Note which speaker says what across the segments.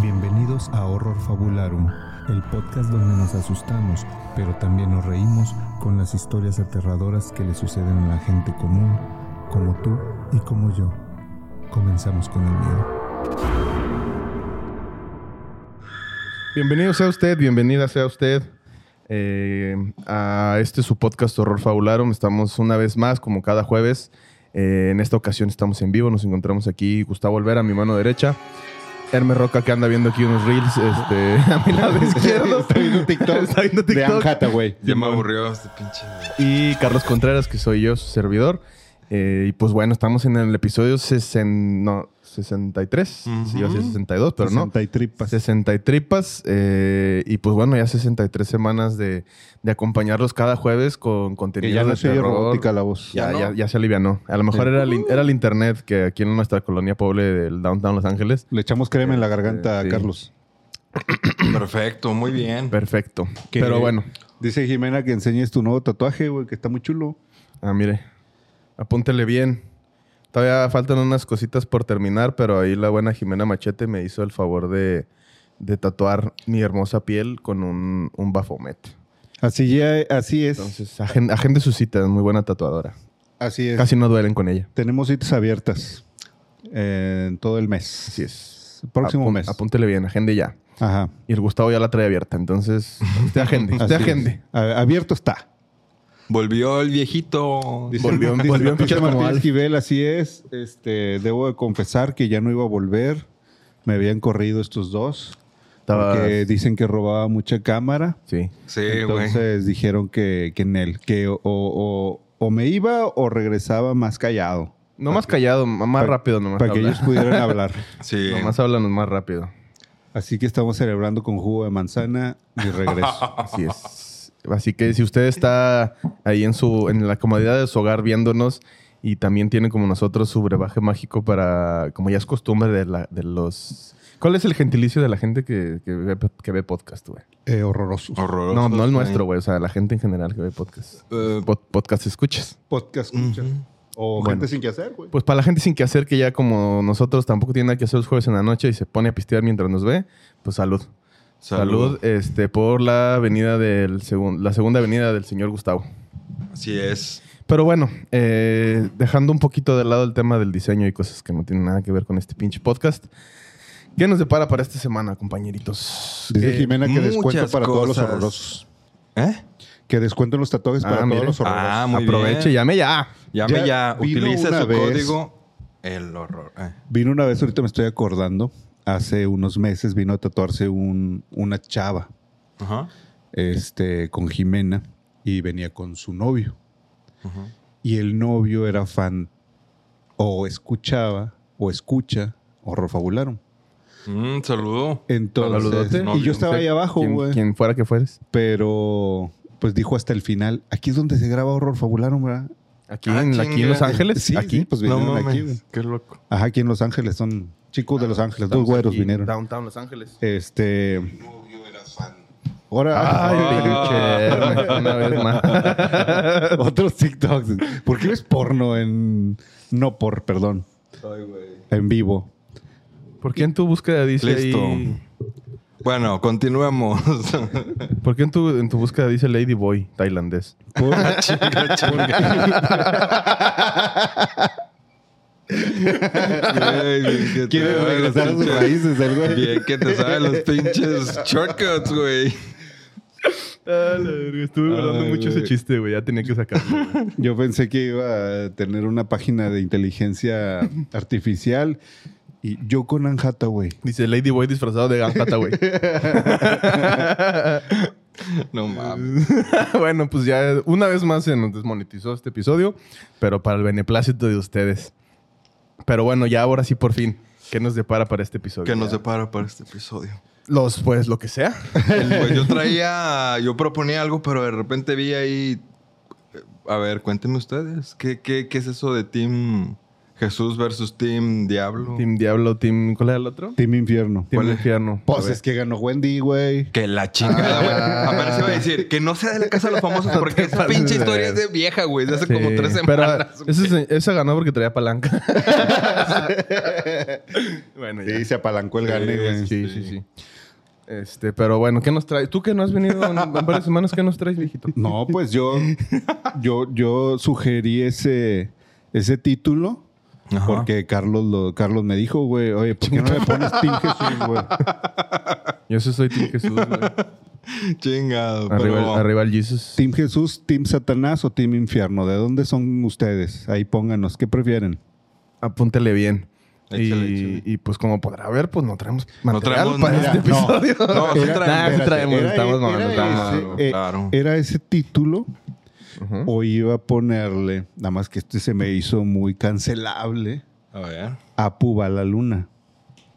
Speaker 1: Bienvenidos a Horror Fabularum, el podcast donde nos asustamos, pero también nos reímos con las historias aterradoras que le suceden a la gente común, como tú y como yo. Comenzamos con el miedo.
Speaker 2: Bienvenido sea usted, bienvenida sea usted eh, a este su podcast Horror Fabularum. Estamos una vez más, como cada jueves. Eh, en esta ocasión estamos en vivo, nos encontramos aquí Gustavo Olvera, mi mano derecha. Hermes Roca, que anda viendo aquí unos reels este, a mi lado izquierdo.
Speaker 3: Está viendo un TikTok
Speaker 2: Está viendo
Speaker 3: De Anne
Speaker 2: TikTok.
Speaker 3: Hathaway.
Speaker 4: Ya me aburrió este pinche.
Speaker 2: Y Carlos Contreras, que soy yo, su servidor. Eh, y pues bueno, estamos en el episodio sesen- no, 63. Sí, iba a decir 62, pero no.
Speaker 3: 63 tripas.
Speaker 2: 60 y tripas. eh, y pues bueno, ya 63 semanas de, de acompañarlos cada jueves con contenido
Speaker 3: Que ya no
Speaker 2: de
Speaker 3: se oye
Speaker 2: terror.
Speaker 3: robótica la voz.
Speaker 2: Ya,
Speaker 4: Ya no.
Speaker 2: ya, ya se alivianó. A lo mejor
Speaker 3: Sí.
Speaker 2: era, el, in- era el internet que aquí en nuestra colonia pobre del downtown Los Ángeles.
Speaker 3: Le echamos crema en la garganta
Speaker 2: Sí.
Speaker 3: a Carlos.
Speaker 4: Perfecto, muy bien.
Speaker 2: Perfecto.
Speaker 3: Que-
Speaker 2: Pero bueno,
Speaker 3: Dice Jimena que enseñes tu nuevo tatuaje, güey, que está muy chulo.
Speaker 2: ah, mire, apúntele bien. Todavía faltan unas cositas por terminar, pero ahí la buena Jimena Machete me hizo el favor de, de tatuar mi hermosa piel con un, un bafomet.
Speaker 3: Así ya, así es.
Speaker 2: Entonces, agen- agende su cita, es muy buena tatuadora.
Speaker 3: así es.
Speaker 2: Casi no duelen con ella.
Speaker 3: Tenemos citas abiertas eh, en todo el mes.
Speaker 2: Así es.
Speaker 3: Próximo
Speaker 2: Apun-
Speaker 3: mes.
Speaker 2: Apúntele bien, agende ya.
Speaker 3: Ajá.
Speaker 2: Y el Gustavo ya la trae abierta, entonces usted agende, usted
Speaker 3: Así es.
Speaker 2: agende.
Speaker 3: A- Abierto está.
Speaker 4: Volvió el viejito.
Speaker 3: Dice,
Speaker 2: Volvió-
Speaker 3: dice-
Speaker 2: volvió
Speaker 3: dice
Speaker 2: pinche
Speaker 3: Martín
Speaker 2: Alf.
Speaker 3: Esquivel, así es. Este, debo de confesar que ya no iba a volver. Me habían corrido estos dos.
Speaker 2: Estaba-
Speaker 3: Porque dicen que robaba mucha cámara.
Speaker 2: Sí.
Speaker 4: Sí, güey.
Speaker 3: Entonces dijeron que, que en él, que o, o- o me iba o regresaba más callado.
Speaker 2: No más callado, m- más
Speaker 3: para-
Speaker 2: rápido nomás.
Speaker 3: Para que
Speaker 2: habla.
Speaker 3: ellos pudieran hablar.
Speaker 4: Sí.
Speaker 2: Nomás háblanos más rápido.
Speaker 3: Así que estamos celebrando con jugo de manzana mi regreso.
Speaker 2: Así es. Así que si usted está ahí en su en la comodidad de su hogar viéndonos y también tiene como nosotros su brebaje mágico para, como ya es costumbre de, la, de los... ¿Cuál es el gentilicio de la gente que, que ve, que ve podcast, güey?
Speaker 3: Eh, horroroso.
Speaker 4: Horroroso.
Speaker 2: No, no el
Speaker 4: güey.
Speaker 2: nuestro, güey. O sea, la gente en general que ve podcast.
Speaker 4: Eh,
Speaker 2: Pod- podcast escuchas.
Speaker 3: Podcast escucha. O gente sin que hacer, güey.
Speaker 2: Pues para la gente sin que hacer, que ya como nosotros tampoco tiene nada que hacer los jueves en la noche y se pone a pistear mientras nos ve, pues salud. Salud,
Speaker 4: salud.
Speaker 2: este, por la avenida del segun- la segunda avenida del señor Gustavo.
Speaker 4: Así es.
Speaker 2: Pero bueno, eh, dejando un poquito de lado el tema del diseño y cosas que no tienen nada que ver con este pinche podcast. ¿Qué nos depara para esta semana, compañeritos?
Speaker 3: Dice
Speaker 2: Eh,
Speaker 3: Jimena que
Speaker 4: muchas
Speaker 3: descuento para todos los
Speaker 4: cosas.
Speaker 3: horrorosos.
Speaker 4: ¿Eh?
Speaker 3: Que descuento en los tatuajes
Speaker 2: Ah,
Speaker 3: para
Speaker 2: mire.
Speaker 3: todos los horrorosos.
Speaker 4: Ah, muy
Speaker 2: aproveche,
Speaker 4: bien.
Speaker 2: llame ya.
Speaker 4: Llame
Speaker 3: Ya
Speaker 4: ya.
Speaker 3: vino
Speaker 4: Utiliza
Speaker 3: una
Speaker 4: su
Speaker 3: vez.
Speaker 4: código. El horror. eh.
Speaker 3: Vino una vez, ahorita me estoy acordando, hace unos meses vino a tatuarse un- una chava
Speaker 4: Ajá.
Speaker 3: este, con Jimena y venía con su novio.
Speaker 4: Ajá.
Speaker 3: y el novio era fan o escuchaba o escucha Horror Fabularum.
Speaker 4: Mm, saludo.
Speaker 3: Entonces,
Speaker 2: Saludote.
Speaker 3: y yo estaba ahí abajo,
Speaker 2: Quien-
Speaker 3: güey.
Speaker 2: Quien fuera que fueres.
Speaker 3: Pero pues dijo hasta el final, aquí es donde se graba Horror Fabularum, ¿verdad? Eh,
Speaker 2: Aquí,
Speaker 4: Ah,
Speaker 2: en, aquí en
Speaker 4: chinga.
Speaker 2: Los Ángeles.
Speaker 3: Sí,
Speaker 2: aquí.
Speaker 3: sí, pues
Speaker 4: No
Speaker 3: vinieron aquí. güey.
Speaker 4: mames. Qué loco.
Speaker 3: Ajá, aquí en Los Ángeles son chicos de Los Ángeles, dos
Speaker 2: Ah, Estamos
Speaker 3: güeros
Speaker 2: aquí,
Speaker 3: vinieron.
Speaker 2: Downtown Los Ángeles.
Speaker 3: Este, ahora
Speaker 2: Ay,
Speaker 4: Ah.
Speaker 2: pinche Hermes, una vez más.
Speaker 3: otros TikToks. ¿Por qué ves porno en no por, perdón, en vivo?
Speaker 2: ¿Por qué en tu búsqueda dice
Speaker 4: Listo.
Speaker 2: ahí-
Speaker 4: Bueno, continuemos.
Speaker 2: ¿Por qué en tu, en tu búsqueda dice Lady Boy tailandés?
Speaker 3: Por-
Speaker 4: Chinga, chinga. Güey, bien que te
Speaker 3: Quiere
Speaker 4: sabe los
Speaker 3: regresar a sus
Speaker 4: pinches-
Speaker 3: raíces, el güey.
Speaker 4: Bien que te sabe los pinches shortcuts, güey.
Speaker 2: Ah, Estuve
Speaker 4: Ah,
Speaker 3: guardando mucho ese
Speaker 2: chiste, güey. Ya tenía que sacarlo.
Speaker 3: Yo pensé que iba a tener una página de inteligencia artificial y yo con Anne Hathaway.
Speaker 2: Dice Lady Boy disfrazado de gafata, güey.
Speaker 4: No mames.
Speaker 2: bueno, pues ya una vez más se nos desmonetizó este episodio, pero para el beneplácito de ustedes. Pero bueno, ya ahora sí por fin. ¿Qué nos depara para este episodio?
Speaker 4: Que nos
Speaker 2: Ya.
Speaker 4: depara para este episodio.
Speaker 2: Los, pues, lo que sea.
Speaker 4: Pues yo traía, yo proponía algo, pero de repente eh, vi ahí. A ver, cuéntenme ustedes. ¿Qué, qué, qué es eso de Team Jesús versus Team Diablo.
Speaker 2: Team Diablo, Team. ¿Cuál era el otro?
Speaker 3: Team Infierno.
Speaker 2: Team
Speaker 4: ¿Cuál es?
Speaker 2: Infierno.
Speaker 3: Pues
Speaker 2: A ver.
Speaker 3: es que ganó Wendy, güey.
Speaker 4: Que la chingada, güey. Apenas iba a decir que no sea de la casa de los famosos porque esa
Speaker 2: Ah. pases
Speaker 4: pinche
Speaker 2: de
Speaker 4: historia es
Speaker 2: ver.
Speaker 4: de vieja, güey. De hace
Speaker 2: Sí,
Speaker 4: como tres
Speaker 2: pero
Speaker 4: semanas.
Speaker 2: ese se- esa ganó porque traía palanca. bueno,
Speaker 3: Sí, se apalancó el gane, güey.
Speaker 2: Sí, sí, sí. Este, pero bueno, ¿qué nos traes? Tú que no has venido en, en varias semanas, ¿qué nos traes, viejito?
Speaker 3: No, pues yo, yo, yo sugerí ese, ese título
Speaker 4: Ajá.
Speaker 3: porque Carlos, lo, Carlos me dijo, güey, oye, ¿por qué no le pones Team Jesús, güey?
Speaker 2: Yo sí soy Team Jesús, güey.
Speaker 4: Chingado,
Speaker 2: Arriba,
Speaker 4: Pues, pero.
Speaker 2: el- arriba el Jesus.
Speaker 3: ¿Team Jesús, Team Satanás o Team Infierno? ¿De dónde son ustedes? Ahí pónganos, ¿qué prefieren?
Speaker 2: Apúntele bien.
Speaker 4: Échale,
Speaker 2: y,
Speaker 4: échale.
Speaker 2: y, pues como podrá ver, pues no traemos
Speaker 4: No
Speaker 2: material
Speaker 4: traemos
Speaker 2: para
Speaker 4: nada.
Speaker 2: este
Speaker 3: No.
Speaker 2: episodio.
Speaker 4: No, sí
Speaker 2: Era-
Speaker 4: traemos,
Speaker 2: Nah, sí
Speaker 3: espérate,
Speaker 2: traemos,
Speaker 3: era-
Speaker 2: estamos
Speaker 3: era
Speaker 2: mamando,
Speaker 3: ese-
Speaker 2: estamos
Speaker 4: Claro,
Speaker 3: eh,
Speaker 4: claro.
Speaker 3: ¿Era ese título
Speaker 2: mamando. Ujú.
Speaker 3: o iba a ponerle, nada más que este se me hizo muy cancelable,
Speaker 4: A ver.
Speaker 3: Apu va la luna?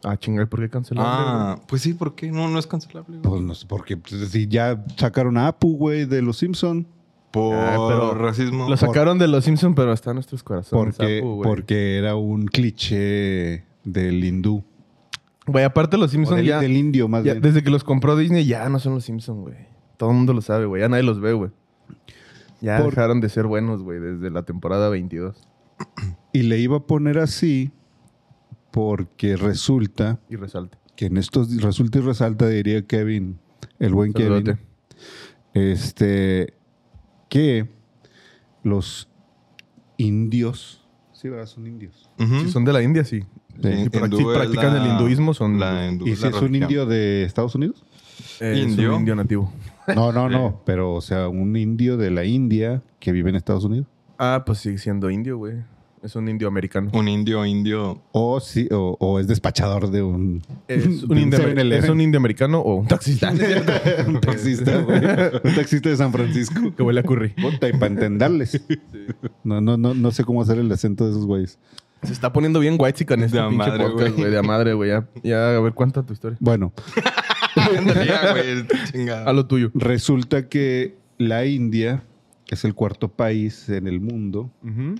Speaker 2: Ah, chingar, ¿por qué cancelaron?
Speaker 4: Ah, pues sí, ¿por qué? No, no es cancelable. güey.
Speaker 3: Pues no sé, porque pues, si ya sacaron a Apu, güey, de Los Simpson.
Speaker 4: Por
Speaker 2: Ah, pero-
Speaker 4: racismo.
Speaker 2: Lo sacaron de Los Simpsons, pero está en nuestros corazones.
Speaker 3: Porque,
Speaker 2: Apu, güey.
Speaker 3: porque era un cliché del hindú.
Speaker 2: Güey, aparte los
Speaker 3: O
Speaker 2: Simpsons
Speaker 3: del,
Speaker 2: ya,
Speaker 3: del indio, más
Speaker 2: ya-
Speaker 3: bien.
Speaker 2: Desde que los compró Disney ya no son los Simpsons, güey. Todo el mundo lo sabe, güey. Ya nadie los ve, güey. Ya
Speaker 3: Por-
Speaker 2: dejaron de ser buenos, güey, desde la temporada 22.
Speaker 3: Y le iba a poner así porque resulta
Speaker 2: Y resalte.
Speaker 3: que en estos resulta y resalta, diría Kevin, el buen
Speaker 2: Saludote.
Speaker 3: Kevin, este, que los indios, sí, ¿verdad? Son indios.
Speaker 4: Ujú.
Speaker 2: Si son de la India, sí.
Speaker 3: Sí.
Speaker 2: Si practi-
Speaker 4: Hindú es
Speaker 2: practican
Speaker 4: ¿Mm? la-
Speaker 2: el hinduismo, son
Speaker 4: la hindú-
Speaker 3: ¿Y
Speaker 4: la
Speaker 3: si es un
Speaker 4: religión.
Speaker 3: indio de Estados Unidos?
Speaker 2: eh, es un
Speaker 4: indio.
Speaker 2: indio nativo.
Speaker 3: No, no, no, pero o sea, un indio de la India que vive en Estados Unidos.
Speaker 2: Ah, pues sigue siendo indio, güey. Es un indio americano.
Speaker 4: Un indio, indio.
Speaker 3: O, sí, o, o es despachador de un,
Speaker 2: Es
Speaker 3: de
Speaker 2: un, indio, amer-
Speaker 3: 7-Eleven.
Speaker 2: es un indio americano o un taxista.
Speaker 3: un taxista, güey. Un taxista de San Francisco.
Speaker 2: que huele a curry.
Speaker 3: Puta, y para entenderles. No, no, no, no sé cómo hacer el acento de esos güeyes.
Speaker 2: Se está poniendo bien white con este
Speaker 4: De a
Speaker 2: pinche
Speaker 4: madre,
Speaker 2: podcast,
Speaker 4: güey.
Speaker 2: güey. De a madre, güey. Ya, ya, a ver, cuánta tu historia.
Speaker 3: Bueno,
Speaker 4: Ya, güey, chingado.
Speaker 2: A lo tuyo.
Speaker 3: resulta que la India es el cuarto país en el mundo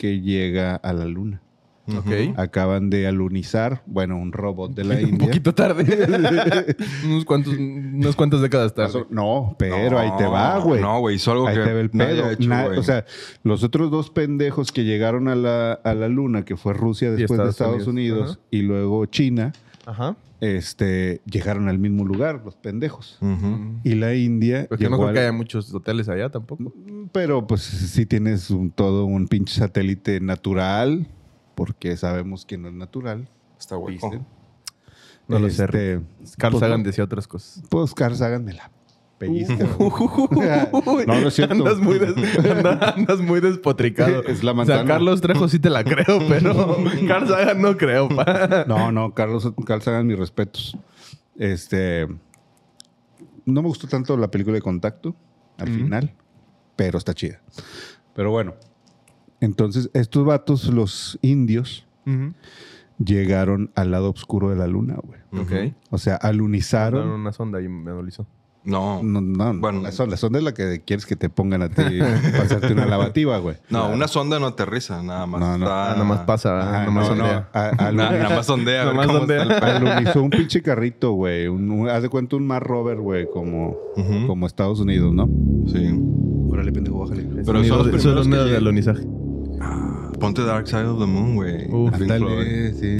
Speaker 3: que llega a la luna.
Speaker 4: Ujú.
Speaker 2: Ok.
Speaker 3: Acaban de alunizar, bueno, un robot de la
Speaker 2: Un
Speaker 3: India.
Speaker 2: poquito tarde. Unos cuantos, unas cuantas décadas tarde.
Speaker 3: Pasó- No, pero ahí te va, güey.
Speaker 4: No, güey, hizo algo
Speaker 3: Ahí
Speaker 4: que
Speaker 3: te ve el
Speaker 4: nadie
Speaker 3: pedo.
Speaker 4: ha hecho,
Speaker 3: Na-
Speaker 4: güey.
Speaker 3: o sea, los otros dos pendejos que llegaron a la, a la luna, que fue Rusia después de
Speaker 2: Estados
Speaker 3: Estados
Speaker 2: Unidos.
Speaker 3: Unidos, y luego China,
Speaker 2: Ajá.
Speaker 3: este, llegaron al mismo lugar, los pendejos.
Speaker 4: Ujú.
Speaker 2: Mm,
Speaker 3: Y la India.
Speaker 4: Pues
Speaker 2: Porque no
Speaker 3: llegó
Speaker 2: creo que
Speaker 3: al-
Speaker 2: haya muchos hoteles allá tampoco.
Speaker 3: Pero pues sí tienes un, todo un pinche satélite natural, porque sabemos que no es natural.
Speaker 4: Está hueco.
Speaker 3: ¿viste?
Speaker 2: No lo sé,
Speaker 3: Este,
Speaker 2: Carl
Speaker 3: pues,
Speaker 2: Sagan
Speaker 3: no-
Speaker 2: decía otras cosas.
Speaker 3: Pues Carl Sagan me la pellizca.
Speaker 2: Uh,
Speaker 3: güey.
Speaker 2: Uy,
Speaker 3: No, no es cierto.
Speaker 2: Andas muy, des- anda- andas muy despotricado.
Speaker 3: Es la
Speaker 2: O sea,
Speaker 3: manzana.
Speaker 2: Carlos Trejo sí te la creo, pero Carl Sagan no creo. pa.
Speaker 3: No, no, Carlos, Carl Sagan, mis respetos. Este. No me gustó tanto la película de contacto al final, pero está chida. Pero bueno. Entonces, estos vatos, los indios,
Speaker 2: Ujú.
Speaker 3: llegaron al lado oscuro de la luna, güey.
Speaker 2: Ok.
Speaker 3: O sea,
Speaker 2: Mandaron
Speaker 3: alunizaron.
Speaker 2: una sonda y me dolizó.
Speaker 4: No.
Speaker 3: No, no,
Speaker 4: Bueno.
Speaker 3: la sonda, la sonda es la que quieres que te pongan a ti, pasarte una lavativa, güey.
Speaker 4: No, una sonda no aterriza, nada más.
Speaker 3: No, no.
Speaker 4: está-
Speaker 2: Ah, nada más pasa,
Speaker 3: Ajá,
Speaker 2: nada más
Speaker 3: no, no,
Speaker 2: sondea.
Speaker 3: a-
Speaker 4: Na-
Speaker 3: alunizaron-
Speaker 4: nada más sondea. a ver
Speaker 2: Nada más
Speaker 4: cómo está
Speaker 2: sondea.
Speaker 4: el-
Speaker 3: Alunizó un pinche carrito, güey. Un- un- haz de cuenta un mar rover, güey, como,
Speaker 4: Ujú.
Speaker 3: como Estados Unidos, ¿no?
Speaker 4: Sí.
Speaker 3: Órale, pendejo, bájale.
Speaker 4: Pero son los
Speaker 2: de-
Speaker 4: primeros
Speaker 2: los
Speaker 4: que
Speaker 2: nidos de
Speaker 4: llegan.
Speaker 2: alunizaje.
Speaker 4: Ponte Dark Side of the Moon, güey.
Speaker 2: Uf,
Speaker 4: Pink Floyd.
Speaker 3: Ándale, sí.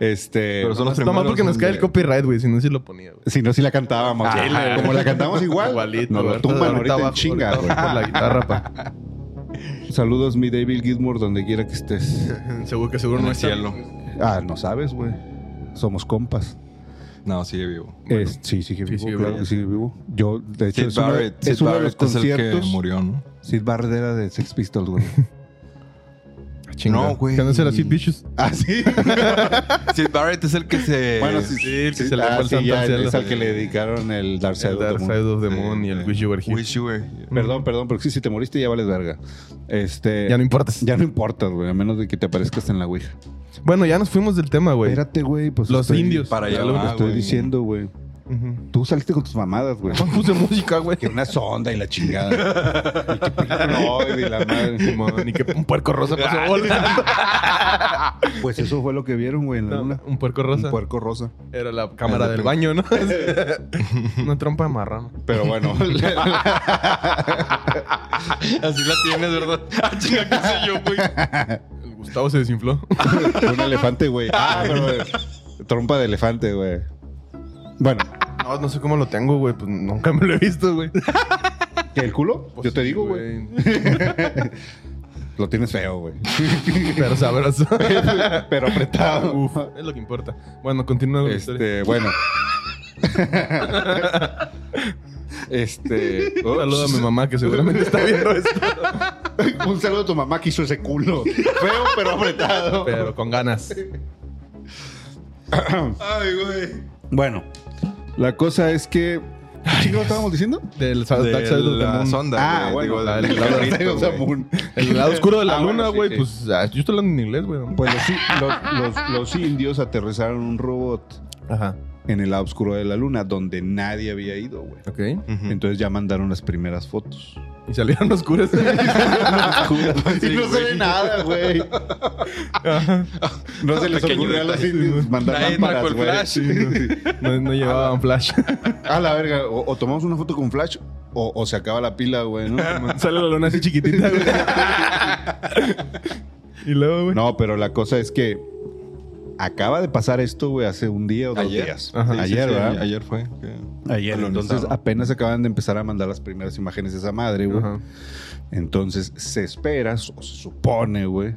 Speaker 3: Este.
Speaker 4: Pero son los
Speaker 2: Toma
Speaker 4: primeros
Speaker 2: porque nos cae el
Speaker 4: donde-
Speaker 2: copyright, güey. Si no, sí lo ponía, güey.
Speaker 3: Si no, si la cantábamos.
Speaker 2: Ah,
Speaker 3: güey.
Speaker 2: la-
Speaker 3: como la cantamos igual.
Speaker 2: Igualito,
Speaker 3: nos lo
Speaker 2: Roberto,
Speaker 3: tumban ahorita, en
Speaker 2: abajo,
Speaker 3: chinga,
Speaker 2: ahorita abajo Por la guitarra, pa.
Speaker 3: güey. Saludos, mi David Gilmour, donde quiera que estés.
Speaker 2: Seguro que seguro
Speaker 4: En
Speaker 2: no
Speaker 4: el
Speaker 2: está.
Speaker 4: cielo.
Speaker 3: Ah, no sabes, güey. Somos compas.
Speaker 4: No, sigue vivo.
Speaker 3: Es- sí, sigue
Speaker 2: Sí,
Speaker 3: vivo.
Speaker 2: sigue
Speaker 3: claro
Speaker 2: vivo.
Speaker 3: que sigue vivo. Yo, de hecho,
Speaker 4: Sid
Speaker 3: es uno,
Speaker 4: Barrett. Sid
Speaker 3: es uno de los
Speaker 4: Barrett es el que
Speaker 3: conciertos.
Speaker 4: murió, ¿no?
Speaker 3: Sid Barrett era de Sex Pistols, güey.
Speaker 2: Ah, Chinga.
Speaker 4: No, güey.
Speaker 2: Que no será así, bichos.
Speaker 3: ah, sí.
Speaker 4: Sid Barrett es el que se...
Speaker 3: bueno, sí,
Speaker 2: sí, el que
Speaker 3: sí,
Speaker 2: se le
Speaker 3: ah,
Speaker 2: fue el
Speaker 3: sí,
Speaker 2: santo
Speaker 3: ya,
Speaker 2: al cielo.
Speaker 3: Es al que le dedicaron el Dark Side
Speaker 2: El
Speaker 3: of the
Speaker 2: Dark
Speaker 3: Moon.
Speaker 2: Side of the Moon y el Wish You Were Here.
Speaker 4: Wish You Were Here.
Speaker 3: Perdón, perdón, pero sí, si te moriste ya vales verga. Este,
Speaker 2: Ya no importas.
Speaker 3: ya no importas, güey, a menos de que te aparezcas en la Ouija.
Speaker 2: Bueno, ya nos fuimos del tema, güey.
Speaker 3: Espérate, güey. Pues
Speaker 2: Los
Speaker 3: estoy-
Speaker 2: indios.
Speaker 4: Para allá
Speaker 2: Ya lo-
Speaker 4: va,
Speaker 3: Te estoy
Speaker 4: güey.
Speaker 3: diciendo, güey.
Speaker 2: Ujú.
Speaker 3: Ah, Tú saliste con tus mamadas, güey.
Speaker 2: Puse música, güey.
Speaker 3: Que una sonda y la chingada. y que Polaroid y la madre.
Speaker 2: Ni que un puerco rosa
Speaker 3: Ah,
Speaker 2: pasó volando.
Speaker 3: Pues eso fue lo que vieron, güey, en la luna.
Speaker 2: Un puerco rosa.
Speaker 3: Un puerco rosa.
Speaker 2: Era la cámara del baño, ¿no? Una trompa de marrano.
Speaker 3: Pero bueno,
Speaker 4: Así la tienes, ¿verdad? Ah, chinga, qué sé yo, güey.
Speaker 2: El Gustavo se desinfló.
Speaker 3: un elefante, güey. Ah, pero, eh, trompa de elefante, güey. Bueno,
Speaker 2: No, no sé cómo lo tengo, güey. Pues nunca me lo he visto, güey.
Speaker 3: ¿que ¿el culo? Yo te
Speaker 2: Pues sí,
Speaker 3: digo, güey. Lo tienes feo, güey.
Speaker 2: Pero sabroso.
Speaker 3: Pero apretado.
Speaker 2: Uf, es lo que importa. Bueno, continúa con la historia.
Speaker 3: Este, bueno. este.
Speaker 2: Un saludo a mi mamá que seguramente está viendo esto.
Speaker 3: Un saludo a tu mamá que hizo ese culo. Feo, pero apretado.
Speaker 2: Pero con ganas.
Speaker 4: Ay, güey.
Speaker 3: Bueno, la cosa es que. ¿Qué chingo estábamos diciendo?
Speaker 2: Del
Speaker 4: De
Speaker 2: Dark Side of the
Speaker 4: la
Speaker 2: Moon.
Speaker 4: sonda.
Speaker 3: Ah,
Speaker 4: güey,
Speaker 3: bueno,
Speaker 4: digo,
Speaker 3: la-
Speaker 4: del
Speaker 3: la- la-
Speaker 4: laberinto,
Speaker 3: la- la-
Speaker 4: güey.
Speaker 3: Moon.
Speaker 2: El lado oscuro de la
Speaker 3: Ah,
Speaker 2: luna,
Speaker 3: bueno, sí,
Speaker 2: güey.
Speaker 3: sí.
Speaker 2: Pues ah, yo estoy hablando en inglés, güey.
Speaker 3: Pues los, i- los- los- los indios aterrizaron un robot
Speaker 2: Ajá.
Speaker 3: en el lado oscuro de la luna, donde nadie había ido, güey.
Speaker 2: Ok.
Speaker 4: Ujú.
Speaker 3: Entonces ya mandaron las primeras fotos.
Speaker 2: Y salieron oscuras.
Speaker 3: y no se ve nada, güey. No se les
Speaker 4: Pequeño
Speaker 3: ocurrió a los
Speaker 4: detalle.
Speaker 3: indios mandar
Speaker 4: Nadie
Speaker 3: lámparas,
Speaker 4: trajo el
Speaker 3: güey.
Speaker 4: flash.
Speaker 3: Sí, no, sí.
Speaker 2: no, no llevaban flash.
Speaker 3: A la verga, o, o tomamos una foto con flash o, o se acaba la pila, güey, ¿no?
Speaker 2: Sale la luna así chiquitita, güey. y luego, güey.
Speaker 3: No, pero la cosa es que acaba de pasar esto, güey, hace un día o dos
Speaker 4: Ayer.
Speaker 3: días.
Speaker 2: Ajá.
Speaker 4: Sí, sí,
Speaker 3: ayer,
Speaker 4: sí,
Speaker 3: ¿verdad?
Speaker 4: Ayer fue. que-
Speaker 3: Ayer,
Speaker 4: lo
Speaker 3: entonces
Speaker 4: lanzaron.
Speaker 3: apenas acaban de empezar a mandar las primeras imágenes de esa madre, güey.
Speaker 2: Ajá.
Speaker 3: Entonces se espera, o se supone, güey,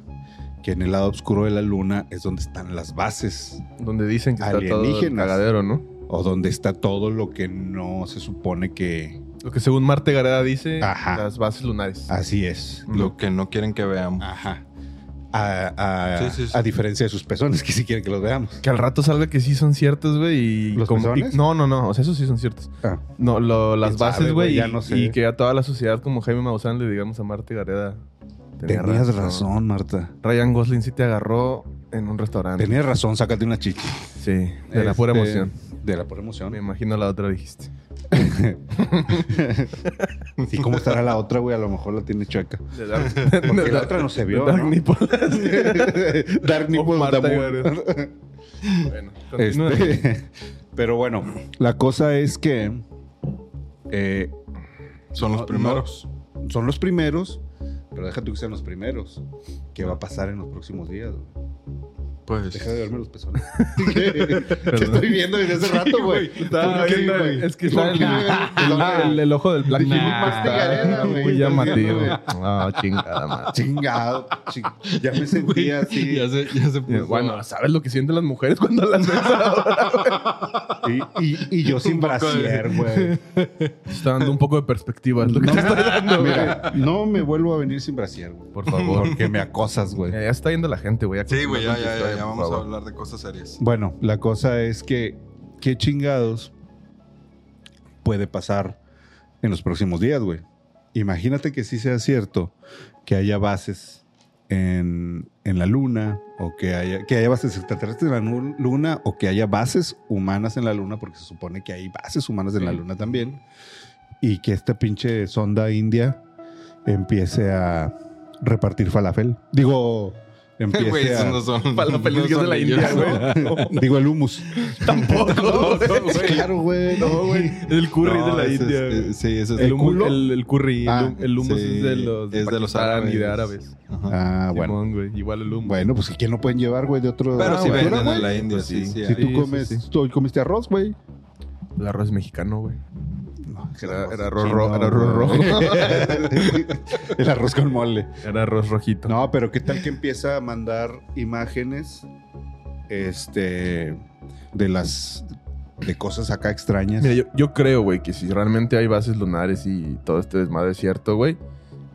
Speaker 3: que en el lado oscuro de la luna es donde están las bases
Speaker 2: Donde dicen que está todo el
Speaker 3: Alienígenas.
Speaker 2: cagadero, ¿no?
Speaker 3: o donde está todo lo que no se supone que
Speaker 2: Lo que según Marte Gareda dice,
Speaker 3: Ajá. Ah.
Speaker 2: las bases lunares.
Speaker 3: así es.
Speaker 4: Lo que no quieren que veamos.
Speaker 2: Ah,
Speaker 3: Ajá. A, a-
Speaker 4: Sí, sí, sí.
Speaker 3: a diferencia de sus pezones, que si quieren que los veamos.
Speaker 2: Que al rato salga que sí son ciertos, güey. y
Speaker 3: ¿Los
Speaker 2: como- y-
Speaker 3: pezones?
Speaker 2: No, no, no. O sea, esos sí son ciertos. No, lo- las
Speaker 3: ¿Quién sabe,
Speaker 2: bases,
Speaker 3: güey?
Speaker 2: güey.
Speaker 3: Ya
Speaker 2: y,
Speaker 3: no sé.
Speaker 2: y que a toda la sociedad, como Jaime Maussan, le digamos a Marte Gareda. tenía
Speaker 3: Tenías razón, Marta.
Speaker 2: Ryan Gosling sí te agarró en un restaurante.
Speaker 3: Tenías razón, sácate una chicha.
Speaker 2: Sí, de la pura
Speaker 3: Este,
Speaker 2: emoción.
Speaker 3: De la pura
Speaker 2: Me
Speaker 3: emoción.
Speaker 2: imagino la otra dijiste.
Speaker 3: ¿Y cómo estará la otra, güey? A lo mejor la tiene chueca.
Speaker 2: De Dark-
Speaker 3: Porque
Speaker 2: de
Speaker 3: la
Speaker 2: Dark-
Speaker 3: otra no se
Speaker 2: de
Speaker 3: vio.
Speaker 2: Dark
Speaker 3: ¿no?
Speaker 2: Nipple.
Speaker 3: Dark
Speaker 2: O
Speaker 3: Nipple
Speaker 2: Marta
Speaker 3: Damu.
Speaker 2: Gareda. Bueno, continúa.
Speaker 3: Este, Pero bueno, la cosa es que eh,
Speaker 4: Son los
Speaker 3: No,
Speaker 4: primeros.
Speaker 3: son los primeros, pero deja tú que sean los primeros. ¿Qué va a pasar en los próximos días? güey?
Speaker 4: Pues.
Speaker 3: Deja de verme los pezones. Te estoy viendo desde hace rato, güey.
Speaker 2: Estaba
Speaker 3: Ah,
Speaker 2: viendo- es que está el, el- el- el ojo del Black
Speaker 3: Dijimos
Speaker 2: Mirror
Speaker 3: más
Speaker 2: está
Speaker 3: tigareda, güey,
Speaker 2: muy
Speaker 3: estás
Speaker 2: llamativo.
Speaker 3: viendo, güey.
Speaker 2: Ah, chingada madre.
Speaker 3: Chingado. chi- Ya me sentía así.
Speaker 4: Ya se, ya pues,
Speaker 1: Este,
Speaker 4: se
Speaker 2: Eh,
Speaker 4: puso-
Speaker 2: Bueno, ¿sabes lo que sienten las mujeres cuando las ves ahora?
Speaker 3: Y, y- y yo sin
Speaker 4: poco de-
Speaker 3: brasier, güey.
Speaker 2: Está dando un poco de perspectiva, es lo que te estoy dando.
Speaker 3: Mira, no me vuelvo a venir sin brasier, güey.
Speaker 2: Por favor.
Speaker 3: Porque me acosas, güey.
Speaker 2: Ya está yendo la gente, güey.
Speaker 4: Sí, güey, ya, ya, ya, ya
Speaker 2: Por
Speaker 4: vamos a
Speaker 2: favor.
Speaker 4: hablar de cosas serias.
Speaker 3: Bueno, la cosa es que, ¿qué chingados puede pasar en los próximos días, güey? Imagínate que sí sea cierto que haya bases en, en la luna, o que haya, que haya bases extraterrestres en la nu- luna, o que haya bases humanas en la luna, porque se supone que hay bases humanas en la luna también, y que esta pinche sonda india empiece a repartir falafel. Digo, empiece
Speaker 4: Güey,
Speaker 3: a...
Speaker 4: esos no son.
Speaker 2: Para la película
Speaker 4: no son
Speaker 2: de la India,
Speaker 4: niños,
Speaker 2: güey.
Speaker 3: Digo, el humus.
Speaker 2: Tampoco, güey.
Speaker 3: Claro, güey. No, güey.
Speaker 2: El curry
Speaker 4: No,
Speaker 2: de la
Speaker 4: ese es-
Speaker 2: India.
Speaker 4: eh,
Speaker 2: güey.
Speaker 4: sí, ese es
Speaker 2: El,
Speaker 3: ¿El
Speaker 2: humo-
Speaker 3: culo?
Speaker 2: el, el curry, el
Speaker 3: Ah,
Speaker 2: hum- el hummus
Speaker 4: sí,
Speaker 2: es de los,
Speaker 4: es de los
Speaker 2: Pakistán
Speaker 4: árabes.
Speaker 2: y de árabes.
Speaker 4: Ajá.
Speaker 3: Ah, bueno.
Speaker 2: Simón, güey. Igual el hummus.
Speaker 3: Bueno, pues ¿quién lo pueden llevar, güey, de otro
Speaker 4: Pero
Speaker 3: de
Speaker 4: sí
Speaker 3: cultura,
Speaker 4: venden
Speaker 3: güey?
Speaker 4: en la India,
Speaker 2: Pues sí.
Speaker 4: sí, sí.
Speaker 3: Si
Speaker 4: hay.
Speaker 3: tú
Speaker 2: Sí, sí,
Speaker 3: comes,
Speaker 2: sí.
Speaker 3: tú hoy comiste arroz, güey.
Speaker 2: El arroz mexicano, güey. Era, era arroz,
Speaker 3: Sí,
Speaker 2: ro-
Speaker 3: no,
Speaker 2: era arroz rojo.
Speaker 3: güey. El arroz con mole.
Speaker 2: Era arroz rojito.
Speaker 3: No, pero ¿qué tal que empieza a mandar imágenes este de las de cosas acá extrañas?
Speaker 2: Mira, yo, yo creo, güey, que si realmente hay bases lunares y todo este desmadre es cierto, güey,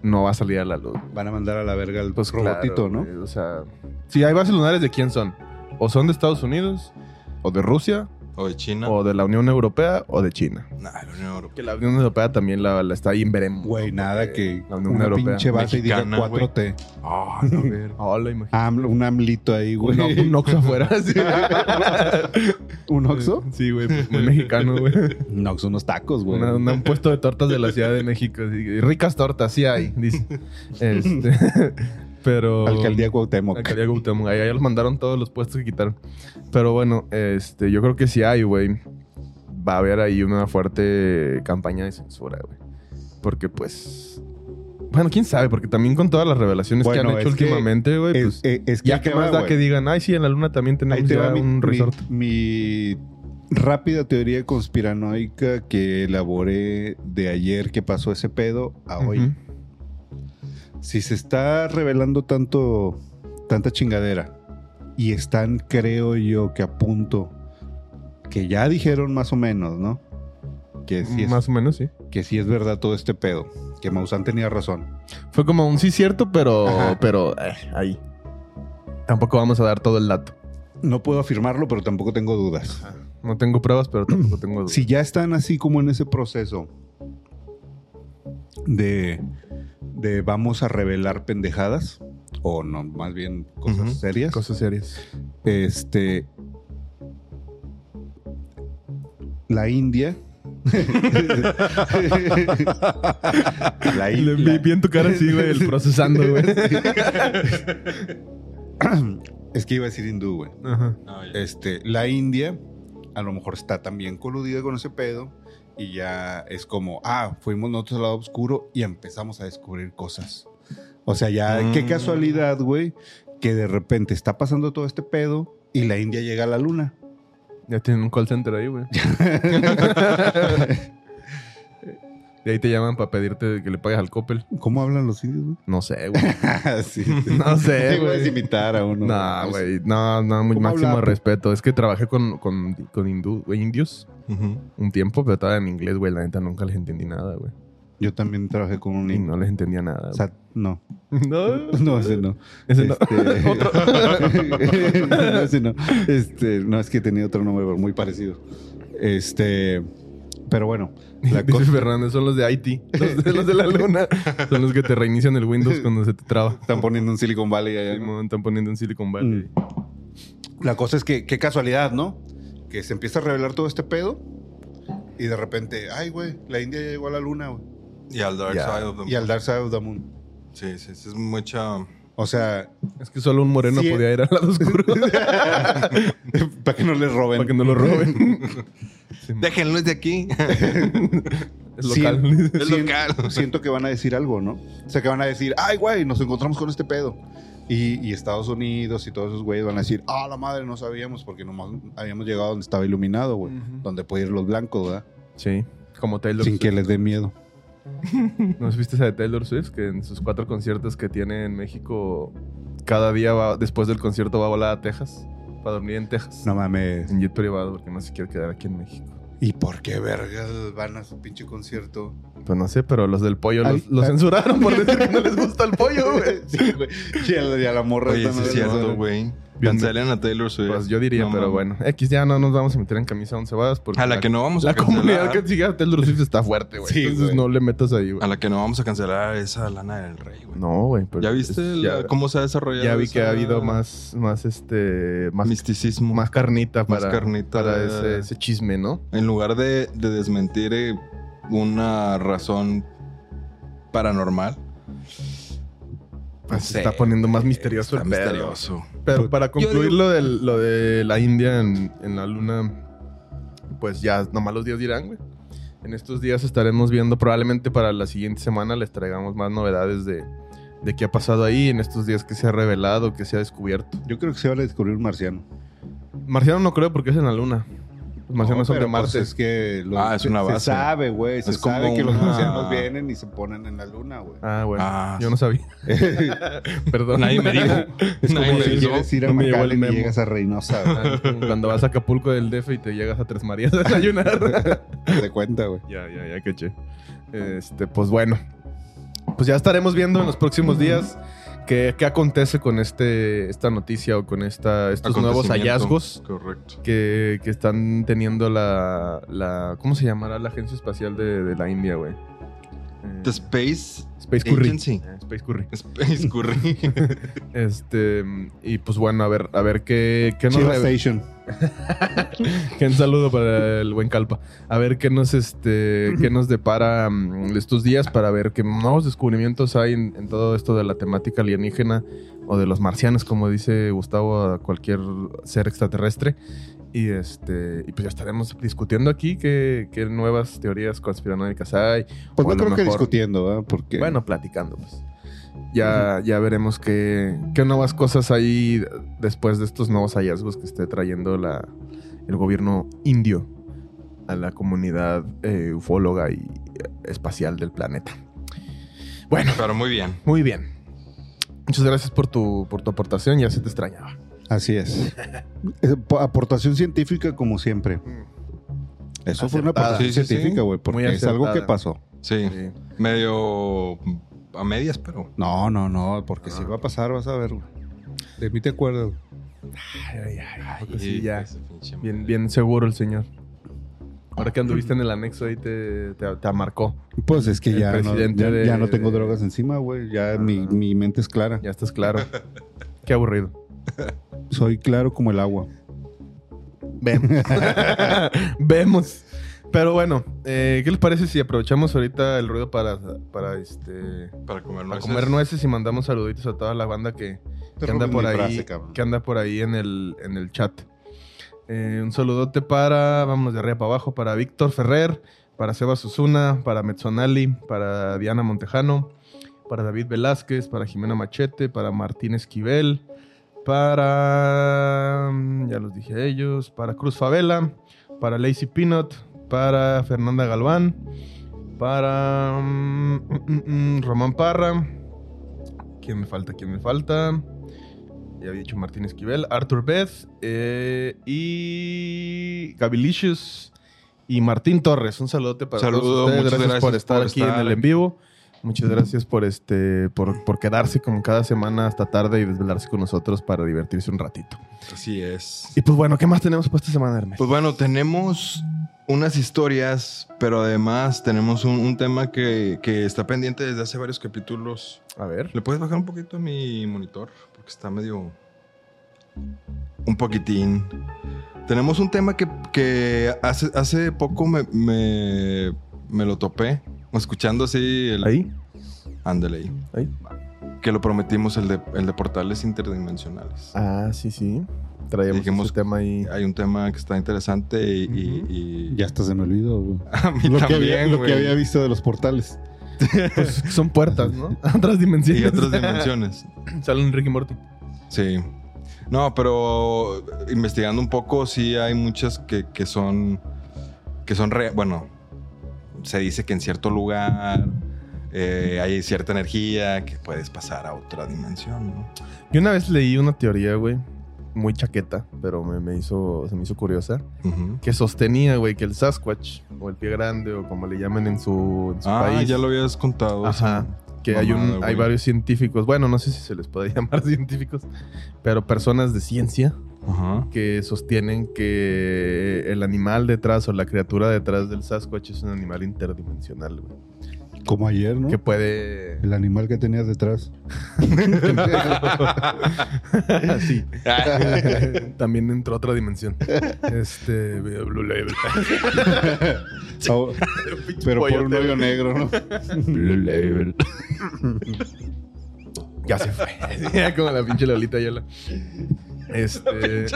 Speaker 2: no va a salir a la luz.
Speaker 3: Van a mandar a la verga el
Speaker 2: Pues
Speaker 3: robotito,
Speaker 2: claro,
Speaker 3: ¿no?
Speaker 2: güey, O sea, si hay bases lunares, ¿de quién son? ¿O son de Estados Unidos? ¿O de Rusia?
Speaker 4: O de China.
Speaker 2: o de la Unión Europea o de China.
Speaker 4: Nah, la Unión Europea.
Speaker 2: Que la Unión Europea también la, la está ahí en veremos.
Speaker 3: Güey, nada que
Speaker 2: la
Speaker 3: una
Speaker 2: Unión Europea,
Speaker 3: pinche base
Speaker 4: mexicana,
Speaker 3: y diga 4T.
Speaker 4: Ah, no, a ver.
Speaker 2: Hola, imagínate.
Speaker 3: AMLO, un AMLito ahí, güey.
Speaker 2: Un, o- un Oxxo afuera. sí.
Speaker 3: ¿Un Oxxo?
Speaker 2: Sí, güey, pues muy mexicano, güey.
Speaker 3: Un Oxxo, unos tacos, güey.
Speaker 2: Una- una- un puesto de tortas de la Ciudad de México. así, ricas tortas, sí hay, dice. Este, pero...
Speaker 3: Alcaldía Cuauhtémoc.
Speaker 2: Alcaldía Cuauhtémoc. Ahí, ahí los mandaron todos los puestos que quitaron. Pero bueno, este, yo creo que sí hay, güey. Va a haber ahí una fuerte campaña de censura, güey. Porque pues... Bueno, quién sabe, porque también con todas las revelaciones
Speaker 3: Bueno,
Speaker 2: que han hecho
Speaker 3: es que
Speaker 2: últimamente, güey,
Speaker 3: Es,
Speaker 2: pues...
Speaker 3: es- es que
Speaker 2: ya
Speaker 3: ahí
Speaker 2: que
Speaker 3: te
Speaker 2: más
Speaker 3: va,
Speaker 2: da
Speaker 3: güey.
Speaker 2: que digan, ay, sí, en la luna también
Speaker 3: Ahí
Speaker 2: tenemos
Speaker 3: te va
Speaker 2: ya
Speaker 3: mi,
Speaker 2: un
Speaker 3: mi-
Speaker 2: resort.
Speaker 3: mi rápida teoría conspiranoica que elaboré de ayer que pasó ese pedo a ah, hoy.
Speaker 2: Ujú.
Speaker 3: Si se está revelando tanto, tanta chingadera y están, creo yo, que a punto, que ya dijeron más o menos, ¿no? Que sí es,
Speaker 2: Más o menos, sí.
Speaker 3: que sí es verdad todo este pedo, que Maussan tenía razón.
Speaker 2: Fue como un sí cierto, pero,
Speaker 3: Ajá.
Speaker 2: pero eh, ahí. Tampoco vamos a dar todo el dato.
Speaker 3: No puedo afirmarlo, pero tampoco tengo dudas.
Speaker 2: No tengo pruebas, pero tampoco tengo dudas.
Speaker 3: si ya están así como en ese proceso de, de vamos a revelar pendejadas, o no, más bien cosas
Speaker 4: Ujú,
Speaker 3: serias,
Speaker 2: Cosas serias.
Speaker 3: este. La India. la
Speaker 2: Le vi,
Speaker 3: India.
Speaker 2: vi en tu cara así, güey, el procesando, güey.
Speaker 3: Es que iba a decir hindú, güey.
Speaker 2: Ajá.
Speaker 4: No, ya.
Speaker 3: Este, la India a lo mejor está también coludida con ese pedo y ya es como, ah, fuimos nosotros al lado oscuro y empezamos a descubrir cosas. O sea, ya, qué
Speaker 4: Mm.
Speaker 3: casualidad, güey, que de repente está pasando todo este pedo y la India llega a la luna.
Speaker 2: Ya tienen un call center ahí, güey. De ahí te llaman para pedirte que le pagues al Coppel.
Speaker 3: ¿Cómo hablan los indios, güey?
Speaker 2: No sé, güey.
Speaker 3: sí,
Speaker 2: Ah, No sé,
Speaker 3: Debes
Speaker 2: güey.
Speaker 3: imitar a uno.
Speaker 2: No, güey. No, no, muy
Speaker 3: pues, ¿Cómo
Speaker 2: máximo
Speaker 3: hablar?
Speaker 2: respeto. Es que trabajé con, con, con hindú- güey, indios
Speaker 4: Ujú.
Speaker 2: un tiempo, pero estaba en inglés, güey. La neta nunca les entendí nada, güey.
Speaker 3: Yo también trabajé con un
Speaker 2: Y
Speaker 3: indio.
Speaker 2: no les entendía nada.
Speaker 3: O sea, no.
Speaker 2: güey. No.
Speaker 3: No, ese no.
Speaker 2: Ese no.
Speaker 3: Este- No, ese no. Este, no, es que tenía otro nombre pero muy parecido. Este, pero bueno, la
Speaker 2: Dice
Speaker 3: cosa
Speaker 2: Fernández, son los de Haití. Los de, los de la luna. Son los que te reinician el Windows cuando se te traba.
Speaker 3: están poniendo un Silicon Valley allá, ¿no?
Speaker 2: Simón, Están poniendo en Silicon
Speaker 3: Mm.
Speaker 2: Valley.
Speaker 3: La cosa es que qué casualidad, ¿no? Que se empieza a revelar todo este pedo y de repente, ay, güey, la India ya llegó a la luna, güey,
Speaker 4: Y al Dark
Speaker 2: Ya.
Speaker 4: Side of the
Speaker 3: y al Dark Side of the Moon.
Speaker 4: Sí, sí, sí. Es mucha.
Speaker 3: O sea,
Speaker 2: Es que solo un moreno
Speaker 3: Sí.
Speaker 2: podía ir al lado oscuro
Speaker 3: para que no les roben.
Speaker 2: para que no lo roben. Simón.
Speaker 4: Déjenlo, es de aquí.
Speaker 2: es local.
Speaker 3: Sien-
Speaker 4: Es
Speaker 3: sien-
Speaker 4: local.
Speaker 3: Siento que van a decir algo, ¿no? O sea, que van a decir, ay, güey, nos encontramos con este pedo. Y, y Estados Unidos y todos esos güeyes van a decir, ah, la madre, no sabíamos porque nomás habíamos llegado donde estaba iluminado, güey.
Speaker 2: Ujú.
Speaker 3: Donde puede ir los blancos, ¿verdad?
Speaker 2: Sí. Como Taylor
Speaker 3: Sin
Speaker 2: Swift.
Speaker 3: que les dé miedo.
Speaker 2: ¿No viste esa de Taylor Swift? Que en sus cuatro conciertos que tiene en México, cada día va- después del concierto va a volar a Texas. Para dormir en Texas.
Speaker 3: No mames.
Speaker 4: Mm.
Speaker 2: En jet privado, porque no se quiere quedar aquí en México.
Speaker 3: ¿Y por qué vergas van a su pinche concierto?
Speaker 2: Pues no sé, pero los del pollo
Speaker 3: Ay,
Speaker 2: los, los
Speaker 3: ay.
Speaker 2: censuraron por decir que no les gusta el pollo, güey.
Speaker 3: sí, güey. Y a la, y a la morra
Speaker 4: Oye,
Speaker 3: esta
Speaker 4: sí
Speaker 3: no
Speaker 4: es
Speaker 3: le-
Speaker 4: cierto, güey.
Speaker 2: Bien-
Speaker 4: Cancelen a Taylor Swift.
Speaker 2: Pues yo diría,
Speaker 4: No
Speaker 2: pero bueno.
Speaker 4: mames.
Speaker 2: X ya no nos vamos a meter en camisa once varas porque...
Speaker 4: A la que no vamos a
Speaker 2: La comunidad
Speaker 4: cancelar.
Speaker 2: que sigue a Taylor Swift está fuerte, güey.
Speaker 3: Sí,
Speaker 2: Entonces
Speaker 3: güey.
Speaker 2: no le metas ahí, güey.
Speaker 4: A la que no vamos a cancelar es a Lana del Rey, güey.
Speaker 2: No, güey. pero
Speaker 4: ¿Ya viste
Speaker 2: es-
Speaker 4: el-
Speaker 2: ya,
Speaker 4: cómo se ha desarrollado?
Speaker 2: ya vi
Speaker 4: esa-
Speaker 2: que ha habido más, más este... Más,
Speaker 4: misticismo.
Speaker 2: más carnita
Speaker 4: más
Speaker 2: para,
Speaker 4: carnita
Speaker 2: para
Speaker 4: de-
Speaker 2: ese, ese chisme, ¿no?
Speaker 4: En lugar de, de desmentir eh, una razón paranormal.
Speaker 2: Pues
Speaker 4: Sí.
Speaker 2: se está poniendo más misterioso
Speaker 4: eh, Está
Speaker 2: el pedo.
Speaker 4: misterioso.
Speaker 2: Pero para
Speaker 4: digo-
Speaker 2: concluir lo, del- lo de la India en, en la luna, pues ya nomás los días dirán, güey. En estos días estaremos viendo, probablemente para la siguiente semana les traigamos más novedades de, de qué ha pasado ahí, en estos días que se ha revelado, que se ha descubierto.
Speaker 3: Yo creo que se va a descubrir un marciano.
Speaker 2: Marciano no creo porque es en la luna. Los marcianos son de
Speaker 3: pero, pues,
Speaker 2: Marte.
Speaker 3: es que los-
Speaker 4: Ah, es una
Speaker 3: se-
Speaker 4: base.
Speaker 3: Se sabe, güey. Se
Speaker 4: Es como
Speaker 3: sabe que los
Speaker 4: una-
Speaker 3: marcianos vienen y se ponen en la luna, güey.
Speaker 2: Ah, bueno.
Speaker 4: Ah,
Speaker 2: Yo no sabía. Perdón.
Speaker 4: Nadie me dijo.
Speaker 3: Es como
Speaker 4: Nadie me
Speaker 3: si
Speaker 4: avisó.
Speaker 3: quieres ir a
Speaker 2: No me llegó el
Speaker 3: McAllen y
Speaker 2: memo.
Speaker 3: llegas a Reynosa, güey.
Speaker 2: Cuando vas a Acapulco del DF y te llegas a Tres Marías a desayunar.
Speaker 3: Te das cuenta, güey.
Speaker 2: Ya, ya, ya caché. Este, pues bueno. Pues ya estaremos viendo en los próximos días ¿Qué, qué acontece con este, esta noticia o con esta, estos nuevos hallazgos
Speaker 4: Correcto.
Speaker 2: que, que están teniendo la, la- ¿Cómo se llamará la agencia espacial de, de la India, güey? Eh,
Speaker 4: The Space
Speaker 2: Space Curry.
Speaker 4: Agency.
Speaker 2: Eh, Space Curry.
Speaker 4: Space Curry.
Speaker 2: Este, y pues bueno, a ver, a ver qué, qué nos
Speaker 3: Chiva
Speaker 2: revela.
Speaker 3: Station. Pues
Speaker 2: Un saludo para el buen Calpa. A ver qué nos, este, qué nos depara mm, estos días para ver qué nuevos descubrimientos hay en, en todo esto de la temática alienígena o de los marcianos, como dice Gustavo, a cualquier ser extraterrestre. Y, este, y pues ya estaremos discutiendo aquí qué, qué nuevas teorías conspiranoicas hay.
Speaker 3: Pues
Speaker 2: O a
Speaker 3: no
Speaker 2: lo
Speaker 3: creo que
Speaker 2: mejor-
Speaker 3: discutiendo, ¿verdad? Porque
Speaker 2: Bueno, platicando, pues. Ya, ya veremos qué, qué nuevas cosas hay después de estos nuevos hallazgos que esté trayendo la, el gobierno indio a la comunidad eh, ufóloga y eh, espacial del planeta. Bueno,
Speaker 4: Pero muy bien.
Speaker 2: muy bien. Muchas gracias por tu, por tu aportación, ya se te extrañaba.
Speaker 3: así es. Eh, po- Aportación científica como siempre. Eso fue una
Speaker 2: Mm. Acertada.
Speaker 3: aportación
Speaker 4: Sí, sí, sí.
Speaker 3: científica, güey, porque es
Speaker 2: acertada.
Speaker 3: algo que pasó.
Speaker 4: Sí.
Speaker 2: Sí.
Speaker 4: Medio a medias, pero.
Speaker 3: No, no, no, porque
Speaker 2: Ah.
Speaker 3: si va a pasar, vas a ver, güey. De mí te acuerdo.
Speaker 2: Ay, ay, ay,
Speaker 4: Y-
Speaker 2: pues sí, ya.
Speaker 4: ese pinche
Speaker 2: Bien,
Speaker 4: madre.
Speaker 2: bien seguro el señor. Ahora que anduviste en el anexo ahí te, te, te amarcó.
Speaker 3: Pues es que
Speaker 2: El
Speaker 3: ya no,
Speaker 2: presidente
Speaker 3: ya,
Speaker 2: de- Ah,
Speaker 3: ya no tengo drogas encima, güey. Ya mi, mi mente es clara.
Speaker 2: Ya estás claro. Qué aburrido.
Speaker 3: Soy claro como el agua.
Speaker 2: Vemos. Vemos. Pero bueno, eh, ¿qué les parece si aprovechamos ahorita el ruido para, para, este,
Speaker 4: Para comer
Speaker 2: para
Speaker 4: nueces.
Speaker 2: comer nueces y mandamos saluditos a toda la banda que, que anda, por ahí, que anda por ahí en el, en el chat? Eh, un saludote para, vamos de arriba para abajo, para Víctor Ferrer, para Seba Susuna, para Metzonali, para Diana Montejano, para David Velázquez, para Jimena Machete, para Martín Esquivel, para. mm, Ya los dije ellos. Para Cruz Favela, para Lacey Peanut, para Fernanda Galván, para. mm, mm, mm, Román Parra. ¿Quién me falta? ¿Quién me falta? Ya había dicho Martín Esquivel, Arthur Beth eh, y Gabilicious y Martín Torres. Un saludote para
Speaker 4: Saludo,
Speaker 2: todos ustedes.
Speaker 4: muchas
Speaker 2: Gracias, por
Speaker 4: gracias
Speaker 2: estar
Speaker 4: por
Speaker 2: aquí
Speaker 4: estar
Speaker 2: en el en vivo. Muchas gracias por este por, por quedarse como cada semana hasta tarde y desvelarse con nosotros para divertirse un ratito.
Speaker 4: Así es.
Speaker 2: Y pues bueno, ¿qué más tenemos para esta semana, Hermes?
Speaker 4: Pues bueno, tenemos unas historias, pero además tenemos un, un tema que, que está pendiente desde hace varios capítulos.
Speaker 2: A ver.
Speaker 4: ¿Le puedes bajar un poquito a mi monitor? Porque está medio... Un poquitín. Tenemos un tema que, que hace, hace poco me, me, me lo topé, escuchando así el...
Speaker 2: Ahí,
Speaker 4: Ándale ahí.
Speaker 2: ahí.
Speaker 4: Que lo prometimos, el de, el de portales interdimensionales.
Speaker 2: Ah, sí, sí. Traíamos
Speaker 4: Dijimos-
Speaker 2: ese tema ahí.
Speaker 4: Hay un tema que está interesante y... y-
Speaker 2: Ujú.
Speaker 4: y-
Speaker 3: Ya hasta se me olvidó, güey.
Speaker 4: A mí
Speaker 3: Lo, que había,
Speaker 4: también,
Speaker 3: lo que
Speaker 4: güey.
Speaker 3: había visto de los portales.
Speaker 2: Pues son puertas, ¿no? A otras dimensiones.
Speaker 4: Y otras dimensiones.
Speaker 2: Sale un Ricky Morty.
Speaker 4: Sí. No, pero investigando un poco, sí hay muchas que, que son. que son re- Bueno, se dice que en cierto lugar eh, hay cierta energía que puedes pasar a otra dimensión, ¿no?
Speaker 2: Yo una vez leí una teoría, güey, muy chaqueta, pero me, me hizo, se me hizo curiosa,
Speaker 4: Ujú.
Speaker 2: que sostenía, güey, que el Sasquatch, o el pie grande, o como le llaman en su, en su
Speaker 4: Ah,
Speaker 2: país.
Speaker 4: ya lo habías contado.
Speaker 2: Ajá. Que hay, un,
Speaker 4: Mamada,
Speaker 2: hay
Speaker 4: güey.
Speaker 2: varios científicos, bueno, no sé si se les puede llamar científicos, pero personas de ciencia
Speaker 4: sí. Ajá.
Speaker 2: que sostienen que el animal detrás o la criatura detrás del Sasquatch es un animal interdimensional, güey.
Speaker 4: ¿Eh?
Speaker 3: Como ayer, ¿no?
Speaker 2: Que puede...
Speaker 3: El animal que tenías detrás.
Speaker 2: sí. También entró a otra dimensión. Este...
Speaker 3: Ah, pero por un hoyo negro, ¿no?
Speaker 2: Ya se fue. Ya como la pinche Lolita Yola. Este...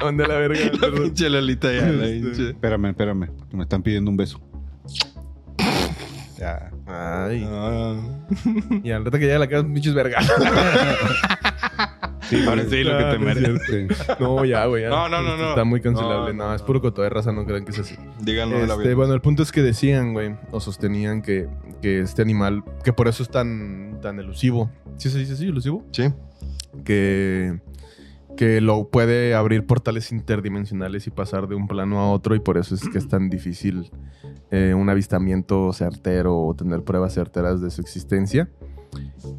Speaker 2: Onda la verga.
Speaker 4: La pinche Lolita ya, la
Speaker 2: Este.
Speaker 4: pinche.
Speaker 3: Espérame, espérame. que me están pidiendo un beso. Ya.
Speaker 2: Ay.
Speaker 4: Ah.
Speaker 2: Y al rato que llega a la casa, pinches vergas.
Speaker 4: Ahora sí, lo que
Speaker 2: Ah,
Speaker 4: te
Speaker 2: no es
Speaker 4: mereces.
Speaker 3: Sí.
Speaker 2: No, ya, güey. ya.
Speaker 4: No, no, no, no.
Speaker 2: Está muy cancelable.
Speaker 4: No,
Speaker 2: No,
Speaker 4: no,
Speaker 2: es puro coto de raza, no crean que es así.
Speaker 4: Díganlo de la
Speaker 2: Este,
Speaker 4: vida.
Speaker 2: bueno, el punto es que decían, güey, o sostenían que, que este animal, que por eso es tan, tan elusivo. ¿Sí se dice así, elusivo?
Speaker 4: Sí.
Speaker 2: Que, que lo puede abrir portales interdimensionales y pasar de un plano a otro, y por eso es que es tan difícil eh, un avistamiento certero o tener pruebas certeras de su existencia.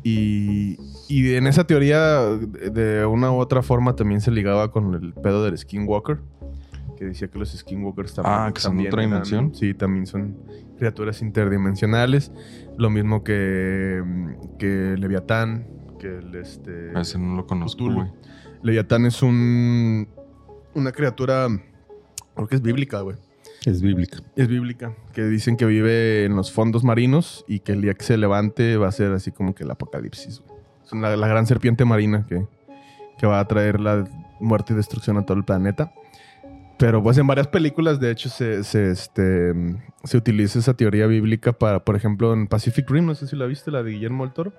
Speaker 2: Y, y en esa teoría, de de una u otra forma, también se ligaba con el pedo del Skinwalker, que decía que los Skinwalkers también.
Speaker 4: Ah, que son
Speaker 2: también
Speaker 4: otra
Speaker 2: eran-
Speaker 4: dimensión.
Speaker 2: sí, también son criaturas interdimensionales. Lo mismo que, mm, que Leviatán, que el este.
Speaker 4: A ese no lo conozco,
Speaker 2: Cthulhu.
Speaker 4: güey.
Speaker 2: Leviatán es un. Una criatura. Creo que es bíblica, güey.
Speaker 3: Es bíblica.
Speaker 2: Es bíblica. Que dicen que vive en los fondos marinos y que el día que se levante va a ser así como que el apocalipsis, güey. Es una- la gran serpiente marina que, que va a traer la muerte y destrucción a todo el planeta. Pero pues en varias películas, de hecho, se, se, este, se utiliza esa teoría bíblica para, por ejemplo, en Pacific Rim, no sé si la viste, la de Guillermo del Toro.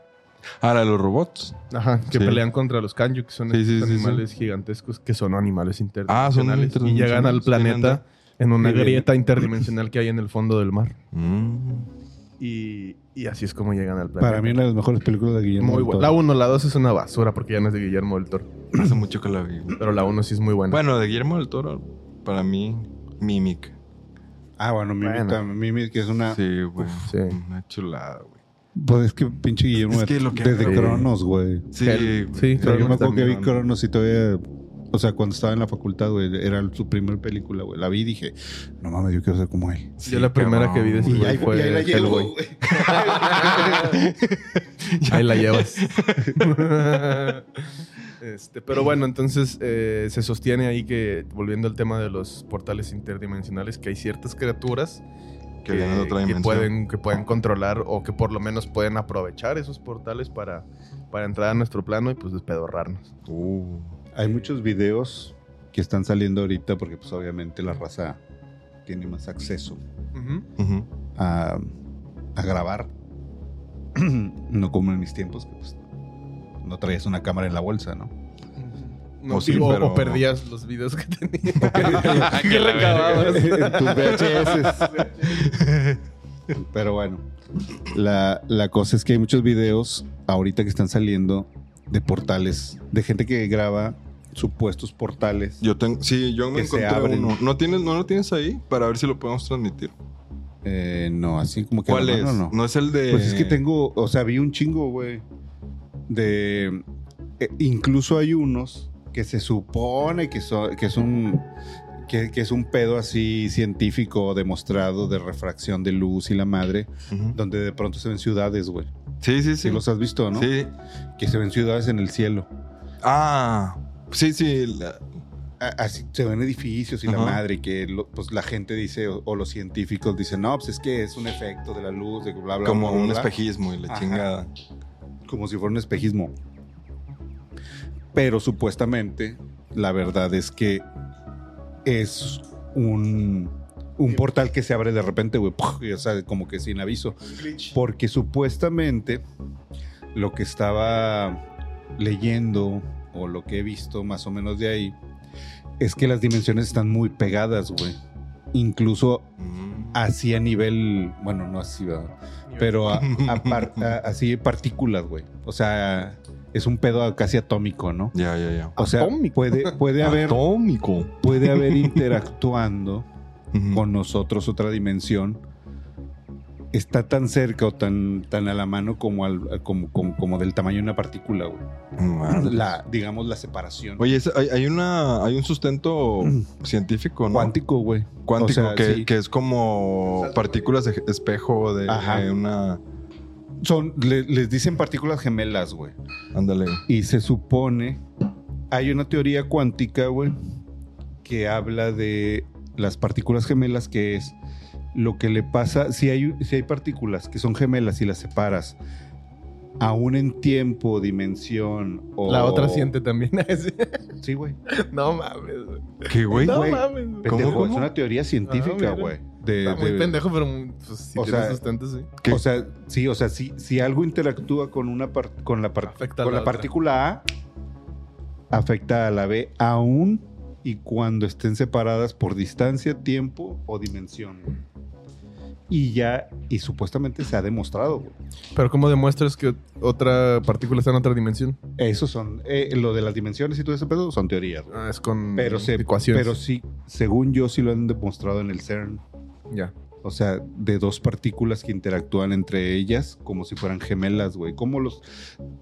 Speaker 4: Ah, la de los robots.
Speaker 2: Ajá, que
Speaker 4: Sí.
Speaker 2: pelean contra los kanju, que son
Speaker 4: Sí, sí,
Speaker 2: estos
Speaker 4: sí, sí.
Speaker 2: animales gigantescos que son animales
Speaker 4: Ah,
Speaker 2: interdimensionales
Speaker 4: son
Speaker 2: y llegan al
Speaker 4: interdimensionales,
Speaker 2: planeta en una
Speaker 3: Y de-
Speaker 2: grieta interdimensional que hay en el fondo del mar.
Speaker 4: Mm.
Speaker 2: Y, y así es como llegan al planeta.
Speaker 3: Para mí, una de las mejores películas de Guillermo.
Speaker 2: muy
Speaker 3: del
Speaker 2: buena.
Speaker 3: Toro.
Speaker 2: La 1, la 2 es una basura porque ya no es de Guillermo del Toro,
Speaker 4: Hace mucho que la vi. güey.
Speaker 2: pero la 1 sí es muy buena.
Speaker 4: Bueno, de Guillermo del Toro, para mí, Mimic.
Speaker 3: Ah, bueno, Mimi,
Speaker 2: Bueno.
Speaker 3: tam- Mimi, que es una.
Speaker 4: Sí, güey.
Speaker 2: sí.
Speaker 4: Una chulada, güey.
Speaker 3: Pues es que pinche Guillermo.
Speaker 4: Es que lo que-
Speaker 3: desde
Speaker 4: Sí.
Speaker 3: Cronos, güey.
Speaker 4: Sí,
Speaker 2: Que-
Speaker 4: güey.
Speaker 2: sí,
Speaker 3: Pero
Speaker 2: Cronos
Speaker 3: yo me acuerdo que vi
Speaker 4: también.
Speaker 3: Cronos y todavía. O sea, cuando estaba en la facultad, güey, era su primer película, güey. La vi y dije, no mames, yo quiero ser como él.
Speaker 4: Sí,
Speaker 2: Yo la primera
Speaker 4: cabrón.
Speaker 2: que vi de ese
Speaker 4: Y
Speaker 2: güey
Speaker 4: ahí-
Speaker 2: fue Hellboy. Ahí la llevas. Este, pero bueno, entonces eh, se sostiene ahí que, volviendo al tema de los portales interdimensionales, que hay ciertas criaturas
Speaker 4: Que viene de otra
Speaker 2: que
Speaker 4: dimensión.
Speaker 2: pueden, que pueden controlar o que por lo menos pueden aprovechar esos portales para, para entrar a nuestro plano y pues despedorrarnos.
Speaker 4: Uh.
Speaker 3: Hay muchos videos que están saliendo ahorita porque, pues, obviamente la raza tiene más acceso
Speaker 4: Ujú.
Speaker 3: a, a grabar. no como en mis tiempos, que pues, no traías una cámara en la bolsa, ¿no?
Speaker 2: No,
Speaker 4: O sí,
Speaker 2: digo,
Speaker 4: pero-
Speaker 2: o perdías los videos que tenías.
Speaker 4: Que la verga.
Speaker 3: en tus VHS. Pero bueno, la, la cosa es que hay muchos videos ahorita que están saliendo de portales, de gente que graba supuestos portales.
Speaker 4: Yo tengo, sí, yo me
Speaker 3: Que se
Speaker 4: encontré
Speaker 3: abren.
Speaker 4: uno. ¿No, tienes, ¿No lo tienes ahí? Para ver si lo podemos transmitir.
Speaker 3: Eh, no, así como que... a la
Speaker 4: ¿Cuál es?
Speaker 3: mano,
Speaker 4: No. es el de.
Speaker 3: Pues es que tengo, o sea, vi un chingo, güey. De. eh, incluso hay unos que se supone que, so- que es un. Que, que es un pedo así científico demostrado de refracción de luz y la madre,
Speaker 4: Ujú.
Speaker 3: donde de pronto se ven ciudades, güey.
Speaker 4: Sí, sí, sí.
Speaker 3: Sí. los has visto, ¿no?
Speaker 4: Sí.
Speaker 3: Que se ven ciudades en el cielo.
Speaker 4: Ah, sí, sí. la-
Speaker 3: A- Así se ven edificios y la
Speaker 4: Ajá.
Speaker 3: madre, y que lo- pues la gente dice, o, o los científicos dicen, no, pues es que es un efecto de la luz, de bla, bla,
Speaker 4: como
Speaker 3: bla, bla,
Speaker 4: un
Speaker 3: bla".
Speaker 4: espejismo y la
Speaker 3: Ajá.
Speaker 4: chingada.
Speaker 3: como si fuera un espejismo. Pero supuestamente, la verdad es que es un, un portal que se abre de repente, güey, ¡puf! y, o sea, como que sin aviso. Porque supuestamente lo que estaba leyendo o lo que he visto más o menos de ahí es que las dimensiones están muy pegadas, güey. Incluso
Speaker 4: Mm.
Speaker 3: así a nivel, bueno, no así, ¿verdad? pero a- a par- a- así partículas, güey. O sea, es un pedo casi atómico, ¿no?
Speaker 4: Ya, ya, ya.
Speaker 3: O sea,
Speaker 2: Atómico.
Speaker 3: puede, puede haber,
Speaker 4: Atómico.
Speaker 3: puede haber interactuando
Speaker 4: Ujú.
Speaker 3: con nosotros otra dimensión. Está tan cerca o tan, tan a la mano como, al- como, como, como del tamaño de una partícula, güey.
Speaker 4: Madre.
Speaker 3: La, digamos, la separación.
Speaker 4: Ah. Mm. Oye, es- hay, hay una, hay un sustento científico, ¿no?
Speaker 3: Mm. cuántico, güey.
Speaker 4: Cuántico,
Speaker 3: O sea,
Speaker 4: que,
Speaker 3: sí.
Speaker 4: que es como partículas de espejo de,
Speaker 3: Ajá.
Speaker 4: de una.
Speaker 3: Son, le- les dicen partículas gemelas, güey.
Speaker 4: Ándale.
Speaker 3: Y se supone, hay una teoría cuántica, güey, que habla de las partículas gemelas, que es lo que le pasa, si hay, si hay partículas que son gemelas y las separas, aún en tiempo, dimensión o...
Speaker 2: La otra siente también.
Speaker 3: Sí, güey.
Speaker 2: no mames. güey.
Speaker 4: ¿Qué, güey?
Speaker 2: no
Speaker 3: güey.
Speaker 2: mames. güey.
Speaker 3: Pendejo,
Speaker 4: cómo?
Speaker 3: es una teoría científica,
Speaker 2: Ah, mira.
Speaker 3: güey. de-
Speaker 2: Está muy
Speaker 3: de-
Speaker 2: pendejo, pero muy- pues, si
Speaker 3: O
Speaker 2: tiene
Speaker 3: sea,
Speaker 2: sustento, sí.
Speaker 4: ¿Qué?
Speaker 3: O sea, sí, o sea, si, si algo interactúa con una par- con la, par-
Speaker 2: Afecta a
Speaker 3: con
Speaker 2: la
Speaker 3: la
Speaker 2: otra.
Speaker 3: partícula A, afecta a la B aún y cuando estén separadas por distancia, tiempo o dimensión. güey. Y ya, y supuestamente se ha demostrado, güey.
Speaker 2: Pero ¿cómo demuestras que otra partícula está en otra dimensión?
Speaker 3: Eso son, eh, lo de las dimensiones y todo ese pedo son teorías, güey.
Speaker 2: Ah, es con
Speaker 3: Pero, se,
Speaker 2: ecuaciones.
Speaker 3: pero sí, según yo, sí lo han demostrado en el CERN.
Speaker 2: Ya.
Speaker 3: O sea, de dos partículas que interactúan entre ellas como si fueran gemelas, güey. ¿Cómo los...?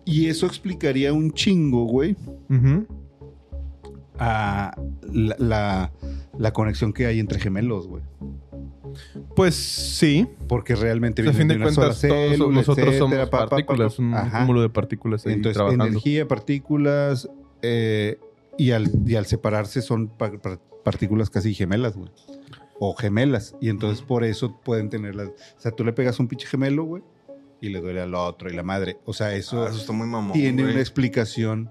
Speaker 3: Y eso explicaría un chingo, güey,
Speaker 2: Ujú.
Speaker 3: a la, la- la conexión que hay entre gemelos, güey.
Speaker 2: Pues sí.
Speaker 3: Porque realmente
Speaker 2: O sea, a fin de
Speaker 3: vienen de una sola
Speaker 2: cuentas, todos
Speaker 3: célula,
Speaker 2: nosotros somos
Speaker 3: etcétera, pa, pa, pa,
Speaker 2: partículas,
Speaker 3: pa.
Speaker 2: un
Speaker 3: Ajá.
Speaker 2: cúmulo de partículas ahí
Speaker 3: Entonces,
Speaker 2: trabajando.
Speaker 3: energía, partículas, eh, y, al, y al separarse son par- par- partículas casi gemelas, güey. O gemelas. Y entonces por eso pueden tenerlas. O sea, tú le pegas un pinche gemelo, güey, y le duele al otro y la madre. O sea, eso
Speaker 4: Ah, eso está muy mamón.
Speaker 3: tiene
Speaker 4: güey.
Speaker 3: una explicación.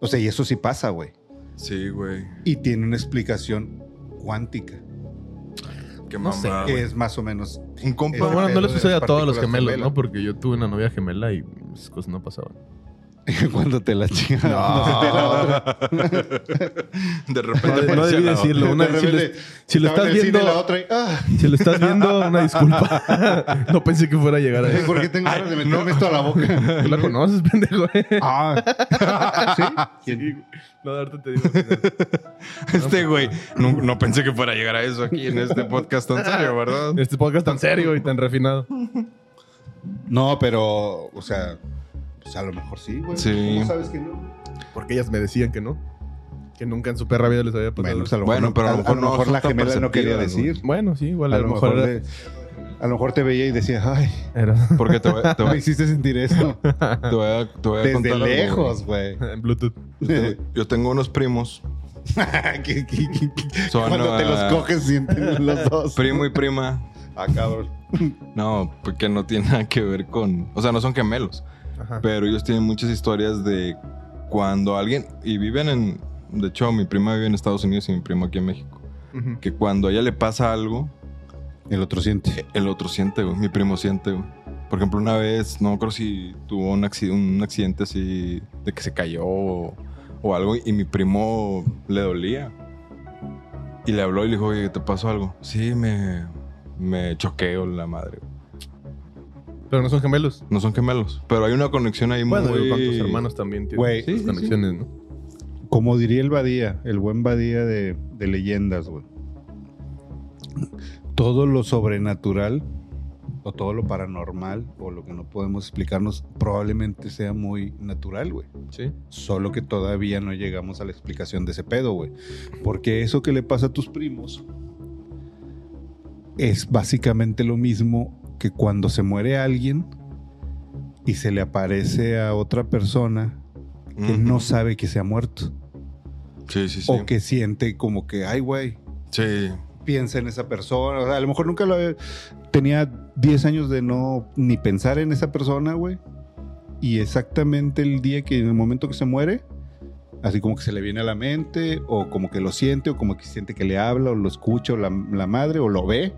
Speaker 3: O sea, y eso sí pasa, güey.
Speaker 4: Sí, güey.
Speaker 3: Y tiene una explicación cuántica,
Speaker 4: Qué
Speaker 5: No sé,
Speaker 2: Ah,
Speaker 4: mamada,
Speaker 3: que
Speaker 4: güey.
Speaker 3: es más o menos.
Speaker 4: Un compa.
Speaker 5: Pero bueno, no le
Speaker 3: Pero de
Speaker 5: sucede a
Speaker 3: las
Speaker 5: todos los
Speaker 3: partículas
Speaker 5: gemelos,
Speaker 3: gemelas.
Speaker 5: ¿no? Porque yo tuve una novia gemela y esas cosas no pasaban.
Speaker 3: Cuando te la chingas.
Speaker 2: No,
Speaker 4: de repente.
Speaker 2: de- no
Speaker 4: apareció
Speaker 2: debí
Speaker 4: la otra.
Speaker 2: decirlo. Una, si, lo, si lo estás viendo,
Speaker 3: La otra y, ah,
Speaker 2: si lo estás viendo, una disculpa. no pensé que fuera a llegar a eso.
Speaker 3: ¿Por qué tengo ganas de meterme esto a la boca?
Speaker 2: ¿Tú la conoces, pendejo?
Speaker 5: ¿eh?
Speaker 3: Ah, ¿sí?
Speaker 2: No, ahorita te digo.
Speaker 4: Este güey. No, no pensé que fuera a llegar a eso aquí en este podcast tan serio, ¿verdad?
Speaker 2: Este podcast tan serio y tan refinado.
Speaker 3: No, pero, o sea, pues a lo mejor sí, güey.
Speaker 4: Sí.
Speaker 3: ¿Cómo sabes que no?
Speaker 2: Porque ellas me decían que no. Que nunca en su perra vida les había pasado.
Speaker 3: Bueno,
Speaker 2: Bueno,
Speaker 3: pues a lo mejor,
Speaker 4: Bueno, pero a lo mejor no son
Speaker 3: la
Speaker 4: tan
Speaker 3: gemela no quería
Speaker 4: perceptivas,
Speaker 3: decir.
Speaker 2: sí, igual a, lo mejor, era-
Speaker 3: de- a lo mejor te veía y decías, ay,
Speaker 2: era,
Speaker 4: Porque te voy, te
Speaker 3: me
Speaker 4: voy-
Speaker 3: hiciste sentir eso.
Speaker 4: te voy a, te voy a contar
Speaker 3: Desde
Speaker 4: algo, güey.
Speaker 3: lejos, güey.
Speaker 2: en Bluetooth.
Speaker 4: Yo tengo unos primos.
Speaker 3: Que- que- que-
Speaker 4: Son,
Speaker 3: Cuando te
Speaker 4: ah,
Speaker 3: los coges, sienten los dos.
Speaker 4: Primo y prima.
Speaker 3: Ah, cabrón.
Speaker 4: No, porque no tiene nada que ver con. O sea, no son gemelos.
Speaker 2: Ajá.
Speaker 4: Pero ellos tienen muchas historias de cuando alguien. Y viven en. De hecho, mi prima vive en Estados Unidos y mi primo aquí en México.
Speaker 2: Ujú.
Speaker 4: Que cuando a ella le pasa algo,
Speaker 3: El otro siente.
Speaker 4: el otro siente, güey. Mi primo siente, güey. Por ejemplo, una vez, no creo si tuvo un accidente, un accidente así de que se cayó o, o algo y mi primo le dolía. Y le habló y le dijo, oye, ¿te pasó algo? Sí, me, me choqué o la madre. güey.
Speaker 2: Pero no son gemelos.
Speaker 4: No son gemelos, pero hay una conexión ahí
Speaker 2: Bueno,
Speaker 4: muy...
Speaker 2: digo, con tus hermanos también tienen
Speaker 3: Güey.
Speaker 2: sus
Speaker 3: Sí, sí, sí.
Speaker 2: conexiones, ¿no?
Speaker 3: Como diría el Badía, el buen Badía de, de leyendas, güey. Todo lo sobrenatural o todo lo paranormal o lo que no podemos explicarnos probablemente sea muy natural, güey.
Speaker 2: Sí.
Speaker 3: Solo que todavía no llegamos a la explicación de ese pedo, güey. Porque eso que le pasa a tus primos es básicamente lo mismo que cuando se muere alguien y se le aparece a otra persona que
Speaker 4: Ujú.
Speaker 3: no sabe que se ha muerto.
Speaker 4: Sí, sí, sí.
Speaker 3: O que siente como que, ay, güey,
Speaker 4: Sí.
Speaker 3: piensa en esa persona. O sea, a lo mejor nunca lo había- Tenía 10 años de no ni pensar en esa persona, güey. Y exactamente el día que, en el momento que se muere, así como que se le viene a la mente, o como que lo siente, o como que siente que le habla, o lo escucha, o la, la madre, o lo ve.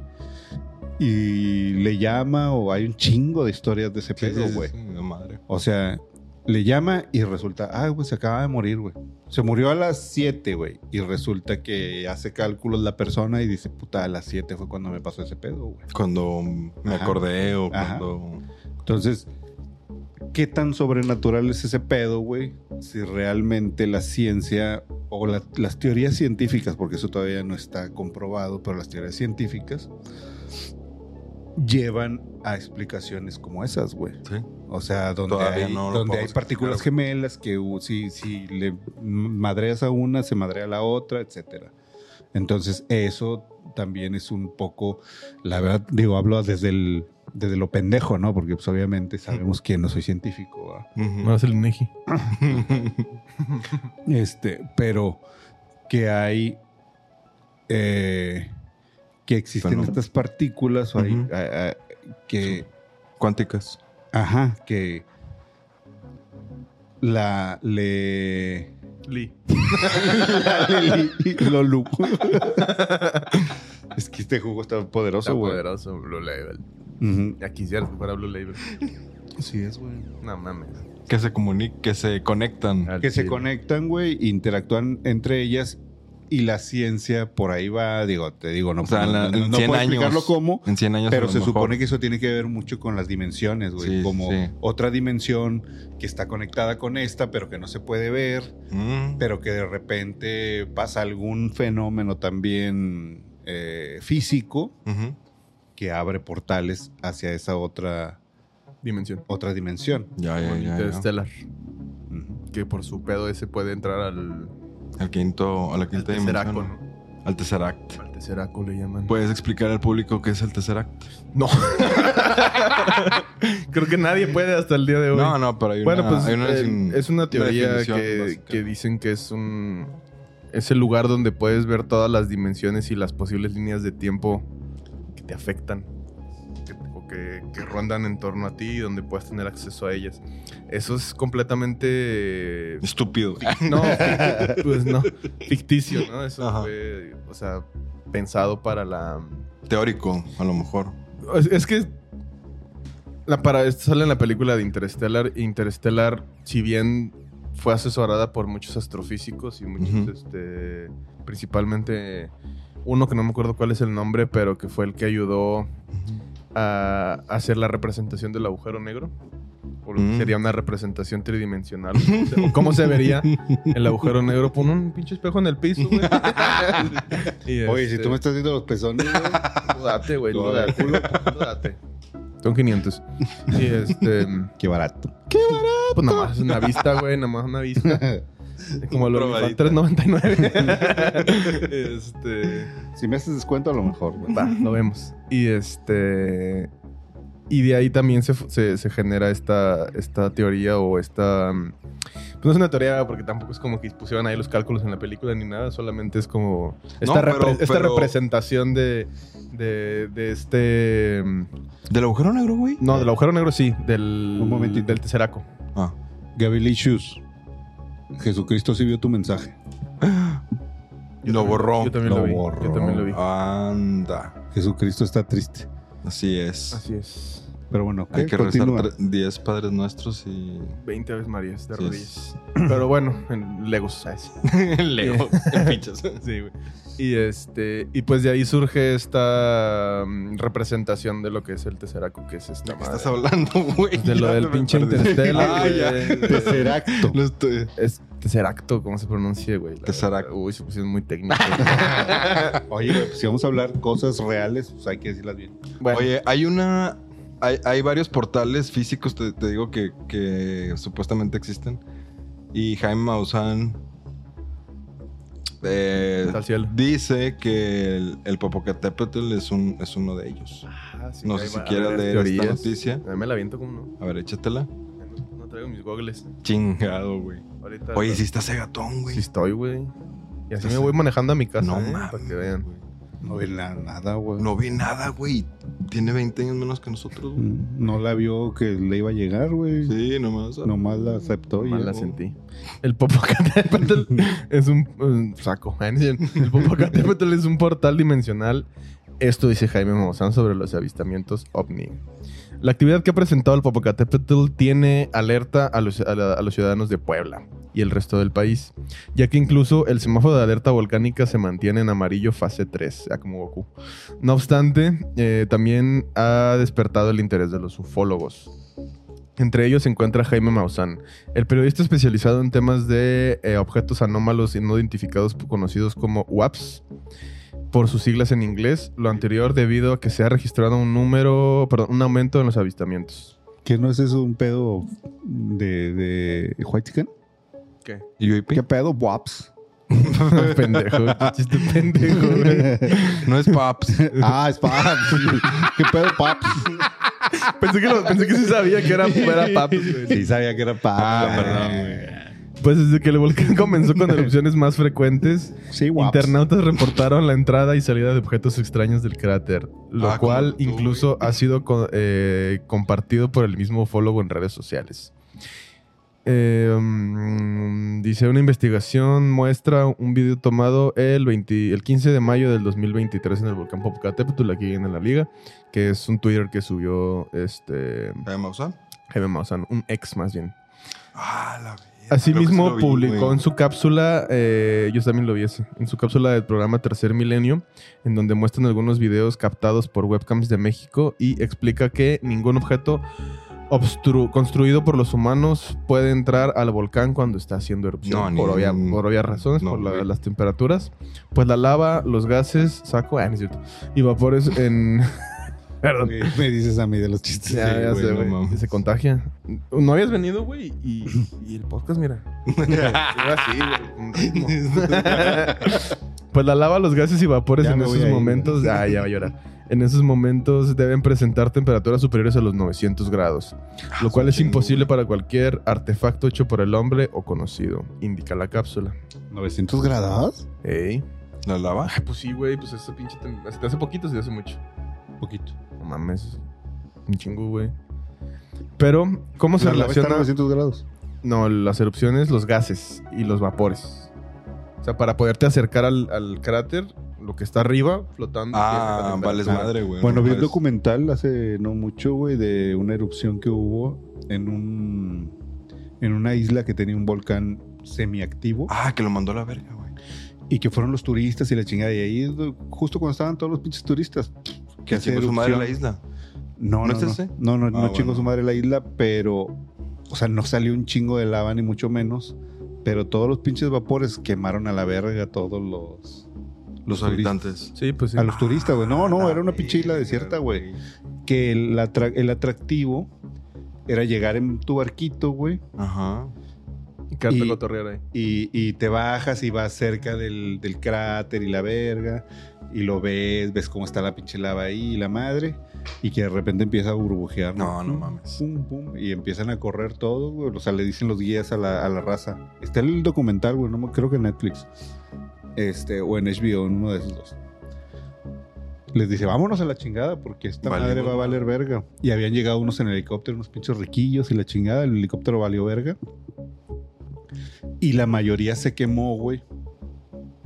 Speaker 3: Y le llama, o hay un chingo de historias de ese
Speaker 4: Sí,
Speaker 3: pedo,
Speaker 4: sí, sí,
Speaker 3: güey.
Speaker 4: sí, la madre.
Speaker 3: O sea, le llama y resulta, ah, güey, se acaba de morir, güey. Se murió a las 7, güey. Y resulta que hace cálculos la persona y dice, puta, a las 7 fue cuando me pasó ese pedo, güey.
Speaker 4: Cuando me
Speaker 3: Ajá.
Speaker 4: acordé o
Speaker 3: Ajá.
Speaker 4: cuando...
Speaker 3: Entonces, ¿qué tan sobrenatural es ese pedo, güey? Si realmente la ciencia o la- las teorías científicas, porque eso todavía no está comprobado, pero las teorías científicas llevan a explicaciones como esas, güey.
Speaker 4: Sí.
Speaker 3: O sea, donde
Speaker 4: Todavía
Speaker 3: hay,
Speaker 4: no lo
Speaker 3: donde hay
Speaker 4: podemos
Speaker 3: partículas
Speaker 4: explicar,
Speaker 3: gemelas que uh, si, si le madreas a una, se madrea a la otra, etcétera. Entonces, eso también es un poco, la verdad, digo, hablo desde el desde lo pendejo, ¿no? Porque pues, obviamente sabemos que no soy científico, ¿va?
Speaker 4: Ujú.
Speaker 5: No es el Neji.
Speaker 3: este, pero que hay eh, que existen
Speaker 4: Fenómeno.
Speaker 3: estas partículas o hay,
Speaker 4: Ujú.
Speaker 3: a- a- que
Speaker 4: Cuánticas.
Speaker 3: Ajá, que la le
Speaker 2: Lee.
Speaker 3: la- le- li- lo lu- es que este jugo está poderoso, güey.
Speaker 5: poderoso Blue Label.
Speaker 3: Ujú.
Speaker 5: Ya quisieras que fuera Blue Label.
Speaker 3: Así es, güey.
Speaker 5: No mames.
Speaker 4: Que se comunican, que se conectan.
Speaker 5: Al
Speaker 3: Que se
Speaker 5: chile.
Speaker 3: conectan, güey, interactúan entre ellas y la ciencia por ahí va, digo, te digo, no,
Speaker 4: o sea, en, la-
Speaker 3: no- no
Speaker 4: en 100
Speaker 3: puedo
Speaker 4: años.
Speaker 3: explicarlo cómo,
Speaker 4: En 100 años.
Speaker 3: Pero se supone que eso tiene que ver mucho con las dimensiones, güey.
Speaker 4: Sí,
Speaker 3: como
Speaker 4: sí.
Speaker 3: otra dimensión que está conectada con esta, pero que no se puede ver.
Speaker 4: Mm,
Speaker 3: pero que de repente pasa algún fenómeno también eh, físico que abre portales hacia esa otra,
Speaker 2: Dimensión.
Speaker 3: otra dimensión.
Speaker 4: Ya, ya, ya, ya.
Speaker 2: Interstellar.
Speaker 3: Ujú.
Speaker 2: Que por su pedo ese puede entrar al,
Speaker 4: Al quinto, a la
Speaker 2: al
Speaker 4: quinta
Speaker 2: Tesseraco,
Speaker 4: dimensión.
Speaker 2: ¿no?
Speaker 4: Al tercer act.
Speaker 2: Al Tesseraco le llaman.
Speaker 4: ¿Puedes explicar al público qué es el tercer act?
Speaker 2: No. Creo que nadie puede hasta el día de hoy.
Speaker 4: No, no, pero hay una,
Speaker 2: bueno, pues
Speaker 4: hay una
Speaker 2: eh,
Speaker 4: sin-
Speaker 2: es una teoría
Speaker 4: definición
Speaker 2: que,
Speaker 4: básica.
Speaker 2: que dicen que es un es el lugar donde puedes ver todas las dimensiones y las posibles líneas de tiempo que te afectan que- o que, que rondan en torno a ti y donde puedes tener acceso a ellas. Eso es completamente
Speaker 4: Estúpido.
Speaker 2: no, pues no, ficticio, ¿no? Eso
Speaker 4: Ajá.
Speaker 2: fue, o sea, pensado para la
Speaker 4: Teórico, a lo mejor.
Speaker 2: es, es que la para esto sale en la película de Interstellar. y Interstellar, si bien fue asesorada por muchos astrofísicos y muchos,
Speaker 4: Ujú.
Speaker 2: este, principalmente uno que no me acuerdo cuál es el nombre, pero que fue el que ayudó a hacer la representación del agujero negro. Por lo que
Speaker 4: Mm.
Speaker 2: Sería una representación tridimensional. O sea, ¿Cómo se vería el agujero negro? Pon un pinche espejo en el piso, güey. Y,
Speaker 3: Oye, si
Speaker 2: este,
Speaker 3: tú me estás viendo los pezones, güey,
Speaker 2: Tú date, güey.
Speaker 3: Tú
Speaker 2: Tú date. Tú date. Son 500. Y este.
Speaker 3: qué barato.
Speaker 2: Pues nada más una vista, güey. Nada más una vista. Como lo
Speaker 4: Probadita.
Speaker 2: 3.99. este.
Speaker 3: Si me haces descuento, a lo mejor. güey.
Speaker 2: Va, lo vemos. Y este. Y de ahí también se, fu- se- se genera esta, esta teoría o esta. mm, Pues no es una teoría porque tampoco es como que pusieron ahí los cálculos en la película ni nada, solamente es como. Esta,
Speaker 4: pero-
Speaker 2: repre- esta
Speaker 4: pero-
Speaker 2: representación de, de, de este. mm,
Speaker 4: ¿Del agujero negro, güey?
Speaker 2: No, del agujero negro sí, del.
Speaker 3: Un momentito.
Speaker 2: Del Tesseraco.
Speaker 4: Ah.
Speaker 3: Gaby Lee Shoes. Jesucristo sí vio tu mensaje.
Speaker 4: Lo borró.
Speaker 2: Yo también
Speaker 3: Lo
Speaker 2: lo, vi.
Speaker 3: borró.
Speaker 2: Yo también lo vi.
Speaker 4: Anda.
Speaker 3: Jesucristo está triste.
Speaker 4: Así es.
Speaker 2: Así es.
Speaker 3: Pero bueno,
Speaker 4: Hay
Speaker 3: ¿qué?
Speaker 4: que
Speaker 3: Continúa.
Speaker 4: rezar 10 padres nuestros y.
Speaker 2: 20 aves marías de
Speaker 4: sí
Speaker 2: rodillas.
Speaker 4: es- Ah,
Speaker 2: Pero bueno, en Legos, ¿sabes?
Speaker 4: Lego, en pichas.
Speaker 2: Sí, güey. Y este. Y pues de ahí surge esta mm, representación de lo que es el Tesseraco, que es esta
Speaker 4: ¿De qué
Speaker 2: madre.
Speaker 4: estás hablando, güey?
Speaker 2: Pues De lo
Speaker 4: Ya
Speaker 2: del
Speaker 4: me
Speaker 2: pinche
Speaker 4: perdí.
Speaker 2: Interstellar.
Speaker 4: Ah,
Speaker 2: güey.
Speaker 4: ya.
Speaker 3: Tesseracto.
Speaker 4: Lo estoy-
Speaker 2: Es Tesseracto, ¿cómo se pronuncia, güey? La
Speaker 4: Tesseract.
Speaker 2: verdad. Uy, se pusieron muy técnicos.
Speaker 3: Oye, güey, pues si vamos a hablar cosas reales, pues hay que decirlas bien.
Speaker 2: bueno,
Speaker 4: Oye, hay una. Hay, hay varios portales físicos, te, te digo, que, que supuestamente existen. Y Jaime Maussan. eh,
Speaker 2: Está al cielo.
Speaker 4: dice que el, el Popocatépetl es, un, es uno de ellos.
Speaker 2: Ah, sí,
Speaker 4: no
Speaker 2: ahí
Speaker 4: sé si
Speaker 2: va.
Speaker 4: quieras
Speaker 2: Varias
Speaker 4: leer esta
Speaker 2: teorías.
Speaker 4: noticia.
Speaker 2: A mí me la aviento como no.
Speaker 4: A ver, échatela.
Speaker 2: No- No traigo mis gogles.
Speaker 4: Chingado, güey.
Speaker 2: Ahorita.
Speaker 4: Oye, si estás gatón, güey.
Speaker 2: pues, Sí estoy, güey. Y así
Speaker 4: Estás-
Speaker 2: me voy manejando a mi casa.
Speaker 4: no
Speaker 2: eh,
Speaker 4: mames.
Speaker 2: Para que vean.
Speaker 4: güey.
Speaker 3: No ve na- nada, güey.
Speaker 4: No vi nada, güey. Tiene 20 años menos que nosotros, güey.
Speaker 3: No la vio que le iba a llegar, güey.
Speaker 4: Sí, nomás.
Speaker 3: Nomás la aceptó y
Speaker 2: Mal
Speaker 3: ya.
Speaker 2: la sentí. El Popocatépetl es un, un saco. ¿eh? El Popocatépetl es un portal dimensional. Esto dice Jaime Maussan sobre los avistamientos ovni. La actividad que ha presentado el Popocatépetl tiene alerta a los, a la- a los ciudadanos de Puebla y el resto del país, ya que incluso el semáforo de alerta volcánica se mantiene en amarillo fase 3, ya como Goku. No obstante, eh, también ha despertado el interés de los ufólogos. Entre ellos se encuentra Jaime Maussan, el periodista especializado en temas de eh, objetos anómalos y no identificados conocidos como WAPs, por sus siglas en inglés, lo anterior debido a que se ha registrado un número, perdón, un aumento en los avistamientos.
Speaker 3: ¿Qué no es eso un pedo de, de White Chicken?
Speaker 2: ¿Qué?
Speaker 4: ¿Y
Speaker 3: ¿Qué pedo? Waps.
Speaker 2: pendejo, chiste pendejo. güey.
Speaker 4: No es Paps.
Speaker 3: ah, es Paps. ¿Qué pedo Paps?
Speaker 2: Pensé que, lo- pensé que sí sabía que era, era papi, güey.
Speaker 3: Sí, sabía que era Paps.
Speaker 4: Ah,
Speaker 3: güey.
Speaker 4: perdón,
Speaker 2: Pues desde que el volcán comenzó con erupciones más frecuentes,
Speaker 3: Sí, Waps.
Speaker 2: Internautas reportaron la entrada y salida de objetos extraños del cráter, lo
Speaker 4: Ah,
Speaker 2: cual
Speaker 4: como tú,
Speaker 2: incluso ha sido co- eh, compartido por el mismo ufólogo en redes sociales. Eh, mm, dice, una investigación muestra un video tomado el, 20 el 15 de mayo del 2023 en el volcán Popocatépetl, aquí en la liga, que es un Twitter que subió este
Speaker 4: ¿Jaime Maussan?
Speaker 2: Jaime Maussan, un ex más bien.
Speaker 4: Ah, la vida.
Speaker 2: Asimismo, publicó en su cápsula, eh, yo también lo vi ese, en su cápsula del programa Tercer Milenio, en donde muestran algunos videos captados por webcams de México y explica que ningún objeto obstru- construido por los humanos puede entrar al volcán cuando está haciendo erupción,
Speaker 4: No, ni-
Speaker 2: por, obvia-
Speaker 4: ni-
Speaker 2: por obvias razones,
Speaker 4: no,
Speaker 2: por la-
Speaker 4: güey.
Speaker 2: las temperaturas. Pues la lava, los gases, saco, ah, no es cierto, y vapores en... acuerdo.
Speaker 3: güey, me dices a mí de los chistes.
Speaker 2: Ya,
Speaker 4: Sí,
Speaker 2: ya
Speaker 4: güey,
Speaker 2: sé,
Speaker 4: no
Speaker 2: güey.
Speaker 4: mames.
Speaker 2: se contagia. No habías venido, güey, y, y el podcast, mira. Era así, güey, un ritmo. pues la lava, los gases y vapores
Speaker 3: Ya
Speaker 2: en
Speaker 3: me voy
Speaker 2: esos
Speaker 3: a ir,
Speaker 2: momentos. Ah, ya va a llorar. En esos momentos deben presentar temperaturas superiores a los 900 grados, lo cual
Speaker 4: un
Speaker 2: es
Speaker 4: Ah, chingo,
Speaker 2: imposible
Speaker 4: güey.
Speaker 2: para cualquier artefacto hecho por el hombre o conocido, indica la cápsula.
Speaker 3: 900 grados.
Speaker 2: ¿Ey?
Speaker 4: ¿La lava?
Speaker 2: Ay, pues sí, güey, pues ese pinche. tem- Se te hace poquito, se te hace mucho.
Speaker 3: Poquito.
Speaker 2: No mames. Un chingo, güey. Pero, ¿cómo se
Speaker 3: La lava está a
Speaker 2: relaciona?
Speaker 3: 900 grados.
Speaker 2: No, las erupciones, los gases y los vapores. O sea, para poderte acercar al, al cráter, lo que está arriba, flotando. tiene
Speaker 4: Ah,
Speaker 2: la
Speaker 4: vales
Speaker 2: temperatura.
Speaker 4: madre, güey.
Speaker 3: Bueno,
Speaker 4: no
Speaker 3: vi un
Speaker 4: mames.
Speaker 3: documental hace no mucho, güey, de una erupción que hubo en un en una isla que tenía un volcán semiactivo
Speaker 4: Ah, que lo mandó a la verga, güey.
Speaker 3: y que fueron los turistas y la chingada y ahí do- justo cuando estaban todos los pinches turistas
Speaker 4: Que
Speaker 3: hace
Speaker 4: chingó su madre
Speaker 3: erupción.
Speaker 4: la isla.
Speaker 3: No,
Speaker 4: ¿No
Speaker 3: no,
Speaker 4: es
Speaker 3: no,
Speaker 4: ese? Ah,
Speaker 3: no, no, no
Speaker 4: bueno.
Speaker 3: chingó su madre la isla, pero o sea, no salió un chingo de lava ni mucho menos, pero todos los pinches vapores quemaron a la verga todos los
Speaker 4: Los
Speaker 3: turistas.
Speaker 4: habitantes.
Speaker 2: Sí, pues sí.
Speaker 3: a los turistas, güey. No, no,
Speaker 4: Ah,
Speaker 3: era una pinche isla
Speaker 4: verga,
Speaker 3: desierta, güey. que el, atra- el atractivo era llegar en tu barquito, güey,
Speaker 4: Ajá.
Speaker 2: Y quedártelo
Speaker 3: y-
Speaker 2: a torrear ahí.
Speaker 3: y, y te bajas y vas cerca del, del cráter y la verga, y lo ves, ves cómo está la pinche lava ahí, y la madre, y que de repente empieza a burbujear.
Speaker 4: No, no mames.
Speaker 3: Pum, pum, y empiezan a correr todo, güey. O sea, le dicen los guías a la, a la raza. Está en el documental, güey, no me- creo que en Netflix. Este, o en HBO, en uno de esos dos. Les dice, vámonos a la chingada, porque esta
Speaker 4: Vale,
Speaker 3: madre va a
Speaker 4: güey.
Speaker 3: valer verga. Y habían llegado unos en helicóptero, unos pinchos riquillos y la chingada, el helicóptero valió verga. Y la mayoría se quemó, güey.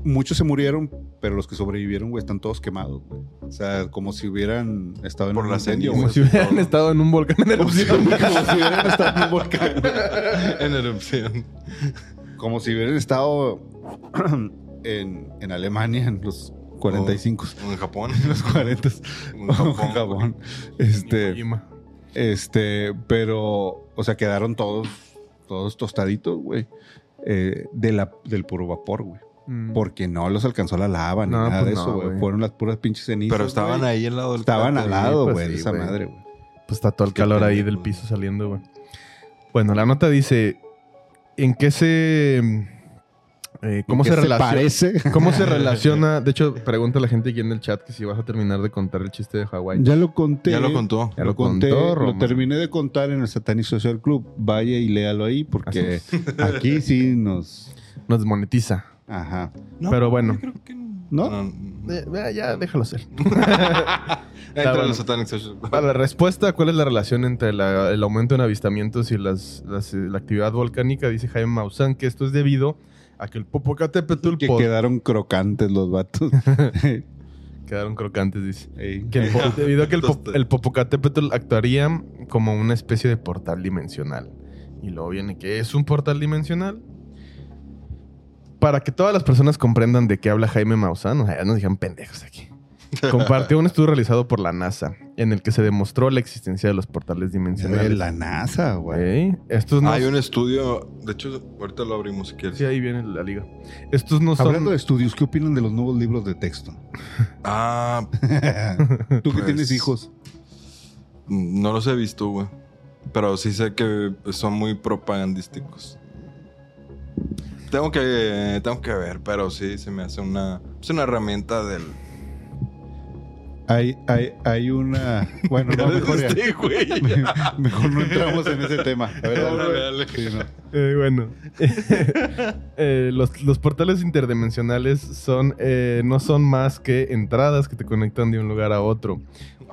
Speaker 3: Muchos se murieron, pero los que sobrevivieron, güey, están todos quemados, güey. O sea, como si hubieran estado en
Speaker 4: Por
Speaker 3: un
Speaker 4: las
Speaker 3: incendio,
Speaker 4: cenizas.
Speaker 2: Como
Speaker 3: güey.
Speaker 2: si hubieran estado en un volcán en
Speaker 3: Como si,
Speaker 2: erupción.
Speaker 3: como si hubieran estado en un volcán.
Speaker 4: en erupción.
Speaker 3: Como si hubieran estado en, en Alemania en los 45,
Speaker 4: En Japón.
Speaker 3: en los 40,
Speaker 4: En Japón.
Speaker 3: en Japón. Este,
Speaker 2: Kojima.
Speaker 3: este, pero, o sea, quedaron todos, todos tostaditos, güey, eh, de la, del puro vapor, güey.
Speaker 2: Mm.
Speaker 3: Porque no los alcanzó la lava ni
Speaker 2: No,
Speaker 3: nada
Speaker 2: pues
Speaker 3: de eso,
Speaker 2: no,
Speaker 3: güey.
Speaker 2: güey.
Speaker 3: Fueron las puras pinches cenizas.
Speaker 4: Pero estaban ahí al lado del
Speaker 3: Estaban
Speaker 4: cráter,
Speaker 3: al lado,
Speaker 2: pues
Speaker 3: güey, de
Speaker 2: sí,
Speaker 3: esa
Speaker 2: güey.
Speaker 3: madre, güey.
Speaker 2: Pues está todo el
Speaker 4: Qué
Speaker 2: calor ahí
Speaker 4: pendejo,
Speaker 2: del
Speaker 4: güey.
Speaker 2: piso saliendo, güey. Bueno, la nota dice: ¿En qué se. eh, ¿Cómo
Speaker 3: ¿Qué
Speaker 2: se relaciona?
Speaker 3: parece?
Speaker 2: ¿Cómo se relaciona? De hecho, pregunta a la gente aquí en el chat que si vas a terminar de contar el chiste de Hawái.
Speaker 3: Ya lo conté.
Speaker 4: Ya lo contó.
Speaker 2: Ya
Speaker 3: lo,
Speaker 2: lo
Speaker 3: conté,
Speaker 2: contó,
Speaker 3: lo
Speaker 2: Roma.
Speaker 3: terminé de contar en el Satanic Social Club. Vaya y léalo ahí porque aquí sí nos...
Speaker 2: Nos monetiza.
Speaker 3: Ajá.
Speaker 4: No,
Speaker 2: Pero bueno.
Speaker 4: yo creo que no.
Speaker 3: ¿No?
Speaker 2: Eh, eh, ya, déjalo ser.
Speaker 4: Ahí está
Speaker 2: bueno.
Speaker 4: los Satanic Social.
Speaker 2: Para la respuesta, ¿cuál es la relación entre la- el aumento en avistamientos y las, las, eh, la actividad volcánica? Dice Jaime Maussan que esto es debido a que el Popocatépetl
Speaker 3: Que
Speaker 2: pod-
Speaker 3: quedaron crocantes los vatos.
Speaker 2: quedaron crocantes, dice.
Speaker 3: Ey. eh,
Speaker 2: Que el po- debido a que el, po-
Speaker 4: Entonces-
Speaker 2: el Popocatépetl actuaría como una especie de portal dimensional. Y luego viene que es un portal dimensional. Para que todas las personas comprendan de qué habla Jaime Maussan, o sea, ya nos dijeron pendejos aquí. Compartió un estudio realizado por la NASA en el que se demostró la existencia de los portales
Speaker 3: Güey,
Speaker 2: dimensionales.
Speaker 3: la NASA, güey.
Speaker 2: Ey, Estos Pues no.
Speaker 4: Hay un estudio. De hecho, ahorita lo abrimos si quieres.
Speaker 2: Sí, ahí viene la liga. Estos no
Speaker 3: Hablando
Speaker 2: son.
Speaker 3: de estudios, ¿qué opinan de los nuevos libros de texto?
Speaker 4: Ah,
Speaker 3: Tú que
Speaker 4: Pues-
Speaker 3: tienes hijos.
Speaker 4: mm, no los he visto, güey. Pero sí sé que son muy propagandísticos. Tengo que, tengo que ver, pero sí se me hace una. Es una herramienta del.
Speaker 3: Hay, hay, hay una... Bueno, no, mejor, ya.
Speaker 4: Este, güey.
Speaker 3: Mejor no entramos en ese tema. A ver, dale,
Speaker 4: Dale,
Speaker 3: dale.
Speaker 4: dale.
Speaker 3: Sí, no.
Speaker 2: Eh, bueno. Eh, los, los portales interdimensionales son, eh, no son más que entradas que te conectan de un lugar a otro.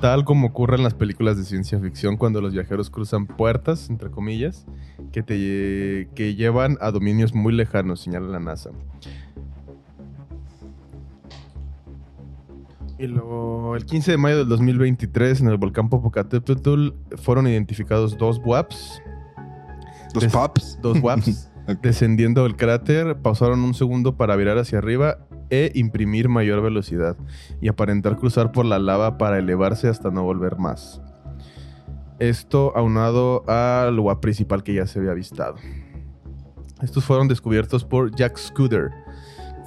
Speaker 2: Tal como ocurre en las películas de ciencia ficción cuando los viajeros cruzan puertas, entre comillas, que, te, lle- que llevan a dominios muy lejanos, señala la NASA. Y luego, el 15 de mayo del 2023, en el volcán Popocatépetl, fueron identificados dos WAPs,
Speaker 4: Los
Speaker 2: Des-
Speaker 4: paps.
Speaker 2: dos WAPs
Speaker 4: Ok.
Speaker 2: descendiendo del cráter, pausaron un segundo para virar hacia arriba e imprimir mayor velocidad y aparentar cruzar por la lava para elevarse hasta no volver más. Esto aunado al UAP principal que ya se había avistado. Estos fueron descubiertos por Jack Scudder,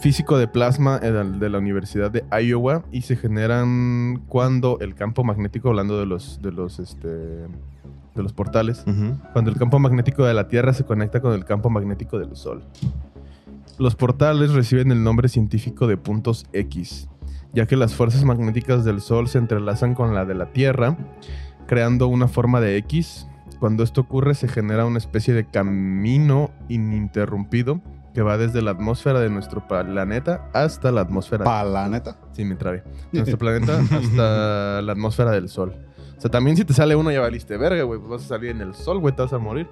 Speaker 2: físico de plasma en el- de la Universidad de Iowa y se generan cuando el campo magnético, hablando de los, de los, este, de los portales,
Speaker 4: Ujú.
Speaker 2: cuando el campo magnético de la Tierra se conecta con el campo magnético del Sol. Los portales reciben el nombre científico de puntos X, ya que las fuerzas magnéticas del Sol se entrelazan con la de la Tierra, creando una forma de X. Cuando esto ocurre se genera una especie de camino ininterrumpido que va desde la atmósfera de nuestro planeta hasta la atmósfera
Speaker 3: Pa' la neta.
Speaker 2: Sí, me trabé. Nuestro planeta hasta la atmósfera del sol. O sea, también si te sale uno ya valiste verga, güey. pues Vas a salir en el sol, güey. Te vas a morir.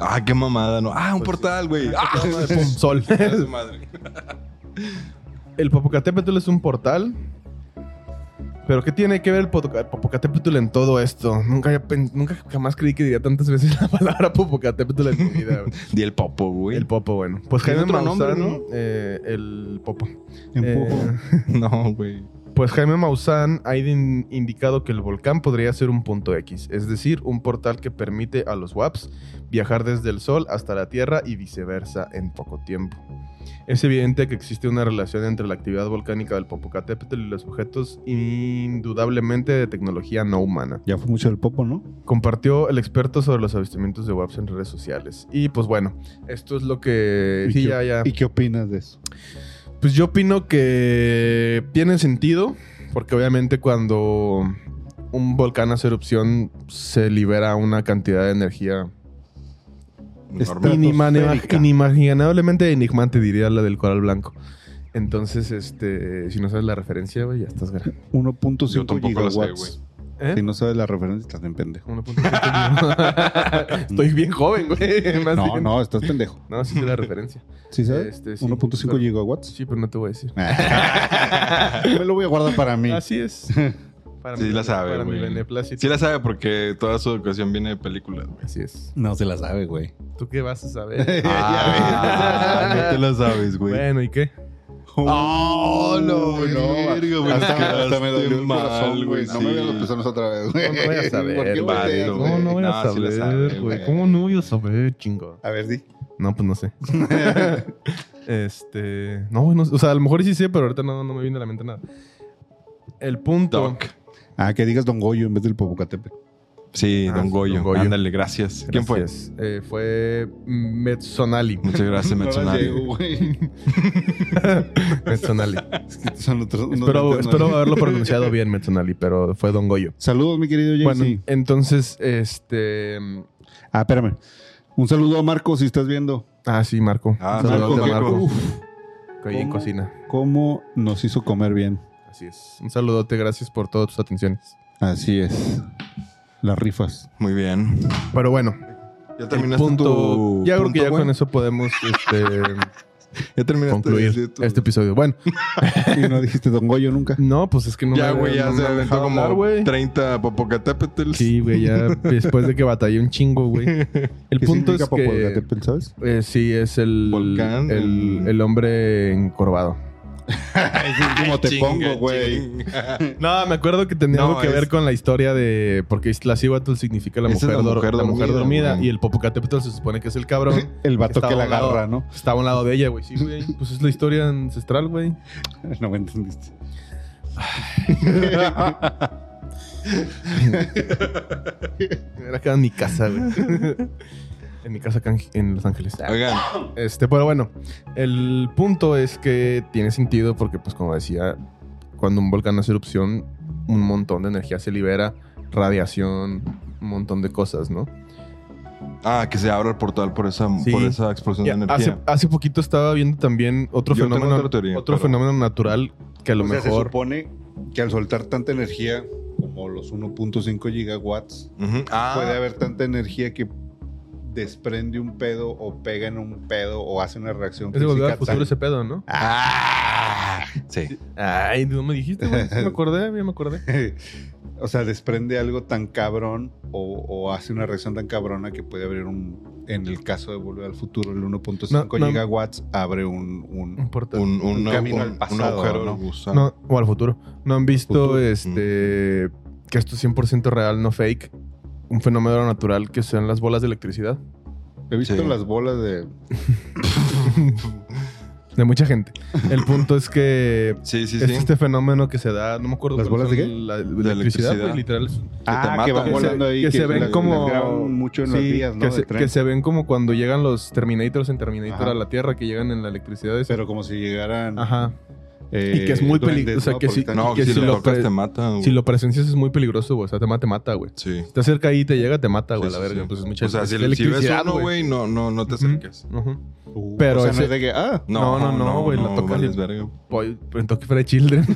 Speaker 4: Ah, qué mamada, ¿no? Ah,
Speaker 2: Pues
Speaker 4: un
Speaker 2: sí.
Speaker 4: portal, güey. Ah,
Speaker 2: Pum, sol.
Speaker 4: a su madre.
Speaker 2: el Popocatépetl es un portal. Pero ¿qué tiene que ver el Potoca- Popocatépetl en todo esto? Nunca, había pen- nunca jamás creí que diría tantas veces la palabra Popocatépetl en mi vida, güey.
Speaker 4: Di el popo, güey.
Speaker 2: El Popo, bueno. Pues
Speaker 4: Tiene
Speaker 2: Jaime
Speaker 4: otro nombre,
Speaker 2: Maussan,
Speaker 4: ¿no?
Speaker 2: eh, el Popo.
Speaker 3: Empujo.
Speaker 2: Eh,
Speaker 4: No, güey.
Speaker 2: Pues Jaime Maussan ha in- indicado que el volcán podría ser un punto X, es decir, un portal que permite a los WAPs viajar desde el Sol hasta la Tierra y viceversa en poco tiempo. Es evidente que existe una relación entre la actividad volcánica del Popocatépetl y los objetos indudablemente de tecnología no humana.
Speaker 3: Ya fue mucho el popo, ¿no?
Speaker 2: Compartió el experto sobre los avistamientos de WAPs en redes sociales. Y pues bueno, esto es lo que...
Speaker 3: ¿Y,
Speaker 2: Sí,
Speaker 3: qué,
Speaker 2: ya, ya.
Speaker 3: ¿Y qué opinas de eso?
Speaker 2: Pues yo opino que tiene sentido, porque obviamente cuando un volcán hace erupción se libera una cantidad de energía
Speaker 4: Normal.
Speaker 3: Está-
Speaker 2: inimane-
Speaker 3: Estratosférica.
Speaker 2: inimaginablemente enigmante, diría la del coral blanco. Entonces, este, si no sabes la referencia, güey, ya estás grande.
Speaker 4: Yo
Speaker 3: 1.5
Speaker 4: tampoco lo sé,
Speaker 3: gigawatts.
Speaker 4: ¿Eh?
Speaker 3: Si no sabes la referencia, estás en pendejo.
Speaker 2: 1.5 Estoy bien joven, güey. más
Speaker 3: No,
Speaker 2: bien.
Speaker 3: no, estás pendejo.
Speaker 2: No, sí sé la referencia.
Speaker 3: ¿Sí sabes?
Speaker 2: Este, sí,
Speaker 3: 1.5
Speaker 2: claro.
Speaker 3: gigawatts.
Speaker 2: Sí, pero no te voy a decir.
Speaker 3: Me lo voy a guardar para mí.
Speaker 2: Así es. Para
Speaker 4: Sí
Speaker 2: mi-
Speaker 4: la sabe,
Speaker 2: Para mi
Speaker 4: güey.
Speaker 2: beneplácito.
Speaker 4: Sí la sabe porque toda su educación viene de películas, güey.
Speaker 2: Así es.
Speaker 3: No se la sabe, güey.
Speaker 2: ¿Tú qué vas a saber?
Speaker 4: Ah, no te la sabes, güey.
Speaker 2: Bueno, ¿y qué?
Speaker 4: Oh,
Speaker 3: no, no.
Speaker 4: verga, güey, te
Speaker 3: Hasta, hasta me
Speaker 4: quedaste
Speaker 3: dolió el
Speaker 4: mal,
Speaker 3: corazón, güey. No
Speaker 4: sí.
Speaker 3: me vean los pezones otra vez, güey.
Speaker 2: No, no voy a saber,
Speaker 3: ¿Por qué
Speaker 2: vato,
Speaker 3: volteas,
Speaker 4: güey.
Speaker 3: güey?
Speaker 4: No, no. sí la sabe, güey.
Speaker 2: no voy a saber, chingo?
Speaker 3: A ver, di.
Speaker 2: No, pues no sé. este. No, güey, no sé. O sea, a lo mejor sí sé, pero ahorita no, no me viene a la mente nada. El punto.
Speaker 4: Doc.
Speaker 3: Ah, que digas Don Goyo en vez del Popocatépetl.
Speaker 4: Sí,
Speaker 2: Ah,
Speaker 4: don,
Speaker 2: sí,
Speaker 4: Goyo.
Speaker 2: Don Goyo.
Speaker 4: Ándale, gracias. ¿Quién fue?
Speaker 2: Gracias. Eh, fue Metzonali.
Speaker 4: Muchas gracias, Metzonari.
Speaker 3: güey.
Speaker 2: Metzonali.
Speaker 3: Es que son otros. unos
Speaker 2: espero,
Speaker 3: lentes, ¿no?
Speaker 2: espero haberlo pronunciado bien, Metzonali, pero fue Don Goyo.
Speaker 3: Saludos, mi querido
Speaker 2: Bueno,
Speaker 3: Jaycee.
Speaker 2: entonces, este.
Speaker 3: Ah, espérame. Un saludo a Marco, si estás viendo.
Speaker 2: Ah, sí, Marco.
Speaker 4: Ah,
Speaker 2: Un saludote
Speaker 4: Marco,
Speaker 2: a
Speaker 4: Marco.
Speaker 3: Uf,
Speaker 2: Que ahí en cocina.
Speaker 3: cómo nos hizo comer bien.
Speaker 2: Así es. Un saludote, gracias por todas tus atenciones.
Speaker 3: Así es. Las rifas.
Speaker 4: Muy bien.
Speaker 2: Pero bueno,
Speaker 4: ¿Ya
Speaker 2: el
Speaker 4: terminaste
Speaker 2: punto.
Speaker 4: tu
Speaker 2: ya creo que
Speaker 4: punto,
Speaker 2: ya
Speaker 4: güey?
Speaker 2: con eso podemos este,
Speaker 4: Ya terminaste de
Speaker 2: concluir
Speaker 4: decir tu-
Speaker 2: este episodio. Bueno,
Speaker 3: Y no dijiste Don Goyo nunca.
Speaker 2: no, pues es que no
Speaker 4: Ya,
Speaker 2: me-
Speaker 4: güey, ya
Speaker 2: no me
Speaker 4: se
Speaker 2: han
Speaker 4: aventó
Speaker 2: dejado
Speaker 4: como
Speaker 2: hablar, güey.
Speaker 4: 30 popocatépetls.
Speaker 2: Sí, güey, ya después de que batallé un chingo, güey. El
Speaker 3: ¿Qué
Speaker 2: punto es
Speaker 3: significa
Speaker 2: que
Speaker 3: Popocatépetl, ¿sabes?
Speaker 2: eh, sí es el
Speaker 4: Volcán,
Speaker 2: el,
Speaker 4: el-
Speaker 2: el hombre encorvado.
Speaker 3: Como te
Speaker 4: Chinga,
Speaker 3: pongo, güey.
Speaker 4: chinga.
Speaker 2: No, me acuerdo que tenía
Speaker 4: No,
Speaker 2: algo que
Speaker 4: es-
Speaker 2: ver con la historia de porque Iztaccíhuatl significa la
Speaker 4: Esa es
Speaker 2: mujer,
Speaker 4: la
Speaker 2: dor-
Speaker 4: mujer
Speaker 2: la mujer
Speaker 4: dormida,
Speaker 2: dormida
Speaker 4: güey.
Speaker 2: y el Popocatépetl se supone que es el cabrón
Speaker 3: El vato
Speaker 2: Estaba
Speaker 3: que la
Speaker 2: al lado.
Speaker 3: agarra, ¿no?
Speaker 2: Estaba a un lado de ella, güey. Sí, güey. Pues es la historia ancestral, güey.
Speaker 3: No me entendiste.
Speaker 2: Era acá en mi casa, güey. en mi casa acá en- en Los Ángeles.
Speaker 4: Oigan,
Speaker 2: Este, pero bueno, el punto es que tiene sentido porque, pues, como decía, cuando un volcán hace erupción, un montón de energía se libera, radiación, un montón de cosas, ¿no?
Speaker 4: ah, que se abra el portal por esa,
Speaker 2: Sí.
Speaker 4: por esa explosión
Speaker 2: Ya,
Speaker 4: de energía.
Speaker 2: hace, hace poquito estaba viendo también otro
Speaker 4: Yo tengo
Speaker 2: fenómeno,
Speaker 4: otra teoría,
Speaker 2: otro
Speaker 4: pero-
Speaker 2: fenómeno natural que a lo
Speaker 3: o sea, se
Speaker 2: mejor.
Speaker 3: supone que al soltar tanta energía, como los 1.5 gigawatts,
Speaker 4: Ujú. Ah,
Speaker 3: puede haber tanta energía que desprende un pedo o pega en un pedo o hace una reacción
Speaker 2: Ese volvió al
Speaker 3: física
Speaker 2: futuro
Speaker 3: tan-
Speaker 2: ese pedo, ¿no?
Speaker 3: ¡Ah!
Speaker 4: sí.
Speaker 2: Ay, no me dijiste, güey. Sí me acordé, ya me acordé.
Speaker 3: o sea, desprende algo tan cabrón o, o hace una reacción tan cabrona que puede abrir un... En el caso de Volver al Futuro, el 1.5
Speaker 2: No, no.
Speaker 3: gigawatts abre un... un-
Speaker 2: Un portal.
Speaker 4: Un, un,
Speaker 3: Un camino al
Speaker 4: un-
Speaker 3: pasado,
Speaker 4: un agujero
Speaker 3: ¿no?
Speaker 4: de gusano.
Speaker 2: No, o al futuro. No han visto
Speaker 3: Futuro.
Speaker 2: este que esto es 100% real, no fake. Un fenómeno natural que sean las bolas de electricidad.
Speaker 3: He visto
Speaker 4: Sí.
Speaker 3: las bolas de...
Speaker 2: De mucha gente. El punto es que
Speaker 4: Sí, sí,
Speaker 2: es
Speaker 4: sí.
Speaker 2: este fenómeno que se da, no me acuerdo.
Speaker 3: ¿Las
Speaker 2: cuáles
Speaker 3: bolas de
Speaker 2: son,
Speaker 3: qué?
Speaker 2: La,
Speaker 4: De
Speaker 2: la electricidad,
Speaker 4: electricidad.
Speaker 2: güey, literal. es-
Speaker 4: Que te
Speaker 3: Ah, que
Speaker 4: matan.
Speaker 3: van
Speaker 4: Que se-
Speaker 3: volando ahí.
Speaker 2: que, se ven
Speaker 3: las-
Speaker 2: como
Speaker 3: las graban mucho en las
Speaker 2: Sí,
Speaker 3: vías, ¿no?
Speaker 2: que,
Speaker 3: de
Speaker 2: se,
Speaker 3: tren.
Speaker 2: que se ven como cuando llegan los Terminators en Terminator
Speaker 3: Ajá.
Speaker 2: a la Tierra, que llegan en la electricidad. esa.
Speaker 3: Pero como si llegaran.
Speaker 2: Ajá.
Speaker 3: eh,
Speaker 2: Y que es muy
Speaker 3: duendes,
Speaker 2: peligroso, o sea,
Speaker 3: ¿no?
Speaker 2: que
Speaker 3: Porque
Speaker 2: sí-
Speaker 3: están
Speaker 4: No,
Speaker 2: que
Speaker 4: que si,
Speaker 2: si
Speaker 4: lo
Speaker 2: lo
Speaker 4: tocas
Speaker 2: pre-
Speaker 4: te matan. güey.
Speaker 2: Si lo presencias es muy peligroso, güey. O sea, te mata, te mata, güey.
Speaker 4: Sí.
Speaker 2: Te acerca ahí, te llega, te mata, güey.
Speaker 4: Sí,
Speaker 2: la
Speaker 4: sí,
Speaker 2: verga.
Speaker 4: sí.
Speaker 2: Pues es mucha
Speaker 4: O sea, si,
Speaker 2: es
Speaker 4: si ves
Speaker 2: electricidad,
Speaker 4: uno, güey, no, no, no te acerques.
Speaker 2: Ujú.
Speaker 3: Uh,
Speaker 2: Pero
Speaker 3: o sea, no
Speaker 2: ese-
Speaker 3: es de que, ah,
Speaker 4: No, no, no, güey.
Speaker 2: la tocas y-
Speaker 4: vales verga.
Speaker 2: Voy Pues, en Tokyo Fried Children.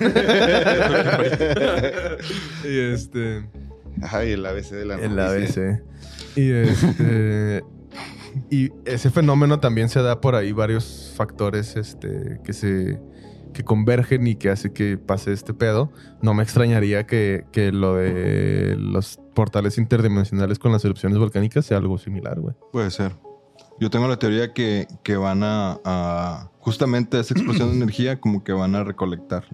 Speaker 2: y este.
Speaker 3: ay, el ABC de la
Speaker 2: El
Speaker 3: noticia.
Speaker 2: ABC. Y este. y ese fenómeno también se da por ahí varios factores este, que se. que convergen y que hace que pase este pedo. No me extrañaría que, que lo de los portales interdimensionales con las erupciones volcánicas sea algo similar, güey.
Speaker 4: Puede ser. Yo tengo la teoría que, que van a, a- Justamente esa explosión de energía, como que van a recolectar.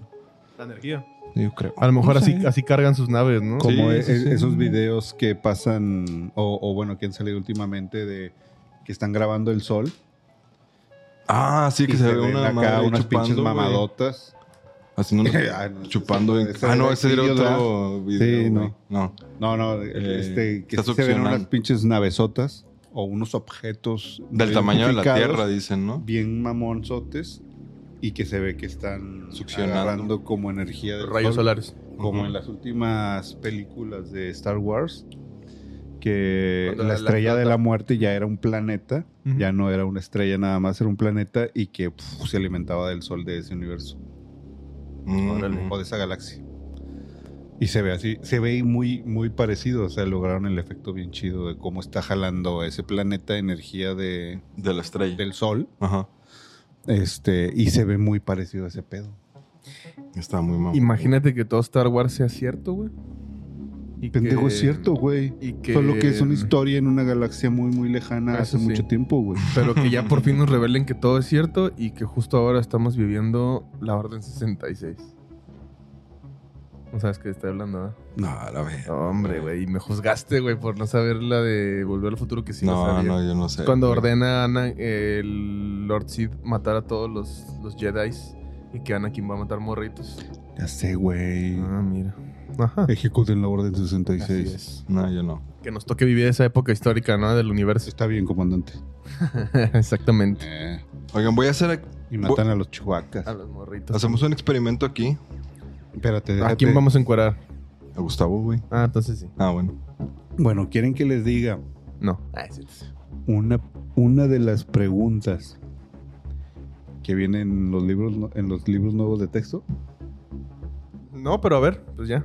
Speaker 2: La energía.
Speaker 4: Yo creo.
Speaker 2: A lo mejor
Speaker 4: No sé.
Speaker 2: así, así cargan sus naves, ¿no?
Speaker 4: Sí.
Speaker 3: Como e-
Speaker 4: sí.
Speaker 3: esos videos que pasan, o, o bueno, que han salido últimamente de que están grabando el sol.
Speaker 4: Ah, sí, que
Speaker 3: y
Speaker 4: se,
Speaker 3: se
Speaker 4: ve
Speaker 3: ven
Speaker 4: una
Speaker 3: acá
Speaker 4: madre
Speaker 3: unas
Speaker 4: chupando,
Speaker 3: pinches
Speaker 4: güey.
Speaker 3: mamadotas.
Speaker 4: Haciendo una-
Speaker 3: Ah, no,
Speaker 4: chupando.
Speaker 3: ese-
Speaker 4: bien-
Speaker 3: ese
Speaker 4: ah,
Speaker 3: era
Speaker 4: no, ese era
Speaker 3: Kill,
Speaker 4: otro video.
Speaker 3: Sí, no.
Speaker 4: güey. no.
Speaker 3: No, no,
Speaker 4: Eh,
Speaker 3: este, que
Speaker 4: está
Speaker 3: se ven
Speaker 4: succionando.
Speaker 3: unas pinches navesotas o unos objetos
Speaker 4: Del
Speaker 3: no
Speaker 4: tamaño de la
Speaker 3: identificados,
Speaker 4: Tierra, dicen, ¿no?
Speaker 3: Bien mamonzotes y que se ve que están
Speaker 4: Succionando.
Speaker 3: agarrando como energía del
Speaker 2: Rayos
Speaker 3: sol,
Speaker 2: solares.
Speaker 3: Como
Speaker 4: Ujú.
Speaker 3: en las últimas películas de Star Wars, que
Speaker 2: Cuando
Speaker 3: la
Speaker 2: la- la
Speaker 3: estrella de
Speaker 2: explota.
Speaker 3: la muerte ya era un planeta,
Speaker 2: Ujú.
Speaker 3: ya no era una estrella nada más, era un planeta y que pf, se alimentaba del sol de ese universo
Speaker 4: Mm,
Speaker 2: Órale.
Speaker 3: o de esa galaxia. Y se ve así, se ve muy, muy parecido, o sea, lograron el efecto bien chido de cómo está jalando ese planeta energía de,
Speaker 4: De la estrella.
Speaker 3: del sol,
Speaker 4: Ajá.
Speaker 3: este, y se ve muy parecido a ese pedo.
Speaker 4: Está muy mal.
Speaker 2: Imagínate que todo Star Wars sea cierto, güey. Y
Speaker 3: Pendejo,
Speaker 2: que-
Speaker 3: es cierto, güey.
Speaker 2: Y que... Ah,
Speaker 3: Solo que es una historia en una galaxia muy, muy lejana
Speaker 2: Eso
Speaker 3: hace
Speaker 2: sí.
Speaker 3: mucho tiempo, güey.
Speaker 2: Pero que ya por fin nos revelen que todo es cierto y que justo ahora estamos viviendo la Orden 66. No sabes qué estoy hablando, ¿verdad?
Speaker 4: No, a la vez.
Speaker 2: No, hombre, güey. y Me juzgaste, güey, por no saber la de Volver al Futuro que sí la
Speaker 4: no,
Speaker 2: sabía.
Speaker 4: no, yo no sé.
Speaker 2: Cuando
Speaker 4: güey.
Speaker 2: ordena a Ana, el Lord Sid matar a todos los, los Jedi y que Anakin va a matar morritos.
Speaker 3: Ya sé, güey.
Speaker 2: Ah, mira. Ajá.
Speaker 3: Ejecuten la Orden
Speaker 2: Así
Speaker 3: 66.
Speaker 2: es.
Speaker 4: No, yo no.
Speaker 2: Que nos toque vivir esa época histórica, ¿no? Del universo.
Speaker 3: Está bien, comandante. Eh,
Speaker 2: Exactamente.
Speaker 4: Oigan, voy a hacer.
Speaker 3: Y matan a los chihuacas.
Speaker 2: A los morritos.
Speaker 4: Hacemos un experimento aquí.
Speaker 3: Espérate,
Speaker 2: ¿A
Speaker 3: déjate.
Speaker 2: quién vamos a encuadrar?
Speaker 4: A Gustavo, güey.
Speaker 2: Ah, entonces sí.
Speaker 4: Ah, bueno.
Speaker 3: Bueno, quieren que les diga
Speaker 2: No.
Speaker 3: una, una de las preguntas que vienen en los libros no- en los libros nuevos de texto.
Speaker 2: No, pero a ver, pues ya.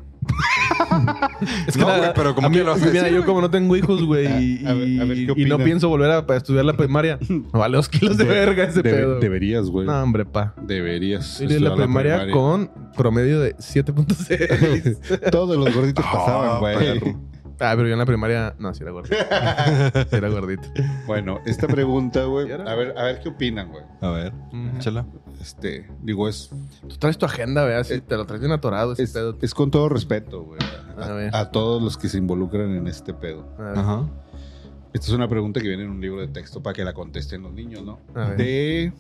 Speaker 2: es
Speaker 4: No, güey, pero ¿cómo
Speaker 2: a
Speaker 4: que
Speaker 2: mí-
Speaker 4: lo haces?
Speaker 2: Mira, yo como no tengo hijos, güey, y,
Speaker 3: A- a ver- a ver,
Speaker 2: y-
Speaker 3: ¿qué
Speaker 2: y no
Speaker 3: opinas?
Speaker 2: pienso volver a, para estudiar la primaria. Me vale dos kilos de,
Speaker 3: De-
Speaker 2: verga ese
Speaker 3: Debe-
Speaker 2: pedo.
Speaker 3: Deberías, güey.
Speaker 2: No, hombre, pa.
Speaker 3: Deberías.
Speaker 2: Yo iré a la
Speaker 3: estudiar
Speaker 2: primaria, con promedio de 7.6.
Speaker 3: Todos los gorditos
Speaker 4: Ah,
Speaker 3: pasaban, güey.
Speaker 4: perro.
Speaker 2: ah, pero yo en la primaria... No, sí era gordito. sí era gordito.
Speaker 3: Bueno, esta pregunta, güey.
Speaker 2: ¿Y ahora?
Speaker 3: A ver, a ver qué opinan, güey.
Speaker 4: A ver,
Speaker 2: Ujú.
Speaker 4: échala.
Speaker 3: Este, digo, es,
Speaker 2: Tú traes tu agenda, veas, si te lo traes bien atorado ese
Speaker 3: Eh, es,
Speaker 2: pedo.
Speaker 3: es con todo respeto, güey. A,
Speaker 2: A ver.
Speaker 3: a todos los que se involucran en este pedo.
Speaker 2: A ver,
Speaker 4: Ajá.
Speaker 3: Esta es una pregunta que viene en un libro de texto para que la contesten los niños, ¿no?
Speaker 2: A ver.
Speaker 3: De.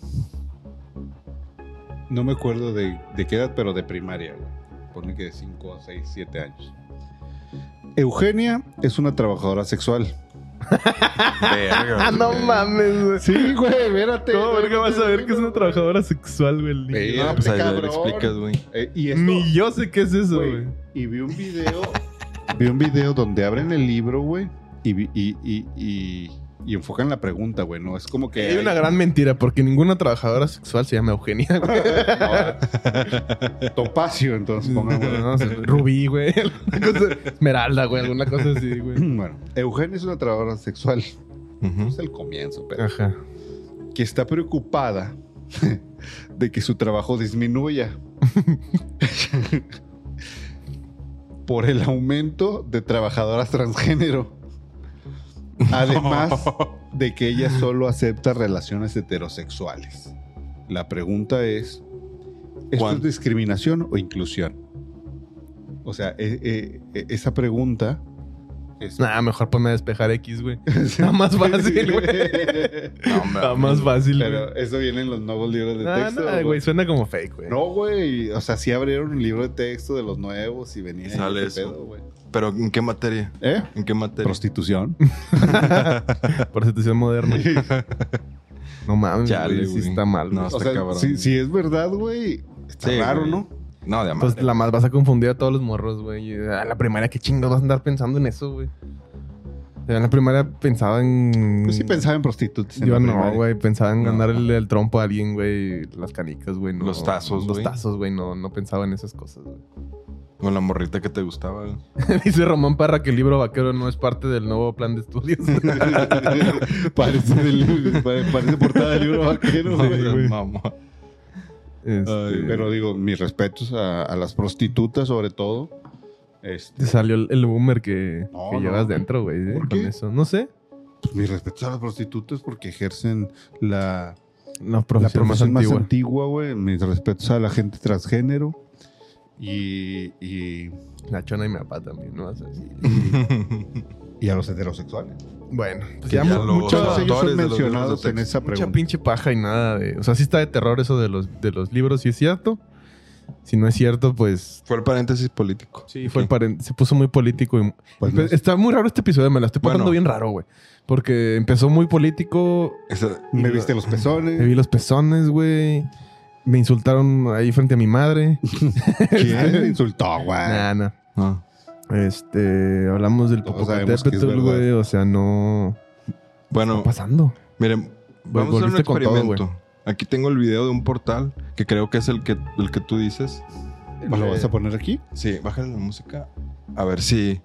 Speaker 3: No me acuerdo de, de qué edad, pero de primaria, güey. Pone que de 5, 6, 7 años. Eugenia es una trabajadora sexual.
Speaker 4: Verga.
Speaker 2: Ah, no mames, güey.
Speaker 3: Sí, güey, espérate.
Speaker 2: ¿Cómo verga vas a ver que es una trabajadora sexual, güey? el niño?
Speaker 3: Eh,
Speaker 4: No, pues ahí le-
Speaker 3: Cabrón.
Speaker 4: le explicas, güey.
Speaker 3: Eh, y esto,
Speaker 2: Ni yo sé qué es eso,
Speaker 3: güey,
Speaker 2: güey.
Speaker 3: Y vi un video. vi un video donde abren el libro, güey. Y, vi- y, y, y- y enfocan la pregunta, güey. No es como que.
Speaker 2: Hay una
Speaker 3: hay-
Speaker 2: gran mentira, porque ninguna trabajadora sexual se llama Eugenia, güey.
Speaker 3: No, Topacio, entonces pongámosle.
Speaker 2: No, no sé, Rubí, güey. Alguna cosa- Esmeralda, güey. Alguna cosa así, güey.
Speaker 3: Bueno, Eugenia es una trabajadora sexual. Es
Speaker 4: Ujú.
Speaker 3: el comienzo, pero.
Speaker 2: Ajá.
Speaker 3: Que está preocupada de que su trabajo disminuya. por el aumento de trabajadoras transgénero. Además de que ella solo acepta relaciones heterosexuales. La pregunta es, ¿esto
Speaker 4: ¿Cuán-
Speaker 3: es eh, discriminación o inclusión? O sea, e- e- e- esa pregunta Este,
Speaker 2: Nah, mejor ponme a despejar X, güey. Está más fácil, güey. Está más fácil,
Speaker 3: Pero
Speaker 2: güey.
Speaker 3: eso viene en los nuevos libros de
Speaker 2: Nah,
Speaker 3: texto.
Speaker 2: nah, güey, suena como fake, güey.
Speaker 3: No, güey. O sea, sí abrieron un libro de texto de los nuevos y venía
Speaker 4: Y
Speaker 3: ahí
Speaker 4: sale
Speaker 3: ese
Speaker 4: eso.
Speaker 3: pedo, güey.
Speaker 4: Pero ¿en qué materia?
Speaker 3: ¿Eh?
Speaker 4: ¿En qué materia?
Speaker 3: Prostitución.
Speaker 2: Prostitución moderna. No mames,
Speaker 4: Chale,
Speaker 2: güey, sí
Speaker 4: güey.
Speaker 2: está mal,
Speaker 4: No,
Speaker 2: güey.
Speaker 3: o
Speaker 4: está
Speaker 3: sea,
Speaker 4: cabrón.
Speaker 3: si, si es verdad, güey, está
Speaker 4: Sí,
Speaker 3: raro,
Speaker 4: güey.
Speaker 3: ¿no?
Speaker 4: No, de amar.
Speaker 2: Entonces, Pues la más vas a confundir a todos los morros, güey. A la primaria, ¿qué chingados vas a andar pensando en eso, güey? O sea, En la primaria pensaba en...
Speaker 3: Yo sí pensaba en prostitutas. en
Speaker 2: Mm. Yo
Speaker 3: la
Speaker 2: no,
Speaker 3: primaria.
Speaker 2: güey. Pensaba en
Speaker 4: No.
Speaker 2: ganar el, el trompo a alguien, güey. Las canicas, güey. no.
Speaker 4: Los tazos,
Speaker 2: Los
Speaker 4: güey.
Speaker 2: tazos, güey. No, no pensaba en esas cosas, güey.
Speaker 4: Con la morrita que te gustaba. güey.
Speaker 2: Dice Román Parra que el libro vaquero no es parte del nuevo plan de estudios.
Speaker 3: parece, del- pare- parece portada del libro vaquero,
Speaker 4: No,
Speaker 3: güey.
Speaker 4: seas mamón.
Speaker 2: Este,
Speaker 3: Ay, pero digo, mis respetos a, a las prostitutas, sobre todo. Este,
Speaker 2: Te salió el, el boomer que,
Speaker 3: No,
Speaker 2: que
Speaker 3: no.
Speaker 2: llevas dentro, güey. eh,
Speaker 3: ¿Por
Speaker 2: con
Speaker 3: qué?
Speaker 2: eso. No sé.
Speaker 3: pues, mis respetos a las prostitutas porque ejercen la,
Speaker 2: La
Speaker 3: la
Speaker 2: profesión, más
Speaker 3: profesión más
Speaker 2: antigua.
Speaker 3: antigua, güey. Mis respetos a la gente transgénero. Y, y,
Speaker 2: La chona y mi papá también, ¿no? O sea, sí.
Speaker 3: y a los heterosexuales.
Speaker 2: Bueno, pues
Speaker 4: Que
Speaker 2: ya,
Speaker 4: ya
Speaker 2: mu-
Speaker 4: lo-
Speaker 2: mucho-
Speaker 4: los
Speaker 3: Todos ellos
Speaker 4: autores
Speaker 3: son
Speaker 4: de los libros de
Speaker 3: mencionados en
Speaker 4: texto.
Speaker 3: esa
Speaker 2: mucha
Speaker 3: pregunta.
Speaker 2: pinche paja y nada de... O sea, sí está de terror eso de los, de los libros, sí es cierto. Si no es cierto, pues...
Speaker 4: Fue el paréntesis político.
Speaker 2: Sí, fue el paren- se puso muy político y
Speaker 3: Pues no
Speaker 2: Empe-
Speaker 3: es-
Speaker 2: Está muy raro este episodio, me la estoy pasando
Speaker 4: Bueno.
Speaker 2: bien raro, güey. Porque empezó muy político,
Speaker 4: Esa-
Speaker 3: me viste los
Speaker 2: me
Speaker 3: pezones.
Speaker 2: vi los pezones, güey. Me insultaron ahí frente a mi madre.
Speaker 3: ¿Quién te insultó, güey?
Speaker 2: Nah, nah.
Speaker 4: no.
Speaker 2: Este, hablamos del
Speaker 3: Todos sabemos que es
Speaker 2: Popocatépetl,
Speaker 3: verdad.
Speaker 2: güey. O sea, no... ¿Qué
Speaker 4: Bueno,
Speaker 2: está pasando?
Speaker 4: miren, vamos a hacer un
Speaker 2: volviste con todo,
Speaker 4: experimento. Aquí tengo el video de un portal que creo que es el que, el que tú dices.
Speaker 3: ¿Me Pues, ¿Lo
Speaker 2: Eh,
Speaker 3: vas a poner aquí?
Speaker 4: Sí, bájale la música. A ver si.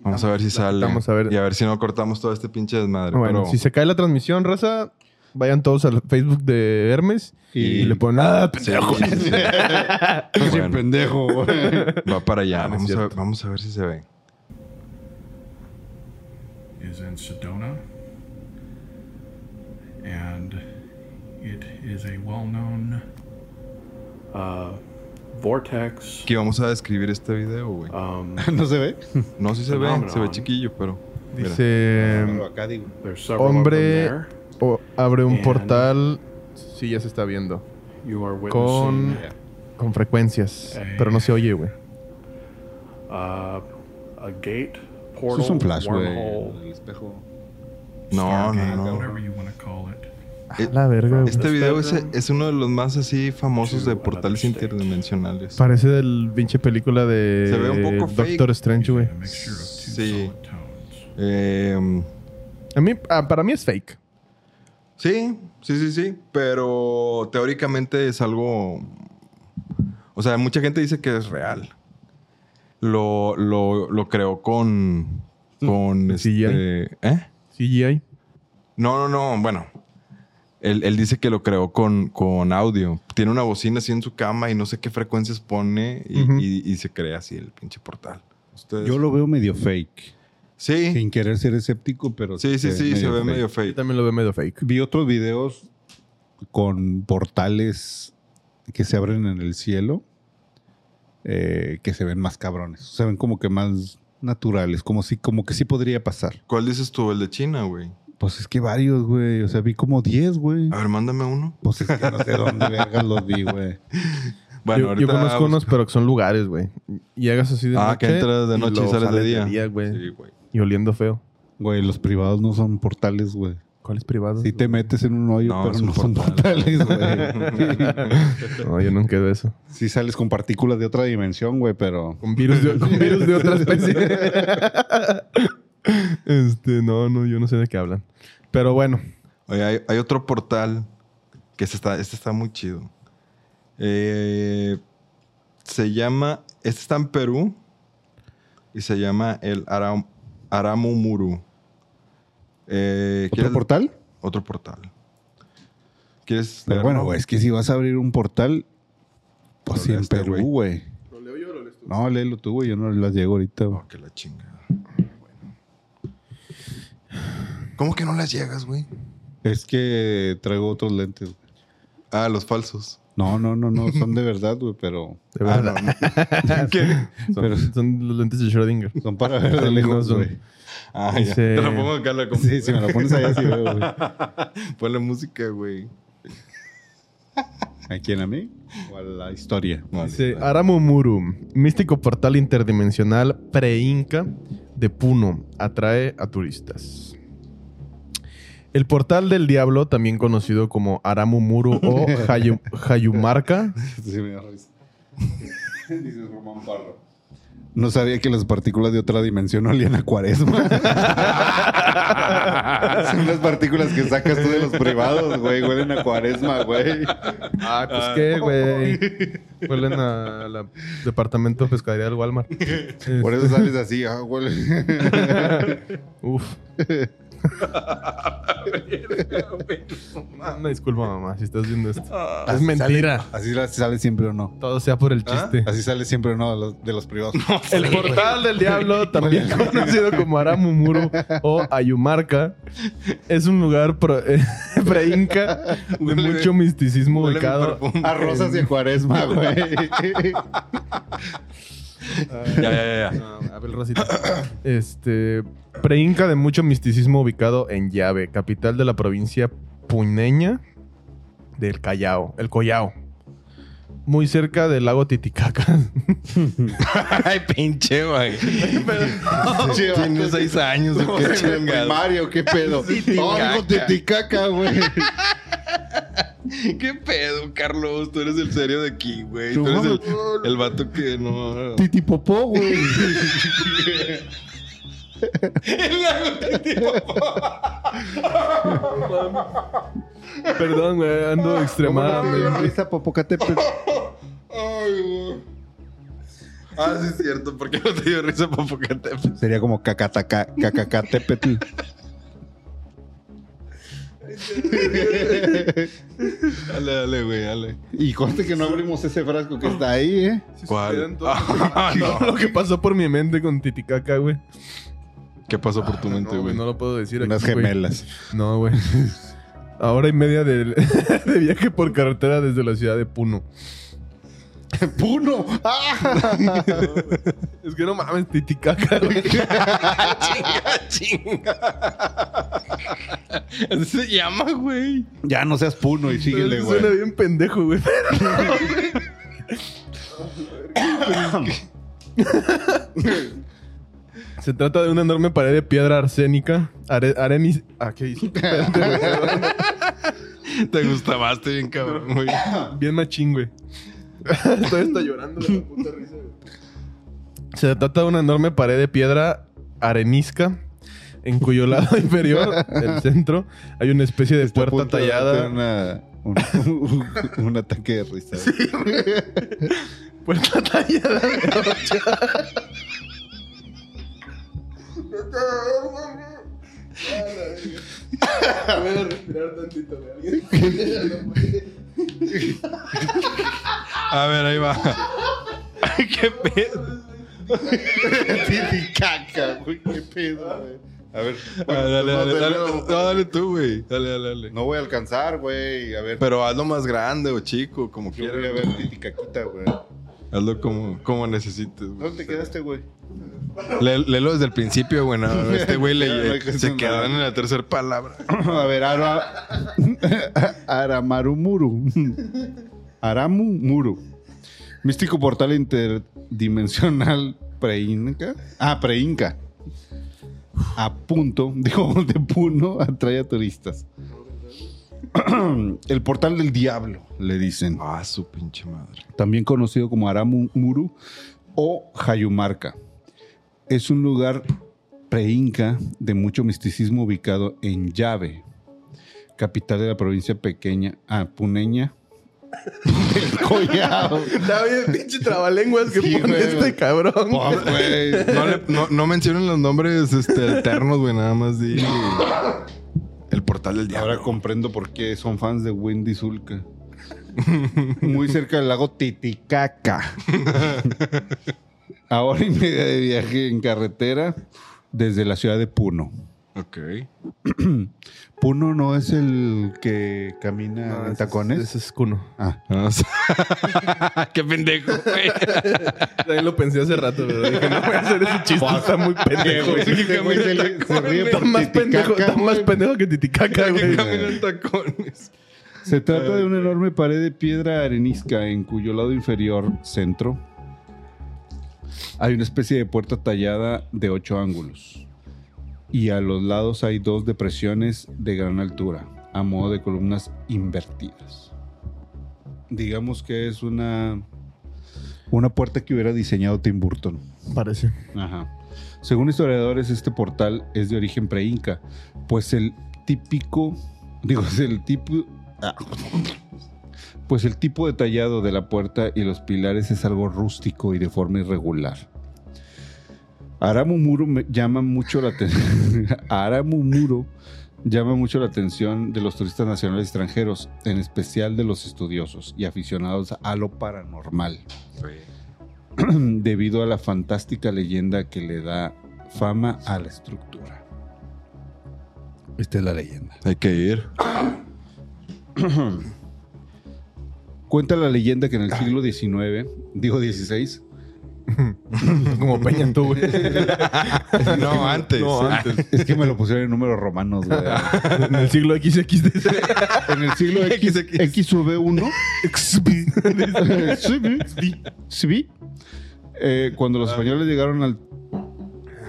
Speaker 4: Vamos a ver si sale.
Speaker 2: quitamos, a ver.
Speaker 4: Y a ver si no cortamos todo este pinche desmadre.
Speaker 2: Bueno,
Speaker 4: pero
Speaker 2: si se cae la transmisión, raza, vayan todos al Facebook de Hermes y,
Speaker 3: Y-
Speaker 2: le ponen nada, pendejo.
Speaker 4: Bueno.
Speaker 3: Pues, pendejo, güey.
Speaker 4: va para allá.
Speaker 2: Ah, no es
Speaker 4: vamos, a,
Speaker 2: cierto.
Speaker 4: vamos a ver si se ve.
Speaker 6: is in Sedona. And it is a well known uh, vortex.
Speaker 4: Aquí vamos a describir este video, güey.
Speaker 2: Ah.
Speaker 6: Um,
Speaker 3: ¿No se ve?
Speaker 4: No, si se ve.
Speaker 6: Phenomenon.
Speaker 4: Se ve chiquillo, pero. mira.
Speaker 2: Dice,
Speaker 3: Pero acá digo.
Speaker 6: there's several
Speaker 2: hombre,
Speaker 6: of them there.
Speaker 2: o abre un
Speaker 6: And-
Speaker 2: portal. Sí, ya se está viendo.
Speaker 6: You are
Speaker 2: Con,
Speaker 6: witnessing
Speaker 2: con frecuencias.
Speaker 6: Eh.
Speaker 2: Pero no se oye, güey.
Speaker 6: uh, a gate,
Speaker 3: Eso
Speaker 6: portal,
Speaker 3: es un flash, güey.
Speaker 6: wormhole,
Speaker 3: El espejo.
Speaker 2: "Ah,
Speaker 4: No, no,
Speaker 6: stargate,
Speaker 4: no.
Speaker 6: whatever you want to call it.
Speaker 4: Eh,
Speaker 2: La verga, güey.
Speaker 4: Este video es, es uno de los más así famosos de portales interdimensionales.
Speaker 2: Parece del pinche película de
Speaker 4: Se ve un poco
Speaker 2: Doctor
Speaker 4: fake.
Speaker 2: Strange, güey.
Speaker 6: A mixture of two
Speaker 4: Sí.
Speaker 6: solid tones.
Speaker 4: Eh,
Speaker 2: A mí, ah, para mí es fake.
Speaker 4: Sí, sí, sí, sí. Pero teóricamente es algo. O sea, mucha gente dice que es real. Lo, lo, lo creó con.
Speaker 2: Mm,
Speaker 4: Con
Speaker 2: CGI.
Speaker 4: este. ¿Eh?
Speaker 2: CGI.
Speaker 4: No, no, no. Bueno. Él, él dice que lo creó con, con audio. Tiene una bocina así en su cama y no sé qué frecuencias pone y,
Speaker 2: Ujú.
Speaker 4: y- y se crea así el pinche portal. Ustedes-
Speaker 3: Yo lo veo medio fake.
Speaker 4: Sí,
Speaker 3: Sin querer ser escéptico, pero.
Speaker 4: sí, sí, sí, se ve medio
Speaker 2: Yo
Speaker 4: fake.
Speaker 2: también lo veo medio fake.
Speaker 3: Vi otros videos con portales que se abren en el cielo eh, que se ven más cabrones. Se ven como que más naturales, como si, como que sí podría pasar.
Speaker 4: ¿Cuál dices tú? El de China, güey.
Speaker 3: Pues es que varios, güey. O sea, vi como 10, güey.
Speaker 4: A ver, mándame uno.
Speaker 3: Pues es que no sé dónde vergas los vi, güey.
Speaker 2: yo, yo
Speaker 4: ahorita
Speaker 2: conozco
Speaker 4: busco-
Speaker 2: unos, pero que son lugares, güey. Y hagas así de
Speaker 4: Ah,
Speaker 2: noche.
Speaker 4: que entras de noche y,
Speaker 2: luego
Speaker 4: sales de día.
Speaker 2: güey.
Speaker 4: Sí, güey.
Speaker 2: Y oliendo feo.
Speaker 3: Güey, los privados no son portales, güey.
Speaker 2: ¿Cuáles privados?
Speaker 3: Si te metes en un hoyo,
Speaker 4: No,
Speaker 3: pero
Speaker 4: es un
Speaker 3: no son
Speaker 4: portal.
Speaker 3: portales, güey.
Speaker 2: No, yo nunca veo eso.
Speaker 3: Si sales con partículas de otra dimensión, güey, pero.
Speaker 2: Con virus de, con virus de otra especie. este, no, no, yo no sé de qué hablan. Pero bueno,
Speaker 4: Oye, hay, hay otro portal que este está, este está muy chido. Eh, se llama. Este está en Perú. Y se llama el Aram, Aramumuru. Eh,
Speaker 3: ¿Otro
Speaker 4: ¿quieres-
Speaker 3: portal?
Speaker 4: Otro portal. ¿Quieres.?
Speaker 3: Pero
Speaker 4: leerlo?
Speaker 3: bueno, güey, es que si vas a abrir un portal, pues
Speaker 4: Lo
Speaker 3: sí, en
Speaker 4: lees tú,
Speaker 3: Perú,
Speaker 4: güey.
Speaker 3: güey.
Speaker 2: ¿Lo leo yo o lo lees tú?
Speaker 3: No, léelo tú, güey. Yo no las llego ahorita, güey.
Speaker 4: Oh, que la chingada. Bueno. ¿Cómo que no las llegas, güey?
Speaker 3: Es que traigo otros lentes. güey.
Speaker 4: Ah, los falsos.
Speaker 3: No, no, no, no, son de verdad, güey, pero
Speaker 2: De
Speaker 4: Ah,
Speaker 2: verdad. son,
Speaker 3: Pero-
Speaker 2: son los lentes de Schrödinger.
Speaker 3: son para ver de
Speaker 2: Son
Speaker 3: lejos,
Speaker 2: son-
Speaker 3: güey.
Speaker 4: Ah, ya.
Speaker 2: Dice-
Speaker 4: Te lo pongo acá, la
Speaker 3: Sí, si me lo pones allá, sí veo, güey.
Speaker 4: Ponle música, güey.
Speaker 3: ¿A quién? ¿A mí? ¿O a la historia?
Speaker 4: Vale,
Speaker 2: Dice
Speaker 4: vale.
Speaker 2: Aramumurum, místico portal interdimensional pre-inca de Puno, atrae a turistas. El portal del diablo, también conocido como Aramumuru o Hayu- Hayumarca,
Speaker 3: Sí, me da risa. Dices Román Parro. No sabía que las partículas de otra dimensión olían a cuaresma. Son las partículas que sacas tú de los privados, güey. Huelen a cuaresma, güey.
Speaker 2: Ah, pues qué, güey. Huelen a la departamento de pescadería del Walmart.
Speaker 3: Por eso sales así, ah, huele.
Speaker 2: Uf. Una disculpa, mamá, si estás viendo esto. es
Speaker 3: Así
Speaker 2: mentira.
Speaker 3: sale- así la- sale siempre o no.
Speaker 2: Todo sea por el chiste.
Speaker 3: Así sale siempre o no de los, de los privados.
Speaker 2: El portal del diablo, también conocido como Aramumuru o Ayumarca, es un lugar pro- pre-inca de
Speaker 4: Huele-
Speaker 2: mucho misticismo
Speaker 4: Huele mi
Speaker 2: ubicado
Speaker 4: perfume.
Speaker 3: A rosas y a cuaresma, güey.
Speaker 4: Ya, ya, ya.
Speaker 2: No, a ver, Rosita. Este. Preinca de mucho misticismo ubicado en Llave, capital de la provincia puneña del Callao, el Collao. Muy cerca del lago Titicaca.
Speaker 4: Ay, pinche, güey. Tiene seis años,
Speaker 3: No,
Speaker 4: qué
Speaker 3: Pues en el
Speaker 4: chingado.
Speaker 3: primario, qué pedo. Oh,
Speaker 4: Titicaca.
Speaker 3: dijo titicaca, güey.
Speaker 4: ¿Qué pedo, Carlos? Tú eres el serio de aquí, güey. Tú eres el, el vato que no.
Speaker 3: Titipopó, güey.
Speaker 4: El lago
Speaker 2: Perdón, güey, ando Ah, extremadamente.
Speaker 3: Esa popocatépetl.
Speaker 4: Ay, güey. Ah, sí, es cierto. ¿Por qué no te dio risa Popocatépetl?
Speaker 3: Sería como cacataca, cacacatépetl.
Speaker 4: Dale, dale, güey, dale.
Speaker 3: Y conste que no abrimos ese frasco que está ahí, ¿eh?
Speaker 4: ¿Cuál?
Speaker 2: Todo lo que pasó por mi mente con Titicaca, güey.
Speaker 4: ¿Qué pasó por tu mente,
Speaker 2: Ah, No, güey,
Speaker 4: güey?
Speaker 2: no lo puedo decir
Speaker 3: Unas
Speaker 2: aquí, güey.
Speaker 3: gemelas.
Speaker 2: No, güey. A hora y media del- de viaje por carretera desde la ciudad de Puno.
Speaker 3: ¡Puno!
Speaker 2: Es que no mames, Titicaca, güey.
Speaker 4: chinga, chinga. Así se llama, güey.
Speaker 3: Ya no seas puno y síguele,
Speaker 2: Suena
Speaker 3: güey.
Speaker 2: bien pendejo, güey. Se trata de una enorme pared de piedra arsénica. Are, arenis. Ah, ¿qué hice? Espérate, güey, perdón.
Speaker 4: Te gustabaste bien, cabrón, güey.
Speaker 2: Bien machín, güey. Todavía está llorando de la puta risa, güey. Se trata de una enorme pared de piedra arenisca. En cuyo lado inferior, el centro, hay una especie de
Speaker 3: Está a
Speaker 2: puerta
Speaker 3: punto de meter
Speaker 2: tallada.
Speaker 3: Una, un, un- un ataque de risa. güey.
Speaker 2: Puerta tallada de ocho. Voy a respirar tantito,
Speaker 4: A ver, ahí va. Ay, qué pedo.
Speaker 3: Titicaca, güey. ¿Qué pedo, güey? A ver.
Speaker 4: Ah,
Speaker 3: bueno,
Speaker 4: dale,
Speaker 3: no,
Speaker 4: dale,
Speaker 3: de
Speaker 4: dale.
Speaker 3: nuevo.
Speaker 4: No, dale tú, güey. Dale, dale, dale.
Speaker 3: No voy a alcanzar, güey. A ver.
Speaker 4: Pero hazlo más grande o chico, como
Speaker 3: yo voy a
Speaker 4: quieras.
Speaker 3: ver titicaquita, güey.
Speaker 4: Hazlo como, como necesites, güey.
Speaker 3: ¿Dónde te quedaste, güey?
Speaker 4: Le- Léelo desde el principio, güey. no, este güey le,
Speaker 3: Ya, no hay que
Speaker 4: se
Speaker 3: hacer
Speaker 4: quedó
Speaker 3: nada.
Speaker 4: en la tercera palabra.
Speaker 3: A ver, Ara... Aramarumuru. Aramumuru. Místico portal interdimensional preinca. Ah, preinca. A punto, digo, de Puno atrae a turistas. El portal del diablo, le dicen.
Speaker 4: Ah, su pinche madre.
Speaker 3: También conocido como Aramumuru o Hayumarca. Es un lugar preinca de mucho misticismo ubicado en Llave, capital de la provincia pequeña, ah, puneña, del Collao.
Speaker 2: Está bien, pinche trabalenguas que
Speaker 3: Sí,
Speaker 2: pone
Speaker 3: güey.
Speaker 2: este cabrón.
Speaker 3: Oh, güey.
Speaker 4: No, le- no- no mencionen los nombres este, alternos, güey. Nada más di el portal del diablo.
Speaker 3: Ahora comprendo por qué son fans de Wendy Zulka. Muy cerca del lago Titicaca. Ahora y media de viaje en carretera desde la ciudad de Puno.
Speaker 4: Ok.
Speaker 3: Puno no es el que camina
Speaker 2: No,
Speaker 3: en
Speaker 2: Ah, ese
Speaker 3: tacones.
Speaker 2: es- Ese es Kuno.
Speaker 3: Ah,
Speaker 4: Ah, sí. Qué pendejo, güey.
Speaker 2: También lo pensé hace rato, pero dije, no voy a hacer ese chiste. Está muy pendejo.
Speaker 4: güey, sí,
Speaker 2: güey.
Speaker 3: Este güey se, le- se ríe
Speaker 2: Está
Speaker 3: por
Speaker 2: más
Speaker 3: Titicaca,
Speaker 2: pendejo, está
Speaker 3: güey.
Speaker 2: más pendejo que Titicaca,
Speaker 4: Que
Speaker 2: güey.
Speaker 4: camina en tacones.
Speaker 3: Se trata de una enorme pared de piedra arenisca en cuyo lado inferior, centro, hay una especie de puerta tallada de ocho ángulos. Y a los lados hay dos depresiones de gran altura, a modo de columnas invertidas. Digamos que es una, una puerta que hubiera diseñado Tim Burton.
Speaker 2: Parece.
Speaker 3: Ajá. Según historiadores, este portal es de origen preinca, pues el típico, digo, es el tipo, ah. pues el tipo detallado de la puerta y los pilares es algo rústico y de forma irregular. Aramumuro me- llama mucho la atención. Aramumuro llama mucho la atención de los turistas nacionales y extranjeros, en especial de los estudiosos y aficionados a lo paranormal debido a la fantástica leyenda que le da fama a la estructura. Esta es la leyenda.
Speaker 4: Hay que ir.
Speaker 3: Cuenta la leyenda que en el siglo XIX, digo XVI,
Speaker 2: Como Peña tú, güey.
Speaker 4: No, antes.
Speaker 2: No,
Speaker 3: es que me lo pusieron en números romanos, güey.
Speaker 2: En el siglo XXD.
Speaker 3: En el siglo X, XV1, XV, eh, cuando los españoles llegaron al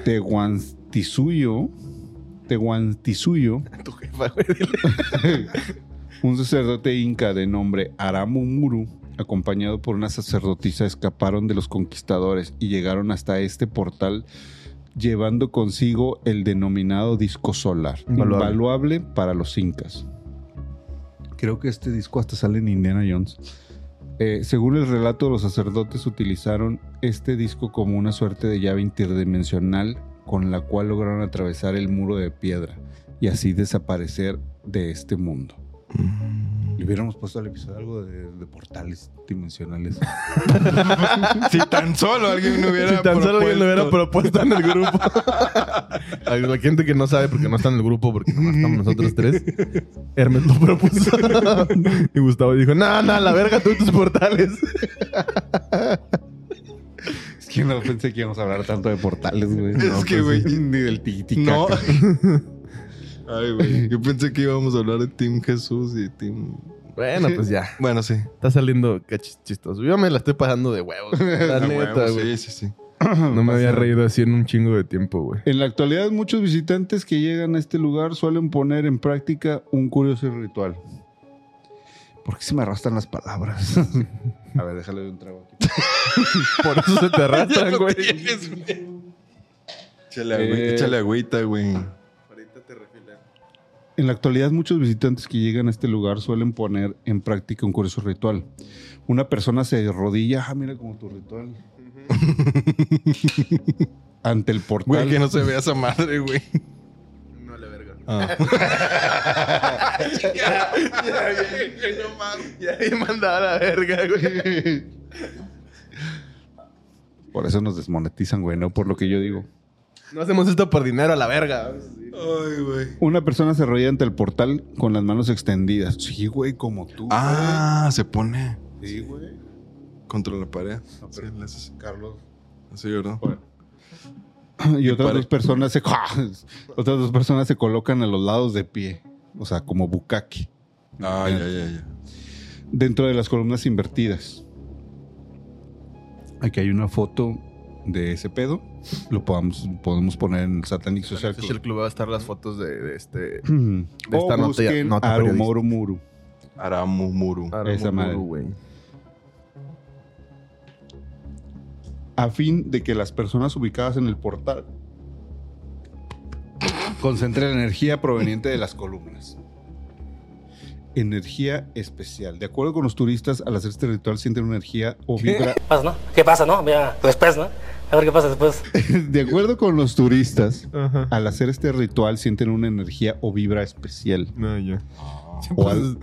Speaker 3: Tehuantisuyo, Tehuantisuyo,
Speaker 2: Tu jefa, güey. dile.
Speaker 3: Un sacerdote inca de nombre Aramumuru, acompañado por una sacerdotisa, escaparon de los conquistadores y llegaron hasta este portal llevando consigo el denominado disco solar,
Speaker 2: Invaluable.
Speaker 3: invaluable para los incas. Creo que este disco hasta sale en Indiana Jones. Eh, según el relato, los sacerdotes utilizaron este disco como una suerte de llave interdimensional con la cual lograron atravesar el muro de piedra y así desaparecer de este mundo. Le hubiéramos puesto al episodio algo de, de portales dimensionales.
Speaker 4: Si tan solo alguien me hubiera
Speaker 2: Si tan solo alguien lo hubiera
Speaker 4: propuesto.
Speaker 2: propuesto en el grupo. A la gente que no sabe porque no está en el grupo, porque nomás estamos nosotros tres. Hermes lo propuso. Y Gustavo dijo, no, no, la verga tú y tus portales.
Speaker 3: Es que no pensé que íbamos a hablar tanto de portales, güey.
Speaker 4: Es
Speaker 3: No,
Speaker 4: que,
Speaker 3: pues,
Speaker 4: güey,
Speaker 3: Ni del titicaca.
Speaker 4: No. Ay, güey. Yo pensé que íbamos a hablar de Team Jesús y Team.
Speaker 2: Bueno, pues ya.
Speaker 4: Bueno, sí.
Speaker 2: Está saliendo cachis- chistoso. Yo me la estoy pasando de huevos. La
Speaker 4: Ah,
Speaker 2: neta,
Speaker 4: huevo,
Speaker 2: güey.
Speaker 4: sí, sí, sí.
Speaker 2: No me había reído así en un chingo de tiempo, güey.
Speaker 3: En la actualidad, muchos visitantes que llegan a este lugar suelen poner en práctica un curioso ritual. ¿Por qué se me arrastran las palabras? a ver, déjale de un trago aquí.
Speaker 2: Por eso se te arrastran, güey.
Speaker 4: Échale agüita,
Speaker 3: Eh.
Speaker 4: échale agüita, güey.
Speaker 3: En la actualidad, muchos visitantes que llegan a este lugar suelen poner en práctica un curioso ritual. Una persona se arrodilla, ah, mira como tu ritual. Ante el portal.
Speaker 4: Güey, que no se vea esa madre, güey.
Speaker 5: No, la verga.
Speaker 4: Ah.
Speaker 2: Ya me mandaba la verga, güey.
Speaker 3: Por eso nos desmonetizan, güey, no por lo que yo digo.
Speaker 2: No hacemos esto por dinero a la verga.
Speaker 4: Ay, güey.
Speaker 3: Una persona se arrodilla ante el portal con las manos extendidas. Sí, güey, como tú.
Speaker 4: Ah, se pone
Speaker 3: güey. Sí, güey.
Speaker 4: contra la pared.
Speaker 3: No,
Speaker 4: Sí,
Speaker 3: pero-
Speaker 4: le haces
Speaker 3: Carlos.
Speaker 4: así, ¿verdad?
Speaker 3: Y otras
Speaker 4: pare-
Speaker 3: dos personas se otras dos personas se colocan a los lados de pie, o sea, como bucaque.
Speaker 4: Ay, ay, ay, ay.
Speaker 3: dentro de las columnas invertidas. Aquí hay una foto de ese pedo. Lo podamos, podemos poner en el Satanic Social
Speaker 2: el
Speaker 3: Club.
Speaker 2: club va a estar las fotos de, de este.
Speaker 3: De
Speaker 2: esta
Speaker 3: esta
Speaker 2: nota-
Speaker 3: o busquen
Speaker 2: nota
Speaker 3: Aru
Speaker 2: periodista.
Speaker 3: Moru Muru.
Speaker 4: Aramumuru.
Speaker 3: Esa madre. A fin de que las personas ubicadas en el portal concentren la energía proveniente de las columnas. Energía especial. De acuerdo con los turistas, al hacer este ritual sienten una energía o vibra
Speaker 7: pasa, no? ¿Qué pasa, no? Mira, después, ¿no? A ver qué pasa después.
Speaker 3: De acuerdo con los turistas,
Speaker 2: Ajá.
Speaker 3: al hacer este ritual sienten una energía o vibra especial
Speaker 2: No, ya.
Speaker 4: Ah.
Speaker 3: o, al-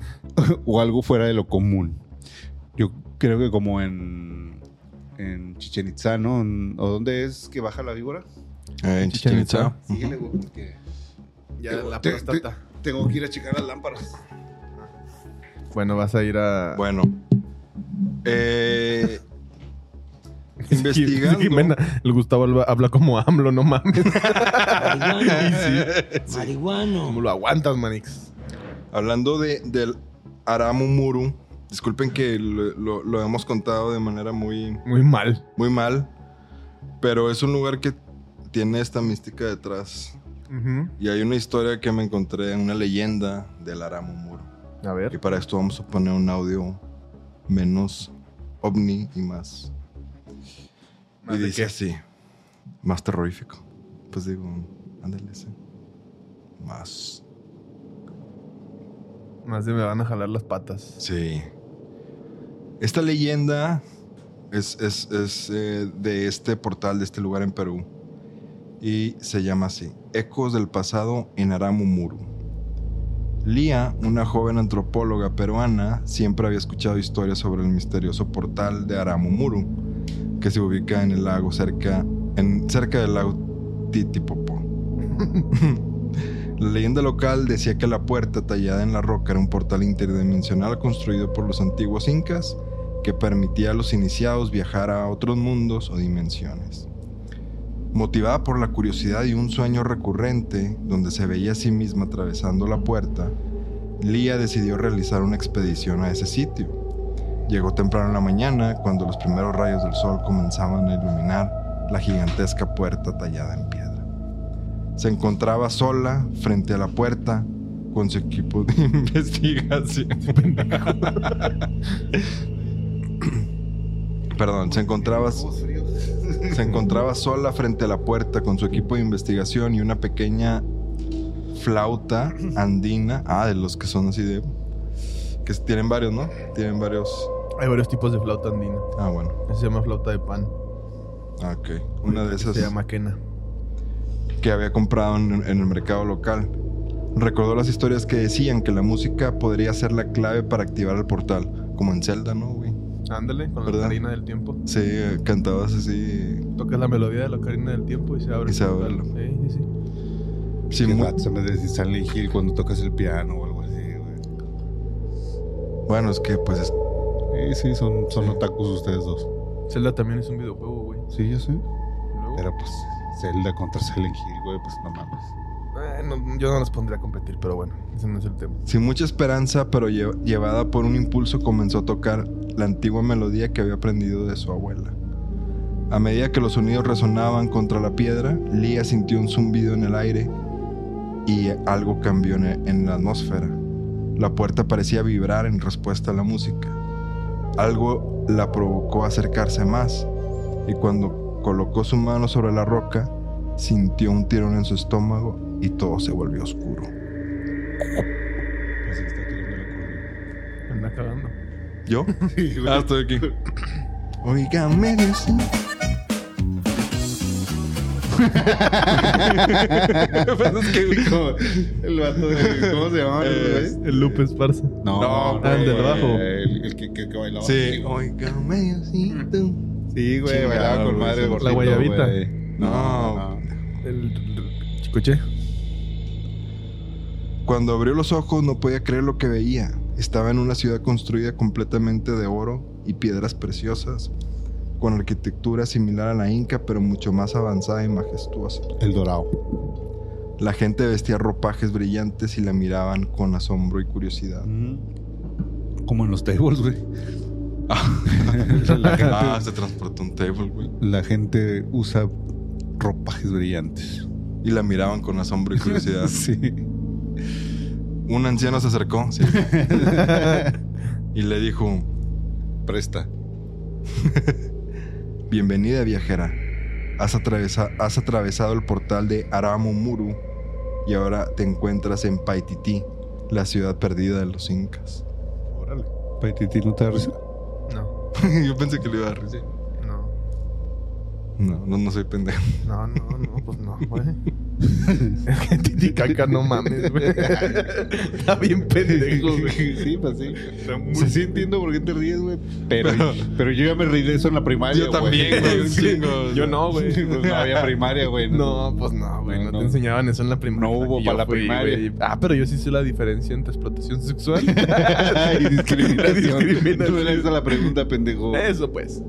Speaker 3: o algo fuera de lo común. Yo creo que como en, en Chichen Itza, ¿no? En- ¿O dónde es que baja la víbora?
Speaker 4: Eh, en Chichen Itza.
Speaker 3: Síguele, güey, porque
Speaker 5: Ya
Speaker 3: Tengo-
Speaker 5: la
Speaker 3: te- te-
Speaker 5: próstata.
Speaker 3: tengo que ir a checar las lámparas.
Speaker 2: Bueno, vas a ir a.
Speaker 4: Bueno. Eh,
Speaker 2: Sí, Jimena,
Speaker 4: investigando.
Speaker 2: el Gustavo habla, habla como AMLO, no mames.
Speaker 7: Marihuano.
Speaker 2: ¿Cómo lo aguantas, Manix?
Speaker 4: Hablando de, del Aramumuru. Disculpen que lo, lo- lo hemos contado de manera muy,
Speaker 2: Muy mal.
Speaker 4: muy mal. Pero es un lugar que tiene esta mística detrás. Y hay una historia que me encontré, una leyenda del Aramumuru.
Speaker 2: A
Speaker 4: Y
Speaker 2: ver.
Speaker 4: para esto vamos a poner un audio menos ovni y más.
Speaker 5: ¿Más
Speaker 4: y
Speaker 5: de
Speaker 4: dice
Speaker 5: qué?
Speaker 4: así, más terrorífico. Pues digo, ándale ese. Más.
Speaker 2: Más de me van a jalar las patas.
Speaker 4: Sí. Esta leyenda es, es- es, eh, de este portal, de este lugar en Perú. Y se llama así: Ecos del pasado en Aramumuru. Lía, una joven antropóloga peruana, siempre había escuchado historias sobre el misterioso portal de Aramumuru, que se ubica en el lago cerca, en, cerca del lago Titipopó. La leyenda local decía que la puerta tallada en la roca era un portal interdimensional construido por los antiguos incas que permitía a los iniciados viajar a otros mundos o dimensiones. Motivada por la curiosidad y un sueño recurrente donde se veía a sí misma atravesando la puerta, Lía decidió realizar una expedición a ese sitio. Llegó temprano en la mañana cuando los primeros rayos del sol comenzaban a iluminar la gigantesca puerta tallada en piedra se encontraba sola frente a la puerta con su equipo de investigación. Perdón, se encontraba, se encontraba sola frente a la puerta con su equipo de investigación y una pequeña flauta andina. Ah, de los que son así de... Que tienen varios, ¿no? Tienen varios...
Speaker 2: Hay varios tipos de flauta andina.
Speaker 4: Ah, bueno.
Speaker 2: Esa Se llama flauta de pan.
Speaker 4: Ah, Ok. Una de esas...
Speaker 2: Se llama quena.
Speaker 4: que había comprado en, en el mercado local. Recordó las historias que decían que la música podría ser la clave para activar el portal, como en Zelda, ¿no, güey?
Speaker 2: Ándale, con la
Speaker 4: ¿Verdad?
Speaker 2: ocarina del tiempo.
Speaker 4: Sí, eh, cantabas así.
Speaker 2: Tocas la melodía de la ocarina del tiempo y se abre.
Speaker 4: Y se
Speaker 2: el
Speaker 4: abre.
Speaker 2: portal. Sí, sí, sí.
Speaker 4: sin
Speaker 3: Qué
Speaker 4: mu-
Speaker 3: vato, se me dice Silent Hill cuando tocas el piano o algo así, güey.
Speaker 4: bueno, es que pues es-
Speaker 3: Sí, sí, son, son otakus ustedes dos.
Speaker 2: Zelda también es un videojuego, güey.
Speaker 3: Sí, yo sé.
Speaker 2: Luego-
Speaker 3: Pero pues Zelda contra Silent Hill, güey, pues no mames.
Speaker 2: Eh, no, yo no los pondría a competir, pero bueno, ese no es el tema.
Speaker 4: sin mucha esperanza, pero lle- llevada por un impulso comenzó a tocar la antigua melodía que había aprendido de su abuela. A medida que los sonidos resonaban contra la piedra, Lía sintió un zumbido en el aire y algo cambió en, e-, en la atmósfera. La puerta parecía vibrar en respuesta a la música. Algo la provocó a acercarse más y cuando colocó su mano sobre la roca, sintió un tirón en su estómago y todo se volvió oscuro.
Speaker 3: Parece que está tocando el acordeón.
Speaker 2: Anda cagando.
Speaker 4: ¿Yo?
Speaker 3: Sí, güey.
Speaker 4: Ah, estoy aquí. Oígame, Dios.
Speaker 3: Como el vato de- ¿Cómo se llama?
Speaker 2: El Lupe Esparza.
Speaker 3: no,
Speaker 2: güey, el del
Speaker 3: güey,
Speaker 2: bajo.
Speaker 3: El, el que, que, que bailaba.
Speaker 4: Sí. Oígame, Diosito.
Speaker 3: Sí, güey,
Speaker 4: Chingado,
Speaker 3: bailaba con
Speaker 4: güey,
Speaker 3: madre
Speaker 4: sí.
Speaker 3: gordito,
Speaker 2: La guayabita.
Speaker 3: güey.
Speaker 4: No.
Speaker 2: El Chicoche.
Speaker 4: Cuando abrió los ojos no podía creer lo que veía. Estaba en una ciudad construida completamente de oro y piedras preciosas, con arquitectura similar a la inca, pero mucho más avanzada y majestuosa.
Speaker 3: El dorado.
Speaker 4: La gente vestía ropajes brillantes y la miraban con asombro y curiosidad.
Speaker 3: Mm. Como en los tables, güey. la,
Speaker 4: Ah,
Speaker 3: gente,
Speaker 4: se transportó un table, güey.
Speaker 3: la gente usa ropajes brillantes.
Speaker 4: Y la miraban con asombro y curiosidad.
Speaker 3: Sí.
Speaker 4: Un anciano se acercó sí, y le dijo,
Speaker 3: Presta.
Speaker 4: Bienvenida viajera. Has, atravesa- has atravesado el portal de Aramumuru y ahora te encuentras en Paititi, la ciudad perdida de los incas.
Speaker 2: Órale.
Speaker 3: Paititi, ¿no te da risa?
Speaker 2: No,
Speaker 4: Yo pensé que le iba a dar risa.
Speaker 2: no.
Speaker 4: No, no, no soy pendejo.
Speaker 2: No, no, no, pues no, güey. Titicaca, no mames, güey. Está bien pendejo, güey.
Speaker 3: sí, pues sí. Sí, sí entiendo por qué te ríes, güey. Pero, pero yo ya me reí de eso en la primaria,
Speaker 4: Yo también, güey, un chingo.
Speaker 2: Yo no, güey.
Speaker 3: Pues no había primaria, güey.
Speaker 2: No, pues no, güey. No,
Speaker 3: No,
Speaker 2: te
Speaker 3: no.
Speaker 2: enseñaban eso en la primaria.
Speaker 3: No hubo
Speaker 2: Y yo
Speaker 3: para la
Speaker 2: fui,
Speaker 3: primaria.
Speaker 2: güey. Ah, pero yo sí sé la diferencia entre explotación sexual.
Speaker 3: y discriminación.
Speaker 2: Y discriminación.
Speaker 3: Tú le haces la pregunta, pendejo.
Speaker 2: eso, pues.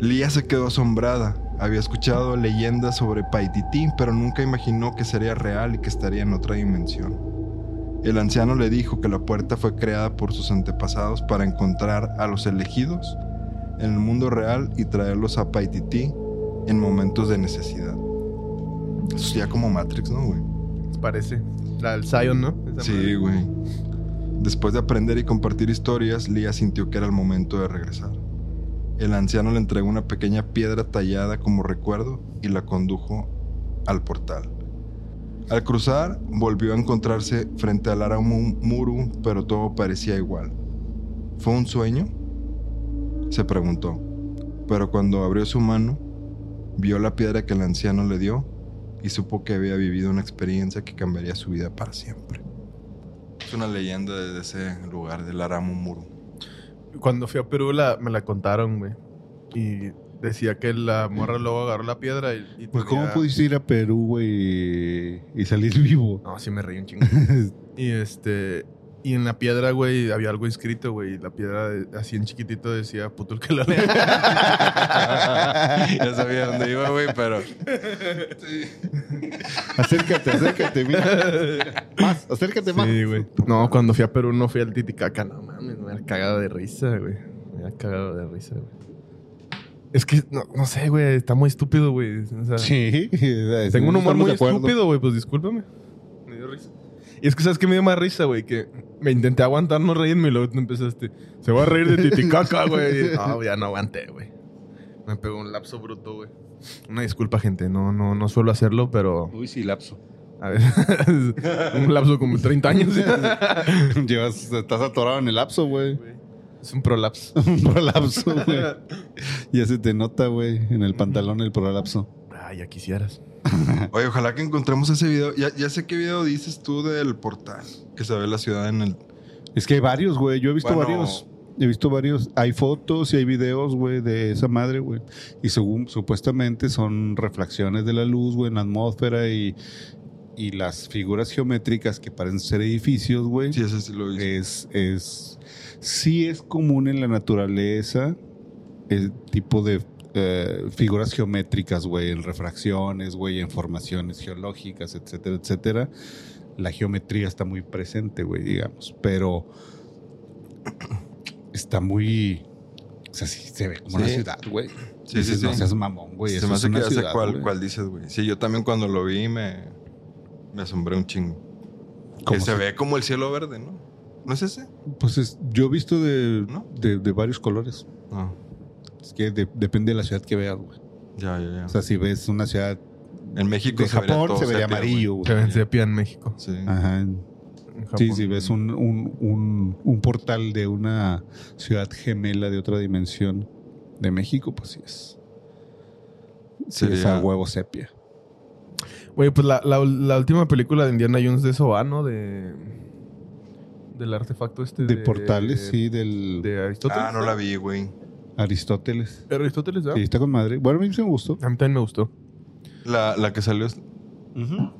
Speaker 4: Lía se quedó asombrada. Había escuchado leyendas sobre Paitití, pero nunca imaginó que sería real y que estaría en otra dimensión. El anciano le dijo que la puerta fue creada por sus antepasados para encontrar a los elegidos en el mundo real y traerlos a Paitití en momentos de necesidad. Eso ya como Matrix, ¿no, güey?
Speaker 2: Parece. La del Zion, ¿no? Esa
Speaker 4: Sí,
Speaker 2: madre.
Speaker 4: güey. Después de aprender y compartir historias, Lía sintió que era el momento de regresar. El anciano le entregó una pequeña piedra tallada como recuerdo y la condujo al portal. Al cruzar, volvió a encontrarse frente al Aramu Muru, pero todo parecía igual. ¿Fue un sueño? Se preguntó. Pero cuando abrió su mano, vio la piedra que el anciano le dio y supo que había vivido una experiencia que cambiaría su vida para siempre. Es una leyenda de ese lugar, del Aramumuru.
Speaker 2: Cuando fui a Perú la, me la contaron, güey. Y decía que la morra luego agarró la piedra y. y tenía-
Speaker 3: Pues, ¿cómo pudiste ir a Perú, güey, y salir vivo?
Speaker 2: No, sí me reí un chingo. y este. Y en la piedra, güey, había algo inscrito, güey. y La piedra, de- así en chiquitito, decía puto el que lo lea.
Speaker 4: ya sabía dónde iba, güey, pero
Speaker 3: acércate, acércate, mira. Más, acércate más.
Speaker 2: Sí, güey. No, cuando fui a Perú no fui al Titicaca. No mames, me había cagado de risa, güey. Me había cagado de risa, güey. Es que, no, no sé, güey. Está muy estúpido, güey. O sea,
Speaker 3: Sí.
Speaker 2: Tengo un humor
Speaker 3: estamos
Speaker 2: muy
Speaker 3: de acuerdo.
Speaker 2: estúpido, güey. Pues discúlpame. Me dio risa. Y es que, ¿sabes qué me dio más risa, güey? Que me intenté aguantar no reírme y luego tú empezaste. Se va a reír de Titicaca, güey. No, ya no aguanté, güey. Me pegó un lapso bruto, güey. Una disculpa, gente. No, no, no suelo hacerlo, pero...
Speaker 3: Uy, sí, lapso.
Speaker 2: A ver, un lapso como 30 años.
Speaker 3: Llevas, estás atorado en el lapso, güey.
Speaker 2: es un prolapso.
Speaker 3: Un prolapso, güey. Ya se te nota, güey, en el pantalón el prolapso.
Speaker 2: Ah, ya quisieras.
Speaker 4: oye, ojalá que encontremos ese video. Ya, ya sé qué video dices tú del portal, que se ve la ciudad en el...
Speaker 3: Es que hay varios, güey. Yo he visto
Speaker 4: Bueno.
Speaker 3: varios. He visto varios. Hay fotos y hay videos, güey, de esa madre, güey. Y según supuestamente son reflexiones de la luz, güey, en la atmósfera y, y las figuras geométricas que parecen ser edificios, güey.
Speaker 4: Sí, ese sí lo hice.
Speaker 3: es, es. Sí es común en la naturaleza el tipo de eh, figuras geométricas, güey, en refracciones, güey, en formaciones geológicas, etcétera, etcétera. La geometría está muy presente, güey, digamos, pero está muy. O sea, sí se ve como una
Speaker 4: Sí.
Speaker 3: ciudad, güey.
Speaker 4: Sí, sí,
Speaker 3: Dices,
Speaker 4: sí.
Speaker 3: No seas mamón, güey.
Speaker 4: se
Speaker 3: eso
Speaker 4: me
Speaker 3: es
Speaker 4: hace que
Speaker 3: una
Speaker 4: ya sé
Speaker 3: ciudad,
Speaker 4: cuál,
Speaker 3: güey.
Speaker 4: cuál dices, güey. Sí, yo también cuando lo vi me, me asombré un chingo.
Speaker 3: Como
Speaker 4: Que se
Speaker 3: si-
Speaker 4: ve como el cielo verde, ¿no? ¿No es ese?
Speaker 3: Pues es- yo he visto de,
Speaker 4: ¿No?
Speaker 3: de, de varios colores.
Speaker 4: No.
Speaker 3: Es que de- depende de la ciudad que veas, güey.
Speaker 4: Ya, ya, ya.
Speaker 3: O sea, si ves una ciudad
Speaker 4: en México
Speaker 3: de
Speaker 4: se vería
Speaker 3: Japón,
Speaker 4: todo
Speaker 3: se vería
Speaker 4: sepia,
Speaker 3: amarillo,
Speaker 4: güey.
Speaker 3: güey.
Speaker 2: Se ven sepia en México.
Speaker 4: Sí.
Speaker 3: Ajá.
Speaker 2: En Japón.
Speaker 3: Sí, si ves un, un- un- un portal de una ciudad gemela de otra dimensión de México, pues sí es. Sí, es
Speaker 4: Sería-
Speaker 3: a huevo sepia.
Speaker 2: Güey, pues la, la, la última película de Indiana Jones de eso va, ¿no? De, del artefacto este.
Speaker 3: De, portales, sí, del
Speaker 2: De Aristóteles.
Speaker 4: Ah, no la vi, güey.
Speaker 3: Aristóteles.
Speaker 2: Aristóteles, ¿verdad?
Speaker 3: Sí, está con madre. Bueno, a mí sí me gustó.
Speaker 2: A mí también me gustó.
Speaker 4: La, la que salió.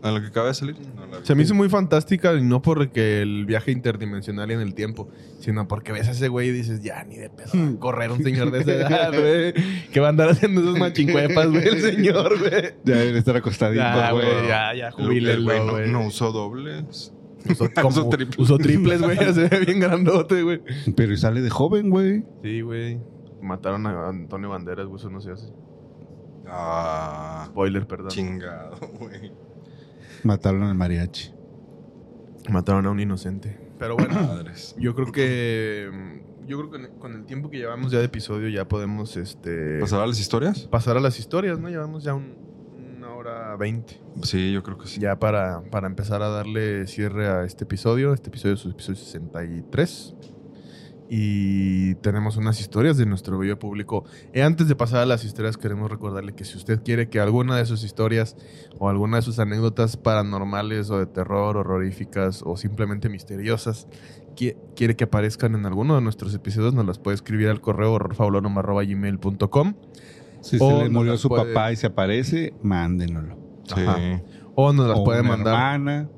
Speaker 4: ¿A la que acaba de salir? No la vi.
Speaker 2: Se me hizo muy fantástica y no porque el viaje interdimensional y en el tiempo, sino porque ves a ese güey y dices, ya, ni de pedo, va a correr un señor de esa edad, güey. Que va a andar haciendo esas machincuepas, güey, el señor, güey.
Speaker 3: Ya debe estar acostadito,
Speaker 2: Ya,
Speaker 3: Ah, güey.
Speaker 2: Ah, güey, ya, ya,
Speaker 4: El- el güey
Speaker 2: jubílenlo,
Speaker 4: no,
Speaker 2: güey.
Speaker 4: no usó dobles.
Speaker 2: Usó, como-
Speaker 4: Usó triples.
Speaker 2: usó triples, güey. Se ve bien grandote, güey.
Speaker 3: Pero y sale de joven, güey.
Speaker 2: Sí, güey. Mataron a Antonio Banderas, güey. Eso no se hace.
Speaker 4: Ah,
Speaker 2: Spoiler, perdón.
Speaker 4: chingado, güey.
Speaker 3: Mataron al mariachi.
Speaker 2: Mataron a un inocente. Pero bueno,
Speaker 4: Madres.
Speaker 2: yo creo que... mm, Yo creo que con el tiempo que llevamos ya de episodio ya podemos este,
Speaker 4: ¿Pasaba las historias?
Speaker 2: pasar a las historias, ¿no? Llevamos ya un- una hora veinte.
Speaker 4: Sí, yo creo que sí.
Speaker 2: Ya para, para empezar a darle cierre a este episodio. Este episodio es el episodio 63. y tenemos unas historias de nuestro video público. Eh, antes de pasar a las historias, queremos recordarle que si usted quiere que alguna de sus historias o alguna de sus anécdotas paranormales o de terror, horroríficas o simplemente misteriosas, qui- quiere que aparezcan en alguno de nuestros episodios, nos las puede escribir al correo horrorfabulorum.com
Speaker 3: Si
Speaker 2: O
Speaker 3: se le
Speaker 2: nos
Speaker 3: murió
Speaker 2: las
Speaker 3: su
Speaker 2: Oh, puede-
Speaker 3: papá y se aparece, mándenlo.
Speaker 4: Sí.
Speaker 2: Ajá. o nos las
Speaker 3: O
Speaker 2: puede
Speaker 3: una
Speaker 2: mandar.
Speaker 3: hermana.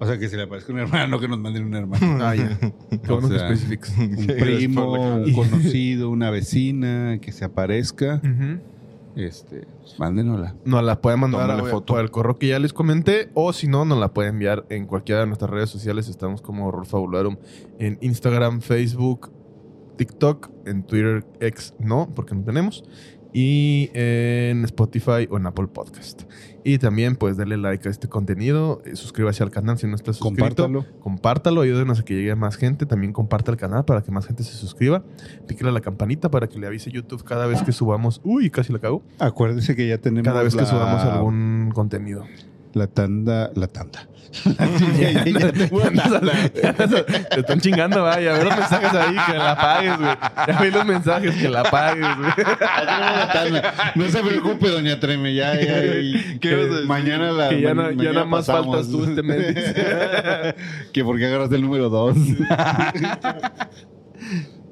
Speaker 3: O sea, que se le aparezca un hermano, que nos manden un hermano.
Speaker 2: Ah, ya. Qué bueno
Speaker 3: O
Speaker 2: que
Speaker 3: sea,
Speaker 2: especificas.
Speaker 3: Un
Speaker 4: Sí,
Speaker 3: primo,
Speaker 4: después la-
Speaker 3: un conocido, una vecina, que se aparezca.
Speaker 2: Ujú.
Speaker 3: Este, pues, mándenosla.
Speaker 2: Nos la puede mandar
Speaker 4: Tómale
Speaker 2: a-
Speaker 4: foto.
Speaker 2: por el correo que ya les comenté o si no, nos la puede enviar en cualquiera de nuestras redes sociales. Estamos como Horror Fabularum en Instagram, Facebook, TikTok, en Twitter, X no, porque no tenemos. Y en Spotify o en Apple Podcast. Y también, pues, denle like a este contenido. eh, Suscríbase al canal si no está suscrito.
Speaker 3: Compártalo.
Speaker 2: Compártalo, ayúdenos a que llegue a más gente. También comparta el canal para que más gente se suscriba. Píquele a la campanita para que le avise YouTube cada vez que subamos. Uy, casi la cago.
Speaker 3: Acuérdese que ya tenemos
Speaker 2: Cada vez que
Speaker 3: la-
Speaker 2: subamos algún contenido.
Speaker 3: La tanda, la tanda. Ya, ya, ya tengo la-
Speaker 2: Te están chingando, vaya. A ver los mensajes ahí, que la apagues, güey. Ya ve los mensajes, que la apagues, güey.
Speaker 3: la tanda. No se preocupe, doña Treme. Ya, ya, y-
Speaker 4: ¿Qué
Speaker 3: que
Speaker 4: vas a decir?
Speaker 3: mañana la.
Speaker 2: Que ya,
Speaker 3: ma-
Speaker 2: no- ya
Speaker 3: mañana
Speaker 2: nada más
Speaker 3: pasamos.
Speaker 2: faltas tú este mes. dice.
Speaker 3: que porque agarraste el número 2.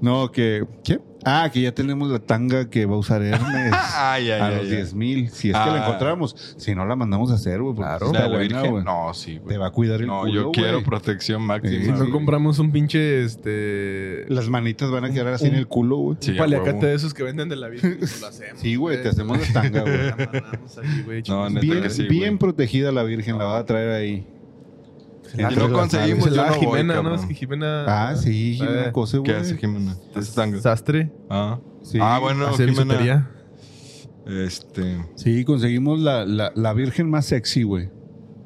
Speaker 3: no, que. ¿Qué? Ah, que ya tenemos la tanga que va a usar Hermes.
Speaker 4: Ay, ay,
Speaker 3: a
Speaker 4: ay,
Speaker 3: los
Speaker 4: ay.
Speaker 3: 10 mil. Si es que
Speaker 4: Ah.
Speaker 3: la encontramos. Si no, la mandamos a hacer, güey. porque
Speaker 2: Claro.
Speaker 3: está
Speaker 4: ¿La de la
Speaker 3: buena,
Speaker 4: Virgen?
Speaker 3: güey.
Speaker 4: No, sí,
Speaker 3: Te
Speaker 4: güey.
Speaker 3: va a cuidar el
Speaker 4: No,
Speaker 3: culo,
Speaker 4: yo
Speaker 3: güey.
Speaker 4: quiero protección
Speaker 2: Si
Speaker 4: máxima.
Speaker 2: no
Speaker 4: güey.
Speaker 2: compramos un pinche, este...
Speaker 3: Las manitas van a quedar así
Speaker 2: Un-
Speaker 3: en el culo, güey.
Speaker 4: Sí,
Speaker 2: un
Speaker 4: a
Speaker 2: paliacate
Speaker 4: huevo.
Speaker 2: de esos que venden de la Virgen. pues Lo hacemos.
Speaker 3: Sí, güey, te hacemos la tanga, güey.
Speaker 2: La amarramos ahí, güey,
Speaker 4: No,
Speaker 2: chingos.
Speaker 4: neta
Speaker 3: Bien,
Speaker 4: que sí, güey.
Speaker 3: bien protegida la Virgen, la va a traer ahí.
Speaker 2: Ah,
Speaker 4: Y no
Speaker 2: pero
Speaker 4: conseguimos,
Speaker 2: la
Speaker 4: yo no voy,
Speaker 2: Jimena, ¿no?
Speaker 4: cabrón.
Speaker 2: Es que Jimena...
Speaker 3: Ah, sí, Jimena
Speaker 2: eh,
Speaker 3: Cose,
Speaker 4: ¿Qué
Speaker 3: güey.
Speaker 4: hace Jimena? ¿Te hace sangre?
Speaker 2: Sastre.
Speaker 4: Ah,
Speaker 3: Sí.
Speaker 4: Ah, bueno,
Speaker 2: hace
Speaker 4: Jimena.
Speaker 2: bisutería.
Speaker 4: Este.
Speaker 3: Sí, conseguimos la, la, la Virgen más sexy, güey.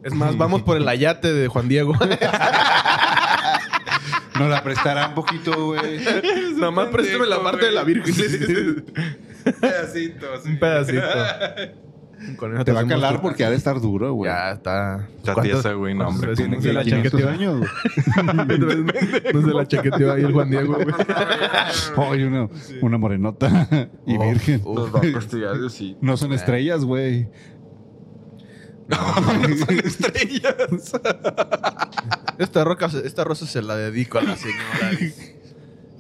Speaker 2: Es más, vamos por el ayate de Juan Diego.
Speaker 3: Nos la prestará un poquito, güey.
Speaker 2: Nada más préstame la parte de la Virgen.
Speaker 4: Pedacitos.
Speaker 2: Un pedacito. Con eso
Speaker 3: Te va a
Speaker 2: hacemos
Speaker 3: calar
Speaker 2: tu-
Speaker 3: porque ha de estar duro, güey.
Speaker 2: Ya está.
Speaker 4: Está
Speaker 2: ¿Cuántos-
Speaker 4: tiesa, güey, no,
Speaker 2: cuántos
Speaker 4: hombre,
Speaker 2: veces
Speaker 3: Pues,
Speaker 4: tiene
Speaker 2: no
Speaker 4: que
Speaker 2: se la
Speaker 4: ir
Speaker 2: chaqueteó?
Speaker 3: 500 años, güey.
Speaker 2: No se la chaqueteó ahí el Juan Diego, güey. Oh,
Speaker 3: Oye, una, una morenota y virgen.
Speaker 4: Los va a castigar, Dios, sí.
Speaker 3: No son estrellas, güey.
Speaker 4: Estrellas.
Speaker 2: Esta, roca, esta rosa se la dedico a la señora. dice.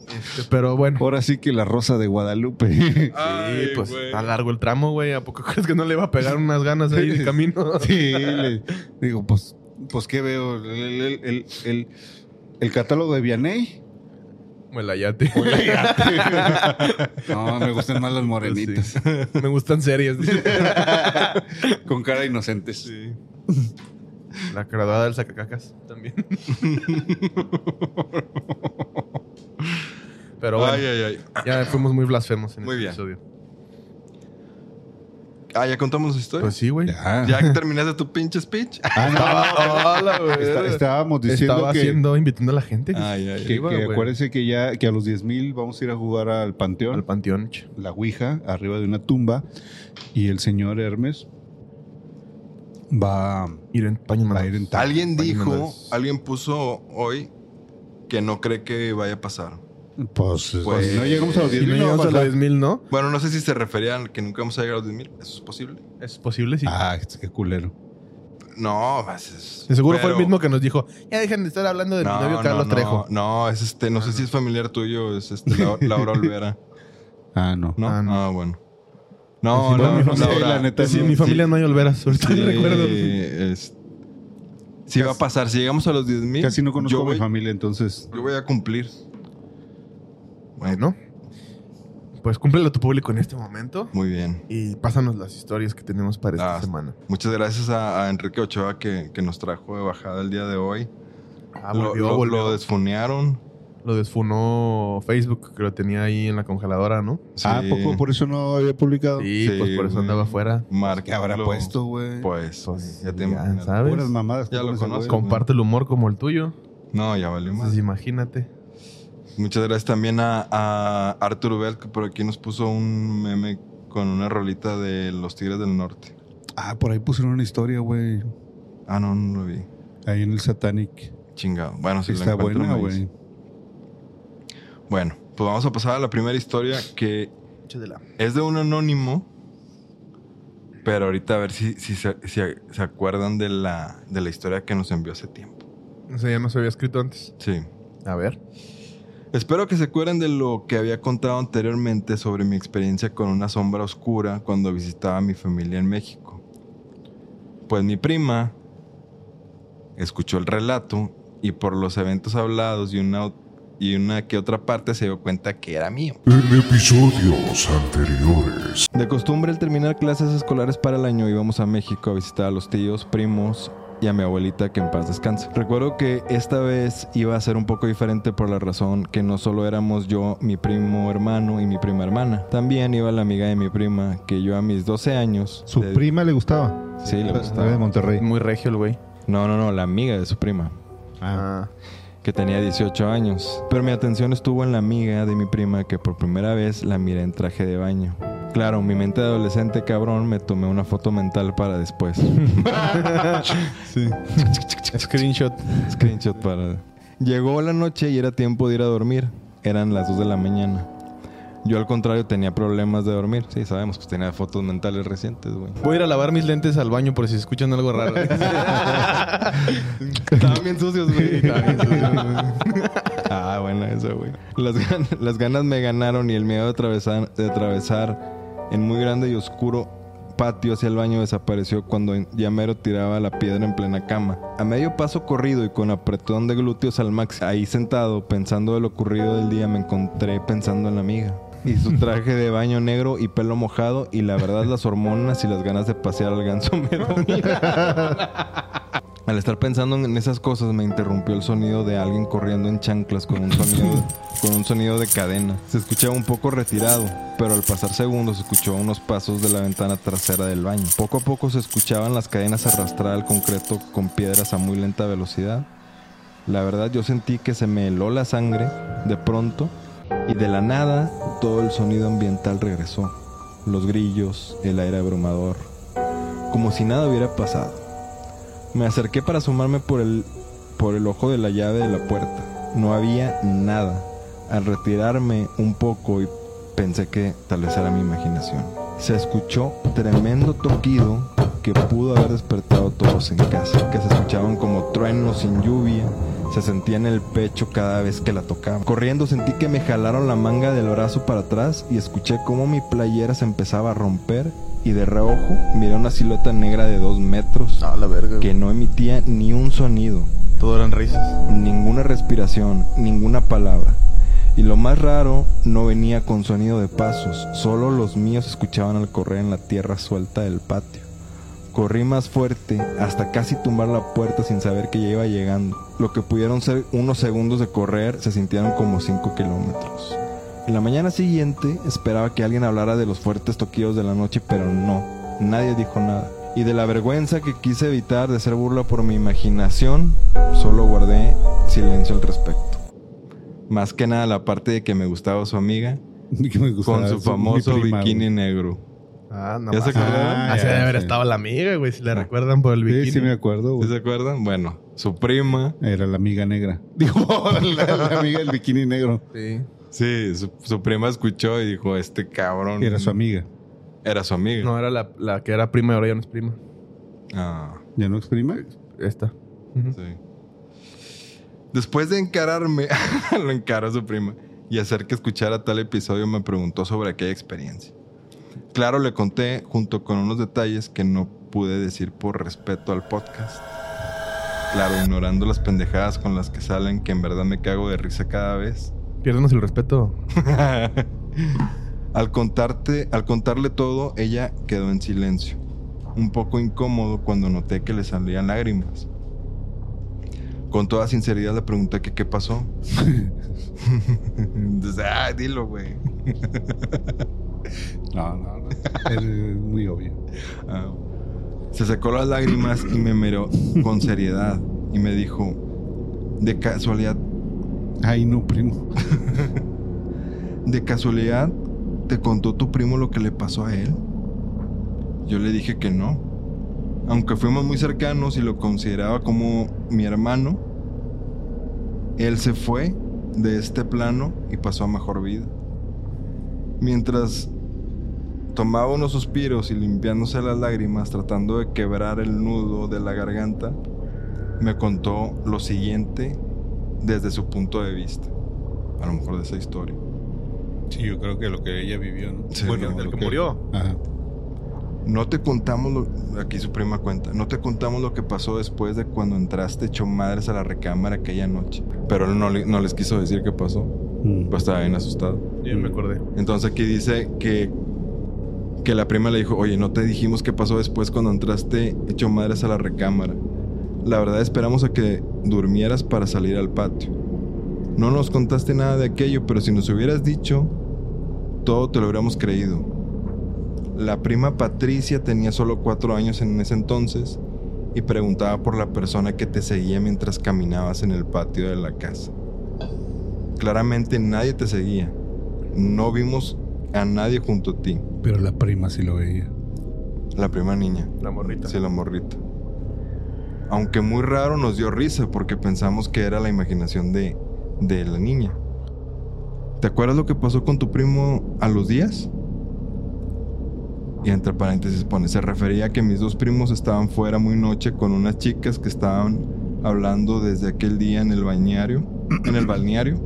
Speaker 2: Este, pero bueno.
Speaker 3: Ahora sí que la rosa de Guadalupe.
Speaker 2: Sí, pues está largo el tramo, güey. ¿A poco crees que no le va a pegar unas ganas ahí de camino?
Speaker 3: Sí, le- digo, pues, pues qué veo. El, el- el- el- el catálogo de Vianey.
Speaker 2: O el ayate.
Speaker 3: No, me gustan más las morenitas.
Speaker 2: Sí. Me gustan series.
Speaker 3: Con cara de inocentes.
Speaker 2: La graduada del sacacacas también. Pero bueno,
Speaker 4: Ay, ay, ay.
Speaker 2: ya fuimos muy blasfemos en
Speaker 4: Muy
Speaker 2: este
Speaker 4: bien.
Speaker 2: episodio.
Speaker 4: Ah, ya contamos la historia.
Speaker 2: Pues sí, güey.
Speaker 3: Ya.
Speaker 4: Ya que terminaste tu pinche speech.
Speaker 3: Ah, no,
Speaker 2: Hola, güey.
Speaker 3: está- estábamos diciendo
Speaker 2: Estaba
Speaker 3: que,
Speaker 2: haciendo, invitando a la gente que
Speaker 4: Ay, ay,
Speaker 3: que-
Speaker 4: ay.
Speaker 3: que
Speaker 2: iba, güey.
Speaker 3: acuérdense que ya que a los 10.000 vamos a ir a jugar al
Speaker 2: se-
Speaker 3: panteón,
Speaker 2: al panteón. ch.
Speaker 3: la Ouija, arriba de una tumba, y el señor Hermes va,
Speaker 2: Ir en paño
Speaker 3: va a
Speaker 2: mandado.
Speaker 3: ir en tal.
Speaker 4: Alguien
Speaker 2: Vale,
Speaker 4: dijo,
Speaker 2: mandas.
Speaker 4: alguien puso hoy que no cree que vaya a pasar.
Speaker 3: Pues, eh,
Speaker 4: Pues,
Speaker 3: si no llegamos a los
Speaker 2: Si
Speaker 3: 10.000.
Speaker 2: no
Speaker 3: no va a
Speaker 2: llegamos a los
Speaker 3: pasar.
Speaker 2: 10.000, ¿no?
Speaker 4: Bueno, no sé si se referían que nunca vamos a llegar a los 10.000. ¿Eso es posible?
Speaker 2: Es posible, sí.
Speaker 3: Ah, es- qué culero.
Speaker 4: No, pues, es-
Speaker 2: De seguro fue
Speaker 4: pero-
Speaker 2: el mismo que nos dijo, ya dejen de estar hablando de mi novio Carlos
Speaker 4: no,
Speaker 2: Trejo.
Speaker 4: No, es este, no sé si es familiar tuyo, es este, Lau- Laura Olvera.
Speaker 3: Ah, no.
Speaker 4: ¿No?
Speaker 2: Ah,
Speaker 4: Ah,
Speaker 2: no.
Speaker 4: bueno. No,
Speaker 3: Sí, bueno,
Speaker 4: no, no,
Speaker 3: no sé,
Speaker 4: Laura.
Speaker 3: la neta,
Speaker 2: Sí,
Speaker 3: no.
Speaker 2: en mi familia no hay olveras, ahorita
Speaker 4: Pues Sí,
Speaker 2: no recuerdo.
Speaker 4: es- sí va a pasar. Si llegamos a los 10 mil,
Speaker 3: Casi no conozco
Speaker 4: yo,
Speaker 3: a mi
Speaker 4: voy-
Speaker 3: familia, entonces.
Speaker 4: yo voy a cumplir. Bueno,
Speaker 2: Bueno, pues cúmplelo a tu público en este momento
Speaker 4: muy bien.
Speaker 2: y pásanos las historias que tenemos para esta
Speaker 4: Ah,
Speaker 2: semana.
Speaker 4: Muchas gracias a, a Enrique Ochoa que, que nos trajo de bajada el día de hoy.
Speaker 2: Ah,
Speaker 4: Lo-
Speaker 2: volvió,
Speaker 4: lo, lo
Speaker 2: volvió.
Speaker 4: desfunearon.
Speaker 2: Lo desfunó Facebook, que lo tenía ahí en la congeladora, ¿no?
Speaker 3: Ah,
Speaker 4: Sí.
Speaker 3: poco por eso no había publicado.
Speaker 2: Sí,
Speaker 4: Sí,
Speaker 2: pues por eso
Speaker 4: güey.
Speaker 2: andaba afuera.
Speaker 4: Mark
Speaker 3: ¿Qué habrá
Speaker 4: lo-
Speaker 3: puesto, ¿eh? güey?
Speaker 4: Pues,
Speaker 2: Pues,
Speaker 4: ya te
Speaker 2: ya
Speaker 4: imaginas.
Speaker 2: sabes.
Speaker 3: Puras mamadas. que
Speaker 4: Ya lo
Speaker 3: pone ese güey.
Speaker 4: conozco.
Speaker 2: Comparte el humor como el tuyo.
Speaker 4: No, ya valió más.
Speaker 2: Entonces imagínate.
Speaker 4: Muchas gracias también a, a Arthur Bell, que por aquí nos puso un meme con una rolita de los Tigres del Norte.
Speaker 3: Ah, por ahí pusieron una historia, güey.
Speaker 4: Ah, no, no lo vi.
Speaker 3: Ahí en el Satanic.
Speaker 4: Chingado. Bueno,
Speaker 3: Sí,
Speaker 4: si lo
Speaker 3: está
Speaker 4: encuentro,
Speaker 3: buena,
Speaker 4: me dice.
Speaker 3: güey.
Speaker 4: Bueno, pues vamos a pasar a la primera historia que es de un anónimo. Pero ahorita a ver si, si se, si se acuerdan de la, de la historia que nos envió hace tiempo.
Speaker 2: O sea, ya no se había escrito antes.
Speaker 4: Sí.
Speaker 2: A ver.
Speaker 4: Espero que se acuerden de lo que había contado anteriormente sobre mi experiencia con una sombra oscura cuando visitaba a mi familia en México. Pues mi prima escuchó el relato y por los eventos hablados y una, y una que otra parte se dio cuenta que era mío.
Speaker 8: En episodios anteriores,
Speaker 4: De costumbre, al terminar clases escolares para el año, íbamos a México a visitar a los tíos, primos y a mi abuelita que en paz descanse. Recuerdo que esta vez iba a ser un poco diferente por la razón que no solo éramos yo, mi primo hermano y mi prima hermana, también iba la amiga de mi prima que yo a mis 12 años.
Speaker 3: Su
Speaker 4: le-
Speaker 3: prima le gustaba.
Speaker 4: Sí, le
Speaker 3: Era de
Speaker 4: gustaba.
Speaker 3: Monterrey.
Speaker 2: Muy regio el güey.
Speaker 4: No, no, no, la amiga de su prima.
Speaker 2: Ah.
Speaker 4: que tenía 18 años. Pero mi atención estuvo en la amiga de mi prima que por primera vez la miré en traje de baño. Claro, mi mente de adolescente cabrón me tomé una foto mental para después. sí.
Speaker 2: Screenshot.
Speaker 4: Screenshot para. Llegó la noche y era tiempo de ir a dormir. Eran las 2 de la mañana. Yo al contrario tenía problemas de dormir. Sí, sabemos que tenía fotos mentales recientes, güey.
Speaker 2: Voy a ir a lavar mis lentes al baño por si escuchan algo raro. Estaban bien sucios, güey.
Speaker 4: Ah, bueno, eso, güey. Las, gan- las ganas me ganaron y el miedo de atravesar, de atravesar en muy grande y oscuro patio hacia el baño desapareció cuando Yamero tiraba la piedra en plena cama. A medio paso corrido y con apretón de glúteos al max, ahí sentado, pensando de lo ocurrido del día, me encontré pensando en la amiga. Y su traje de baño negro y pelo mojado y la verdad las hormonas y las ganas de pasear al ganso me dominaron. Al estar pensando en esas cosas me interrumpió el sonido de alguien corriendo en chanclas con un sonido, con un sonido de cadena. Se escuchaba un poco retirado, pero al pasar segundos escuchó unos pasos de la ventana trasera del baño. Poco a poco se escuchaban las cadenas arrastrar al concreto con piedras a muy lenta velocidad. La verdad yo sentí que se me heló la sangre de pronto y de la nada todo el sonido ambiental regresó. Los grillos, el aire abrumador, como si nada hubiera pasado. Me acerqué para asomarme por el, por el ojo de la llave de la puerta. No había nada. Al retirarme un poco y pensé que tal vez era mi imaginación. Se escuchó tremendo toquido que pudo haber despertado a todos en casa, que se escuchaban como truenos sin lluvia, se sentía en el pecho cada vez que la tocaba. Corriendo sentí que me jalaron la manga del brazo para atrás y escuché cómo mi playera se empezaba a romper y de reojo miré una silueta negra de dos metros
Speaker 2: Ah, la verga.
Speaker 4: que no emitía ni un sonido,
Speaker 2: Todo eran risas.
Speaker 4: ninguna respiración, ninguna palabra. Y lo más raro, no venía con sonido de pasos, solo los míos escuchaban al correr en la tierra suelta del patio. Corrí más fuerte hasta casi tumbar la puerta sin saber que ya iba llegando. Lo que pudieron ser unos segundos de correr se sintieron como 5 kilómetros. En la mañana siguiente esperaba que alguien hablara de los fuertes toquillos de la noche, pero no, nadie dijo nada. Y de la vergüenza que quise evitar de ser burla por mi imaginación, solo guardé silencio al respecto. Más que nada la parte de que me gustaba su amiga
Speaker 3: Que me gustaba,
Speaker 4: con su
Speaker 3: mi
Speaker 4: famoso
Speaker 3: prima, güey.
Speaker 4: bikini negro.
Speaker 2: Ah, no.
Speaker 4: ¿Ya se
Speaker 2: más.
Speaker 4: acordaron?
Speaker 3: Ah,
Speaker 2: Así
Speaker 3: ya,
Speaker 2: debe haber
Speaker 3: sí.
Speaker 2: estado la amiga, güey, si la recuerdan por el bikini.
Speaker 3: Sí, sí me acuerdo,
Speaker 4: ¿Sí
Speaker 3: güey.
Speaker 4: se acuerdan? Bueno, su prima.
Speaker 3: Era la amiga negra. Digo, la, la amiga del bikini negro.
Speaker 4: Sí, su, su prima escuchó y dijo, este cabrón.
Speaker 3: Era su amiga.
Speaker 4: Era su amiga.
Speaker 2: No, era la, la que era prima y ahora ya no es prima.
Speaker 4: Ah,
Speaker 3: ¿Ya no exprima?
Speaker 2: Esta.
Speaker 4: sí. Después de encararme, lo encaró su prima, y hacer que escuchara tal episodio me preguntó sobre aquella experiencia. Claro, le conté junto con unos detalles que no pude decir por respeto al podcast. Claro, ignorando las pendejadas con las que salen, que en verdad me cago de risa cada vez.
Speaker 2: Piérdenos el respeto.
Speaker 4: al contarte, al contarle todo, ella quedó en silencio, un poco incómodo cuando noté que le salían lágrimas. Con toda sinceridad le pregunté que qué pasó. Entonces, ah, dilo, güey.
Speaker 3: No, no, no. Es muy obvio.
Speaker 4: Ah. Se secó las lágrimas y me miró con seriedad y me dijo, de casualidad
Speaker 3: Ay, no, primo.
Speaker 4: ¿De casualidad te contó tu primo lo que le pasó a él? Yo le dije que no. Aunque fuimos muy cercanos y lo consideraba como mi hermano, él se fue de este plano y pasó a mejor vida. Mientras tomaba unos suspiros y limpiándose las lágrimas tratando de quebrar el nudo de la garganta, me contó lo siguiente desde su punto de vista, a lo mejor de esa historia.
Speaker 9: Sí, yo creo que lo que ella vivió, ¿no?
Speaker 4: Sí,
Speaker 9: Bueno,
Speaker 4: no,
Speaker 9: lo
Speaker 2: del que murió.
Speaker 9: Ajá.
Speaker 4: No te contamos lo, aquí su prima cuenta, no te contamos lo que pasó después de cuando entraste hecho madres a la recámara aquella noche. Pero él no, le- no les quiso decir qué pasó,
Speaker 3: Mm.
Speaker 4: pues estaba bien asustado.
Speaker 2: Ya me acordé.
Speaker 4: Entonces aquí dice que, que la prima le dijo, oye, no te dijimos qué pasó después cuando entraste hecho madres a la recámara. La verdad esperamos a que durmieras para salir al patio. No nos contaste nada de aquello, pero si nos hubieras dicho, todo te lo hubiéramos creído. La prima Patricia tenía solo cuatro años en ese entonces y preguntaba por la persona que te seguía mientras caminabas en el patio de la casa. Claramente nadie te seguía. No vimos a nadie junto a ti.
Speaker 9: Pero la prima sí lo veía.
Speaker 4: La prima niña.
Speaker 2: La morrita.
Speaker 4: Sí, la morrita. Aunque muy raro nos dio risa porque pensamos que era la imaginación de, de la niña. ¿Te acuerdas lo que pasó con tu primo a los días? Y entre paréntesis pone, se refería a que mis dos primos estaban fuera muy noche con unas chicas que estaban hablando desde aquel día en el balneario, en el balneario,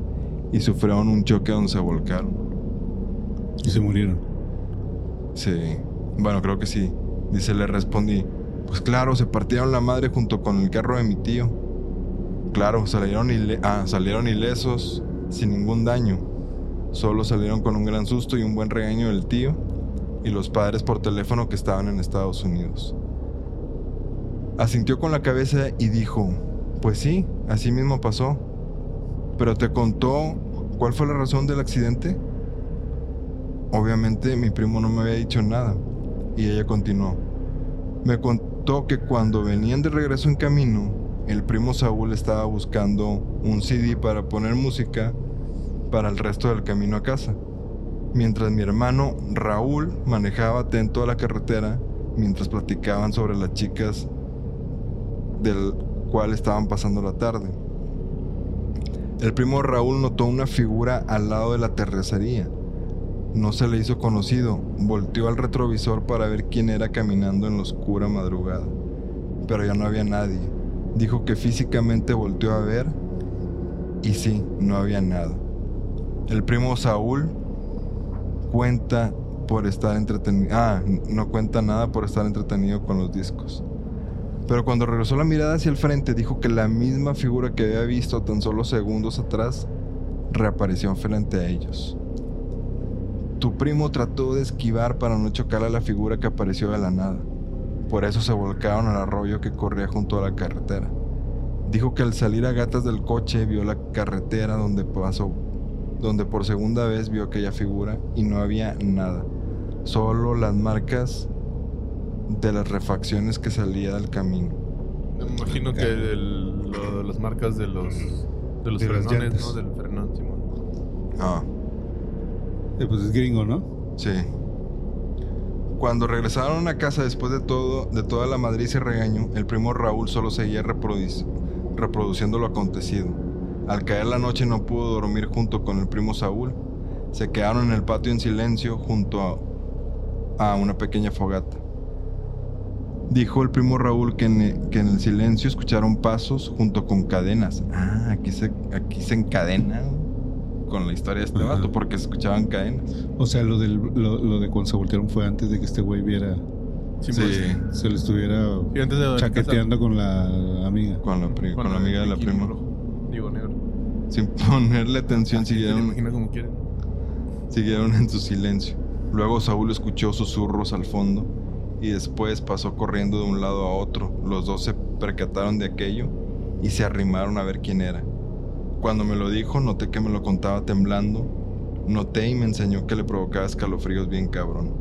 Speaker 4: y sufrieron un choque donde se volcaron.
Speaker 9: Y se murieron.
Speaker 4: Sí, bueno, creo que sí. Dice, le respondí. Pues claro, se partieron la madre junto con el carro de mi tío. Claro, salieron, ile- ah, salieron ilesos, sin ningún daño. Solo salieron con un gran susto y un buen regaño del tío y los padres por teléfono que estaban en Estados Unidos. Asintió con la cabeza y dijo, pues sí, así mismo pasó. Pero te contó cuál fue la razón del accidente. Obviamente mi primo no me había dicho nada y ella continuó. Me contó que cuando venían de regreso en camino, el primo Saúl estaba buscando un CD para poner música para el resto del camino a casa. Mientras mi hermano Raúl manejaba atento a la carretera mientras platicaban sobre las chicas del cual estaban pasando la tarde. El primo Raúl notó una figura al lado de la terracería. No se le hizo conocido. Volteó al retrovisor para ver quién era caminando en la oscura madrugada. Pero ya no había nadie. Dijo que físicamente volteó a ver y sí, no había nada. El primo Saúl cuenta por estar entretenido. Ah, no cuenta nada por estar entretenido con los discos. Pero cuando regresó la mirada hacia el frente, dijo que la misma figura que había visto tan solo segundos atrás reapareció frente a ellos. Tu primo trató de esquivar para no chocar a la figura que apareció de la nada. Por eso se volcaron al arroyo que corría junto a la carretera. Dijo que al salir a gatas del coche vio la carretera donde pasó, donde por segunda vez vio aquella figura y no había nada, solo las marcas de las refacciones que salía del camino.
Speaker 5: Me imagino que el- lo- las marcas de los, de los
Speaker 9: De las
Speaker 5: frenones,
Speaker 9: llantas.
Speaker 5: ¿no? Del frenón, Simón.
Speaker 4: Ah,
Speaker 9: Eh, pues es gringo, ¿no?
Speaker 4: Sí. Cuando regresaron a casa después de todo, de toda la Madrid y regaño, el primo Raúl solo seguía reproduci- reproduciendo lo acontecido. Al caer la noche no pudo dormir junto con el primo Saúl. Se quedaron en el patio en silencio junto a, a una pequeña fogata. Dijo el primo Raúl que en, e- que en el silencio escucharon pasos junto con cadenas. Ah, aquí se, aquí se encadena con la historia de este
Speaker 9: Ajá.
Speaker 4: vato porque se escuchaban cadenas.
Speaker 9: O sea, lo, del, lo, lo de cuando se voltearon fue antes de que este güey viera,
Speaker 5: Simón.
Speaker 4: Sí.
Speaker 9: se le estuviera
Speaker 5: Y antes de dormir,
Speaker 9: chaqueteando con la amiga.
Speaker 4: Con la, pri-
Speaker 5: casa,
Speaker 4: con la amiga de la
Speaker 5: bikini
Speaker 4: prima.
Speaker 5: rojo. Digo, negro.
Speaker 4: Sin ponerle
Speaker 2: Ah,
Speaker 4: atención,
Speaker 5: Me
Speaker 4: siguieron,
Speaker 5: imagino como quieren.
Speaker 4: siguieron en su silencio. Luego Saúl escuchó susurros al fondo y después pasó corriendo de un lado a otro. Los dos se percataron de aquello y se arrimaron a ver quién era. Cuando me lo dijo, noté que me lo contaba temblando. Noté y me enseñó que le provocaba escalofríos bien cabrón.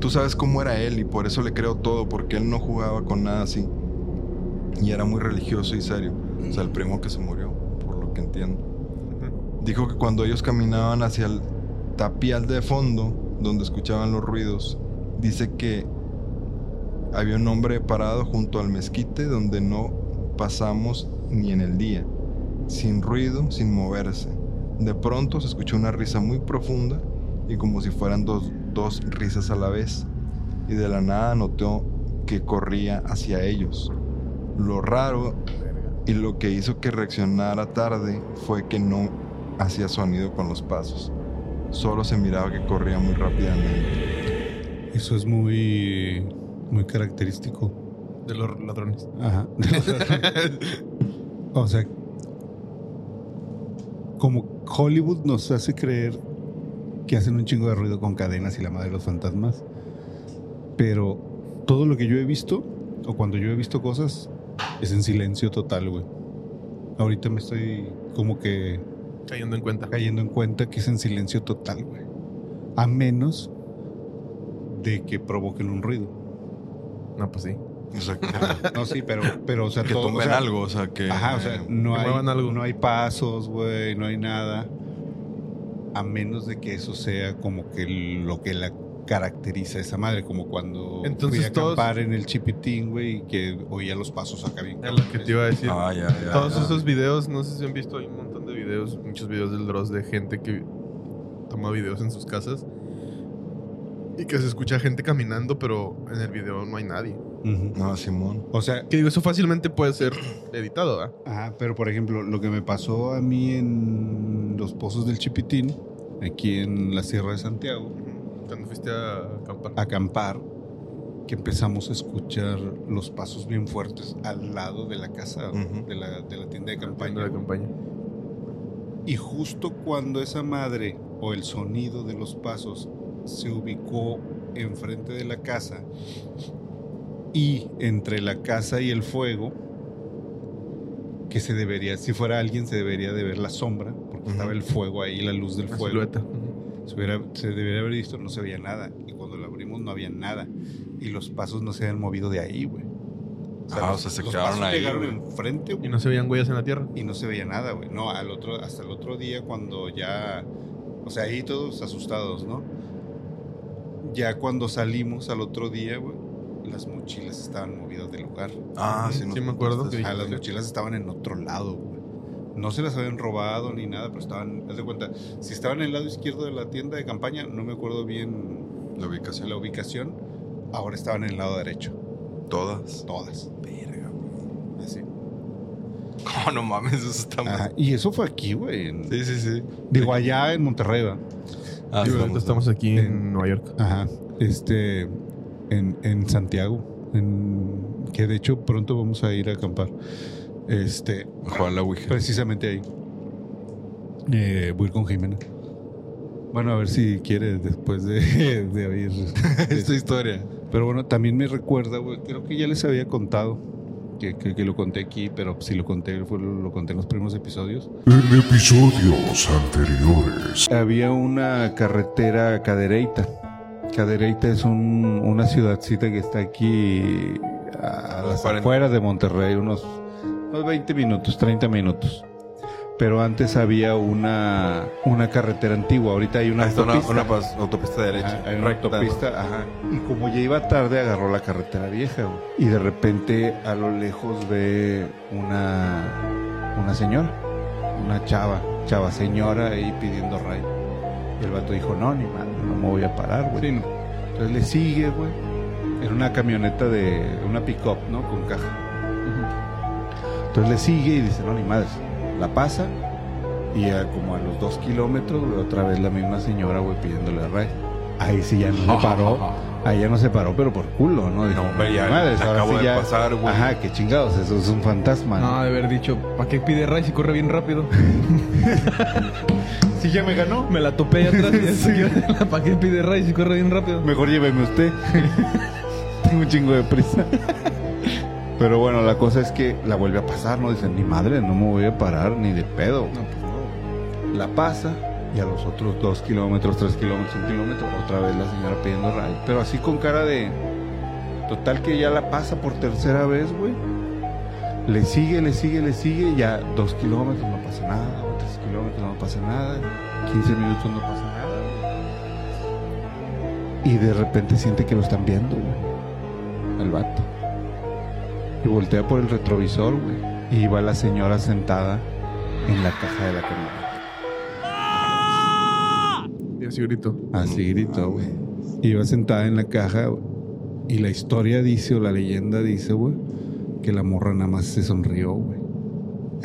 Speaker 4: Tú sabes cómo era él y por eso le creo todo, porque él no jugaba con nada así. Y era muy religioso y serio. O sea, el primo que se murió, por lo que entiendo. Dijo que cuando ellos caminaban hacia el tapial de fondo, donde escuchaban los ruidos, dice que había un hombre parado junto al mezquite donde no pasamos ni en el día. sin ruido, sin moverse. De pronto se escuchó una risa muy profunda y como si fueran dos, dos risas a la vez. Y de la nada notó que corría hacia ellos. Lo raro y lo que hizo que reaccionara tarde fue que no hacía sonido con los pasos. Solo se miraba que corría muy rápidamente.
Speaker 3: Eso es muy, muy característico.
Speaker 2: de los ladrones.
Speaker 3: Ajá. o sea, como Hollywood nos hace creer que hacen un chingo de ruido con cadenas y la madre de los fantasmas, pero todo lo que yo he visto, o cuando yo he visto cosas, es en silencio total, güey. Ahorita me estoy como que
Speaker 2: Cayendo en cuenta.
Speaker 3: cayendo en cuenta que es en silencio total, güey. A menos de que provoquen un ruido.
Speaker 2: No, pues sí.
Speaker 4: O sea,
Speaker 3: No, sí, pero, pero o sea,
Speaker 4: que
Speaker 3: todo- o
Speaker 4: tumben
Speaker 3: sea,
Speaker 4: algo, o sea, que...
Speaker 3: Ajá, o sea, no
Speaker 2: que
Speaker 3: hay,
Speaker 2: muevan algo.
Speaker 3: no hay pasos, güey, no hay nada. A menos de que eso sea como que lo que la caracteriza a esa madre, como cuando
Speaker 2: Entonces
Speaker 3: fui a
Speaker 2: todos-
Speaker 3: acampar en el chipitín, güey, y que oía los pasos acá bien.
Speaker 2: Es lo que te iba a decir.
Speaker 4: Ah, ya, ya,
Speaker 2: Todos
Speaker 4: ya.
Speaker 2: esos videos, no sé si han visto, hay un montón de videos, muchos videos del Dross de gente que toma videos en sus casas y que se escucha gente caminando, pero en el video no hay nadie.
Speaker 3: Ujú.
Speaker 4: No, Simón.
Speaker 3: O sea,
Speaker 2: Que digo, eso fácilmente puede ser editado, ¿ah?
Speaker 3: Ajá, pero por ejemplo, lo que me pasó a mí en los pozos del Chipitín, aquí en la Sierra de Santiago,
Speaker 2: Cuando fuiste a acampar.
Speaker 4: Ah,
Speaker 3: a acampar, que empezamos a escuchar los pasos bien fuertes al lado de la casa,
Speaker 4: Ujú.
Speaker 3: de, la, de la tienda de
Speaker 2: Cuando
Speaker 3: campaña.
Speaker 2: la campaña.
Speaker 3: Y justo cuando esa madre o el sonido de los pasos se ubicó enfrente de la casa y entre la casa y el fuego, que se debería, si fuera alguien, se debería de ver la sombra, porque
Speaker 4: Ujú.
Speaker 3: estaba el fuego ahí, la luz del
Speaker 2: La
Speaker 3: fuego.
Speaker 2: silueta.
Speaker 3: Se, hubiera- se debería haber visto, no se veía nada. Y cuando lo abrimos no había nada. Y los pasos no se habían movido de ahí, güey.
Speaker 4: Ah, o sea, se quedaron
Speaker 3: pasos
Speaker 4: ahí,
Speaker 3: Llegaron
Speaker 4: güey.
Speaker 3: enfrente, güey
Speaker 2: Y no se veían huellas en la tierra.
Speaker 3: y no se veía nada, güey. No, al otro, hasta el otro día cuando ya, o sea, ahí todos asustados, ¿no? Ya cuando salimos al otro día, güey, las mochilas estaban movidas del lugar.
Speaker 4: Ah, sí,
Speaker 2: Sí, me
Speaker 4: no te
Speaker 2: acuerdo
Speaker 4: contaste.
Speaker 2: que-
Speaker 3: Ah, las
Speaker 2: dijiste?
Speaker 3: mochilas estaban en otro lado, güey. No se las habían robado ni nada, pero estaban, haz de cuenta, si estaban en el lado izquierdo de la tienda de campaña, no me acuerdo bien
Speaker 4: La ubicación.
Speaker 3: la ubicación, ahora estaban en el lado derecho,
Speaker 4: Todas.
Speaker 3: todas,
Speaker 4: Verga,
Speaker 3: así.
Speaker 4: ¿Cómo no mames? Eso está mal.
Speaker 3: Ajá, Y eso fue aquí, güey. en-
Speaker 4: Sí, sí, sí.
Speaker 3: Digo, allá en Monterrey, ¿va?
Speaker 4: Ah,
Speaker 2: Digo,
Speaker 4: estamos-
Speaker 2: ahorita estamos aquí
Speaker 3: en-
Speaker 2: en Nueva York.
Speaker 3: Ajá. Este, en, en Santiago, en- que de hecho pronto vamos a ir a acampar. Este,
Speaker 4: Jugar la Ouija.
Speaker 3: precisamente ahí. Eh, voy a ir con Jimena. Bueno, a ver si quiere después de, de oír
Speaker 4: Esta historia.
Speaker 3: Pero bueno, también me recuerda, güey, creo que ya les había contado, que, que- que lo conté aquí, pero si lo conté, fue, lo, lo conté en los primeros episodios.
Speaker 10: En episodios anteriores.
Speaker 3: Había una carretera Cadereyta. Cadereyta es un- una ciudadcita que está aquí a
Speaker 4: Los
Speaker 3: las
Speaker 4: 40.
Speaker 3: afueras de Monterrey, unos, unos 20 minutos, 30 minutos. Pero antes había una, una carretera antigua, ahorita hay una
Speaker 4: Ah, está una,
Speaker 3: autopista.
Speaker 4: una pas- autopista derecha.
Speaker 3: Ajá, hay una
Speaker 4: recta, ¿no?
Speaker 3: autopista, ajá. Y como ya iba tarde, agarró la carretera vieja, güey. Y de repente, a lo lejos ve una, una señora, una chava, chava señora ahí pidiendo rayo. Y el vato dijo, no, ni madre, no me voy a parar, güey. Entonces le sigue, güey. Era una camioneta de una pick-up, ¿no? Con caja. Entonces le sigue y dice, no, ni madres. La pasa y a- como a los dos kilómetros, güey, otra vez la misma señora, güey, pidiéndole a Ray. Ahí sí ya no se paró. Ahí ya no se paró, pero por culo, ¿no? Dijo,
Speaker 4: No, hombre, ya
Speaker 3: "Ni madres,
Speaker 4: te
Speaker 3: ahora
Speaker 4: acabo
Speaker 3: sí
Speaker 4: de
Speaker 3: ya-
Speaker 4: pasar, güey. Ah.
Speaker 3: Ajá, qué chingados, eso es un fantasma. ¿no?
Speaker 2: Ah, de haber dicho, ¿para qué pide Ray si corre bien rápido?
Speaker 3: Sí, ya me ganó.
Speaker 2: Me la topé atrás y ¿para qué pide Ray si corre bien rápido?
Speaker 3: Mejor lléveme usted. Tengo un chingo de prisa. Pero bueno, la cosa es que la vuelve a pasar, ¿no? Dicen, ni madre, no me voy a parar ni de pedo. La pasa y a los otros dos kilómetros, tres kilómetros, un kilómetro, otra vez la señora pidiendo rayo. Pero así con cara de... Total que ya la pasa por tercera vez, güey. Le sigue, le sigue, le sigue, ya dos kilómetros no pasa nada, tres kilómetros no pasa nada, 15 minutos no pasa nada. güey. Y de repente siente que lo están viendo, güey. El vato. Y voltea por el retrovisor, güey. Y va la señora sentada en la caja de la camioneta.
Speaker 2: Y así grito.
Speaker 3: Así gritó, güey. Iba sentada en la caja güey, y la historia dice, o la leyenda dice, güey, que la morra nada más se sonrió, güey.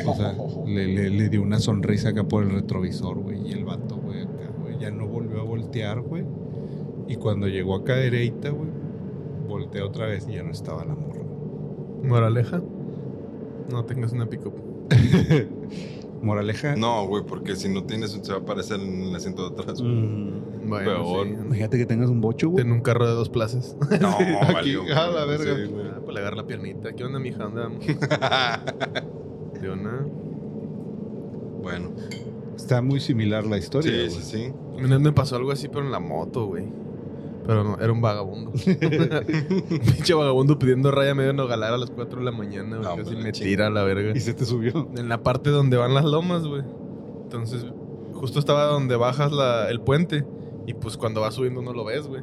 Speaker 3: O sea, le, le- le dio una sonrisa acá por el retrovisor, güey. Y el vato, güey, acá, güey, ya no volvió a voltear, güey. Y cuando llegó acá derecha, güey, volteó otra vez y ya no estaba la morra.
Speaker 2: Moraleja. No tengas una pick-up.
Speaker 3: Moraleja.
Speaker 4: No, güey, porque si no tienes, se va a aparecer en el asiento de atrás. güey.
Speaker 3: Mm,
Speaker 2: Bueno,
Speaker 4: Peor.
Speaker 2: sí.
Speaker 3: Imagínate que tengas un bocho, güey.
Speaker 2: En un carro de dos plazas.
Speaker 4: No,
Speaker 2: Aquí,
Speaker 4: valió,
Speaker 2: a la
Speaker 4: güey,
Speaker 2: verga.
Speaker 4: sí, güey.
Speaker 2: Ah, pues le agarra la piernita. ¿Qué onda, mija? Anda. ¿Qué onda?
Speaker 4: bueno,
Speaker 3: Está muy similar la historia.
Speaker 4: sí,
Speaker 3: güey.
Speaker 4: sí, sí.
Speaker 2: A mí me pasó algo así, pero en la moto, güey. Pero no, era un vagabundo. Un Pinche vagabundo pidiendo raya medio en Nogalar a las 4 de la mañana, güey.
Speaker 4: No,
Speaker 2: Casi
Speaker 4: hombre,
Speaker 2: me
Speaker 4: la chica.
Speaker 2: tira a la verga.
Speaker 3: pues, Y se te subió.
Speaker 2: En la parte donde van las lomas, güey. Entonces, justo estaba donde bajas la- el puente. Y pues cuando vas subiendo no lo ves, güey.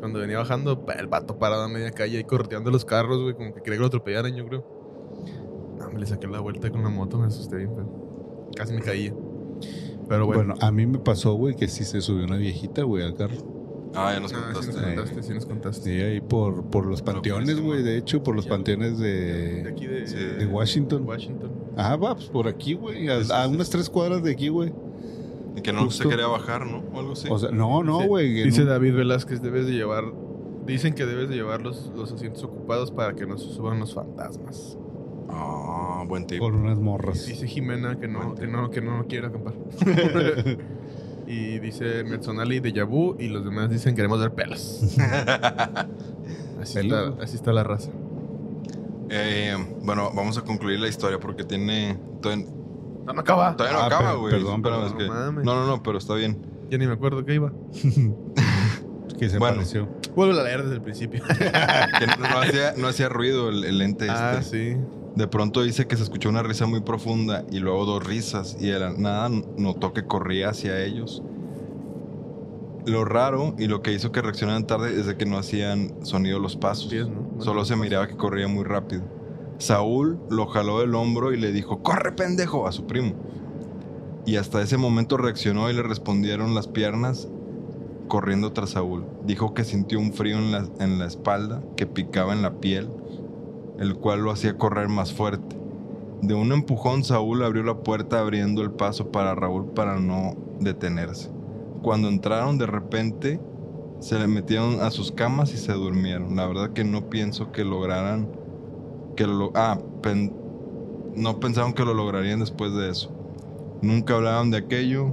Speaker 2: Cuando venía bajando, pa, el vato parado a media calle ahí correteando los carros, güey. Como que quería que lo atropellaran, yo creo. No, me le saqué la vuelta con la moto, me asusté bien, feo. Casi me caía. Pero bueno.
Speaker 3: Bueno, a mí me pasó, güey, que sí se subió una viejita, güey, al carro.
Speaker 4: Ah, ya nos
Speaker 2: Ah, sí nos
Speaker 4: contaste.
Speaker 2: contaste, sí nos contaste.
Speaker 3: Sí, ahí por, por los panteones, güey, de hecho, por los panteones
Speaker 2: De
Speaker 3: de,
Speaker 2: aquí de,
Speaker 4: Sí.
Speaker 3: de Washington.
Speaker 2: Washington.
Speaker 3: Ah, va, pues por aquí, güey, a, a unas tres cuadras de aquí, güey.
Speaker 4: Y que no se
Speaker 3: Justo.
Speaker 4: quería bajar, ¿no? O algo así.
Speaker 3: O sea, no, no,
Speaker 2: Dice-
Speaker 3: güey. en
Speaker 2: Dice
Speaker 3: un-
Speaker 2: David Velázquez, debes de llevar... Dicen que debes de llevar los, los asientos ocupados para que no se suban los fantasmas.
Speaker 4: Ah, buen tipo.
Speaker 3: Con unas morras.
Speaker 2: Dice Jimena que no, que no, que no quiere acampar. y dice Merzonali de Yabu y los demás dicen queremos ver pelos. así,
Speaker 3: ¿Pelos?
Speaker 2: Está, así está la raza.
Speaker 4: Eh, bueno, vamos a concluir la historia porque tiene. Todavía,
Speaker 2: No, no acaba.
Speaker 4: todavía no
Speaker 3: Ah,
Speaker 4: acaba,
Speaker 3: per-
Speaker 4: güey.
Speaker 3: perdón,
Speaker 4: Pero
Speaker 3: perdón,
Speaker 4: es
Speaker 2: no
Speaker 4: que-
Speaker 2: mames.
Speaker 4: no, no, no, pero está bien.
Speaker 2: Ya ni me acuerdo qué iba.
Speaker 3: que se
Speaker 4: Bueno.
Speaker 3: pareció.
Speaker 2: Vuelve a leer desde el principio.
Speaker 4: Que no, no hacía, no hacía ruido el, el ente
Speaker 2: ah,
Speaker 4: este.
Speaker 2: sí.
Speaker 4: De pronto dice que se escuchó una risa muy profunda y luego dos risas y de la nada notó que corría hacia ellos. Lo raro y lo que hizo que reaccionaran tarde es de que no hacían sonido los pasos.
Speaker 2: Pies, ¿no? Bueno,
Speaker 4: Solo se miraba que corría muy rápido. Saúl lo jaló del hombro y le dijo, corre pendejo, a su primo. Y hasta ese momento reaccionó y le respondieron las piernas corriendo tras Saúl. Dijo que sintió un frío en la, en la espalda que picaba en la piel, el cual lo hacía correr más fuerte. De un empujón Saúl abrió la puerta abriendo el paso para Raúl para no detenerse. Cuando entraron de repente se le metieron a sus camas y se durmieron. La verdad que no pienso que lograran que lo ah, pen- no pensaron que lo lograrían después de eso. Nunca hablaron de aquello.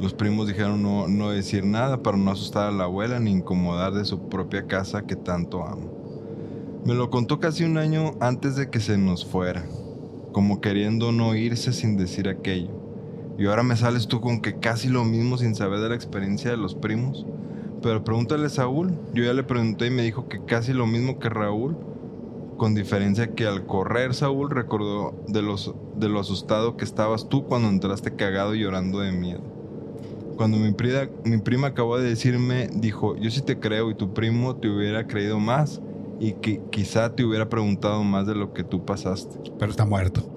Speaker 4: Los primos dijeron no, no decir nada para no asustar a la abuela ni incomodar de su propia casa que tanto amo. Me lo contó casi un año antes de que se nos fuera, como queriendo no irse sin decir aquello. Y ahora me sales tú con que casi lo mismo sin saber de la experiencia de los primos. Pero pregúntale a Saúl. Yo ya le pregunté y me dijo que casi lo mismo que Raúl. Con diferencia que al correr Saúl recordó de, los, de lo asustado que estabas tú cuando entraste cagado y llorando de miedo. Cuando mi, prida- mi prima acabó de decirme, dijo, yo sí te creo y tu primo te hubiera creído más y que quizá te hubiera preguntado más de lo que tú pasaste.
Speaker 3: Pero está muerto.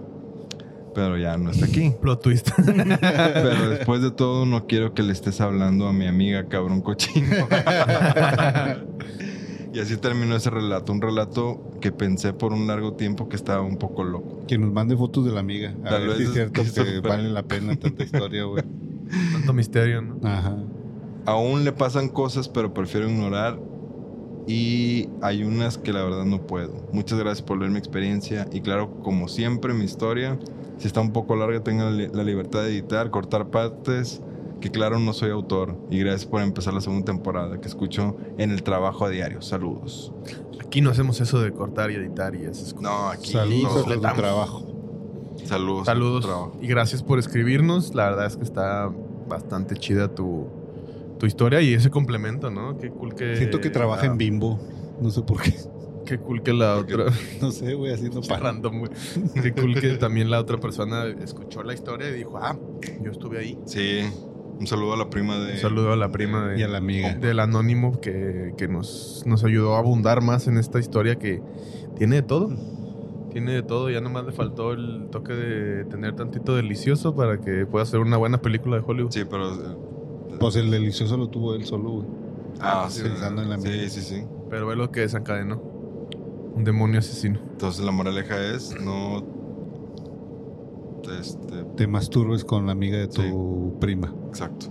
Speaker 4: Pero ya no está aquí.
Speaker 2: Plot twist.
Speaker 4: Pero después de todo, no quiero que le estés hablando a mi amiga, cabrón cochino. y así terminó ese relato. Un relato que pensé por un largo tiempo que estaba un poco loco.
Speaker 3: Que nos mande fotos de la amiga. A
Speaker 4: Tal
Speaker 3: ver
Speaker 4: vez
Speaker 3: si es
Speaker 4: es-
Speaker 3: cierto
Speaker 4: es
Speaker 3: que
Speaker 4: súper-
Speaker 3: vale la pena tanta historia, güey.
Speaker 2: Tanto misterio, ¿no?
Speaker 3: Ajá.
Speaker 4: Aún le pasan cosas, pero prefiero ignorar. Y hay unas que la verdad no puedo. Muchas gracias por leer mi experiencia. Y claro, como siempre, mi historia. Si está un poco larga, tengan la li- la libertad de editar, cortar partes. Que claro, no soy autor. Y gracias por empezar la segunda temporada que escucho en el trabajo a diario. Saludos.
Speaker 2: Aquí no hacemos eso de cortar y editar y esas cosas.
Speaker 4: No, aquí
Speaker 3: Saludos
Speaker 4: no.
Speaker 3: a los de trabajo.
Speaker 4: Saludos.
Speaker 2: Saludos
Speaker 4: Trabajo.
Speaker 2: y gracias por escribirnos. La verdad es que está bastante chida tu, tu historia y ese complemento, ¿no? Qué cool que.
Speaker 3: Siento que trabaja en
Speaker 2: la-
Speaker 3: bimbo. No sé por qué.
Speaker 2: Qué cool que la
Speaker 4: Porque-
Speaker 2: otra.
Speaker 3: No sé, güey, haciendo
Speaker 2: Está
Speaker 3: parrando.
Speaker 2: random, güey. Qué cool que también la otra persona escuchó la historia y dijo, ah, yo estuve ahí.
Speaker 4: Sí. Un saludo a la prima de.
Speaker 2: Un saludo a la prima de-
Speaker 3: Eh, Y a la amiga.
Speaker 2: del anónimo que, que nos, nos ayudó a abundar más en esta historia que tiene de todo. Tiene de todo, ya nomás le faltó el toque de tener tantito delicioso para que pueda ser una buena película de Hollywood.
Speaker 4: Sí, pero.
Speaker 3: Pues el delicioso lo tuvo él solo, güey.
Speaker 4: Ah,
Speaker 3: sí,
Speaker 4: sí.
Speaker 3: pensando en la
Speaker 4: sí,
Speaker 3: mía.
Speaker 4: sí, sí.
Speaker 2: Pero es lo que desencadenó. Un demonio asesino.
Speaker 4: Entonces la moraleja es no. Este,
Speaker 3: Te masturbes con la amiga de tu prima.
Speaker 4: exacto.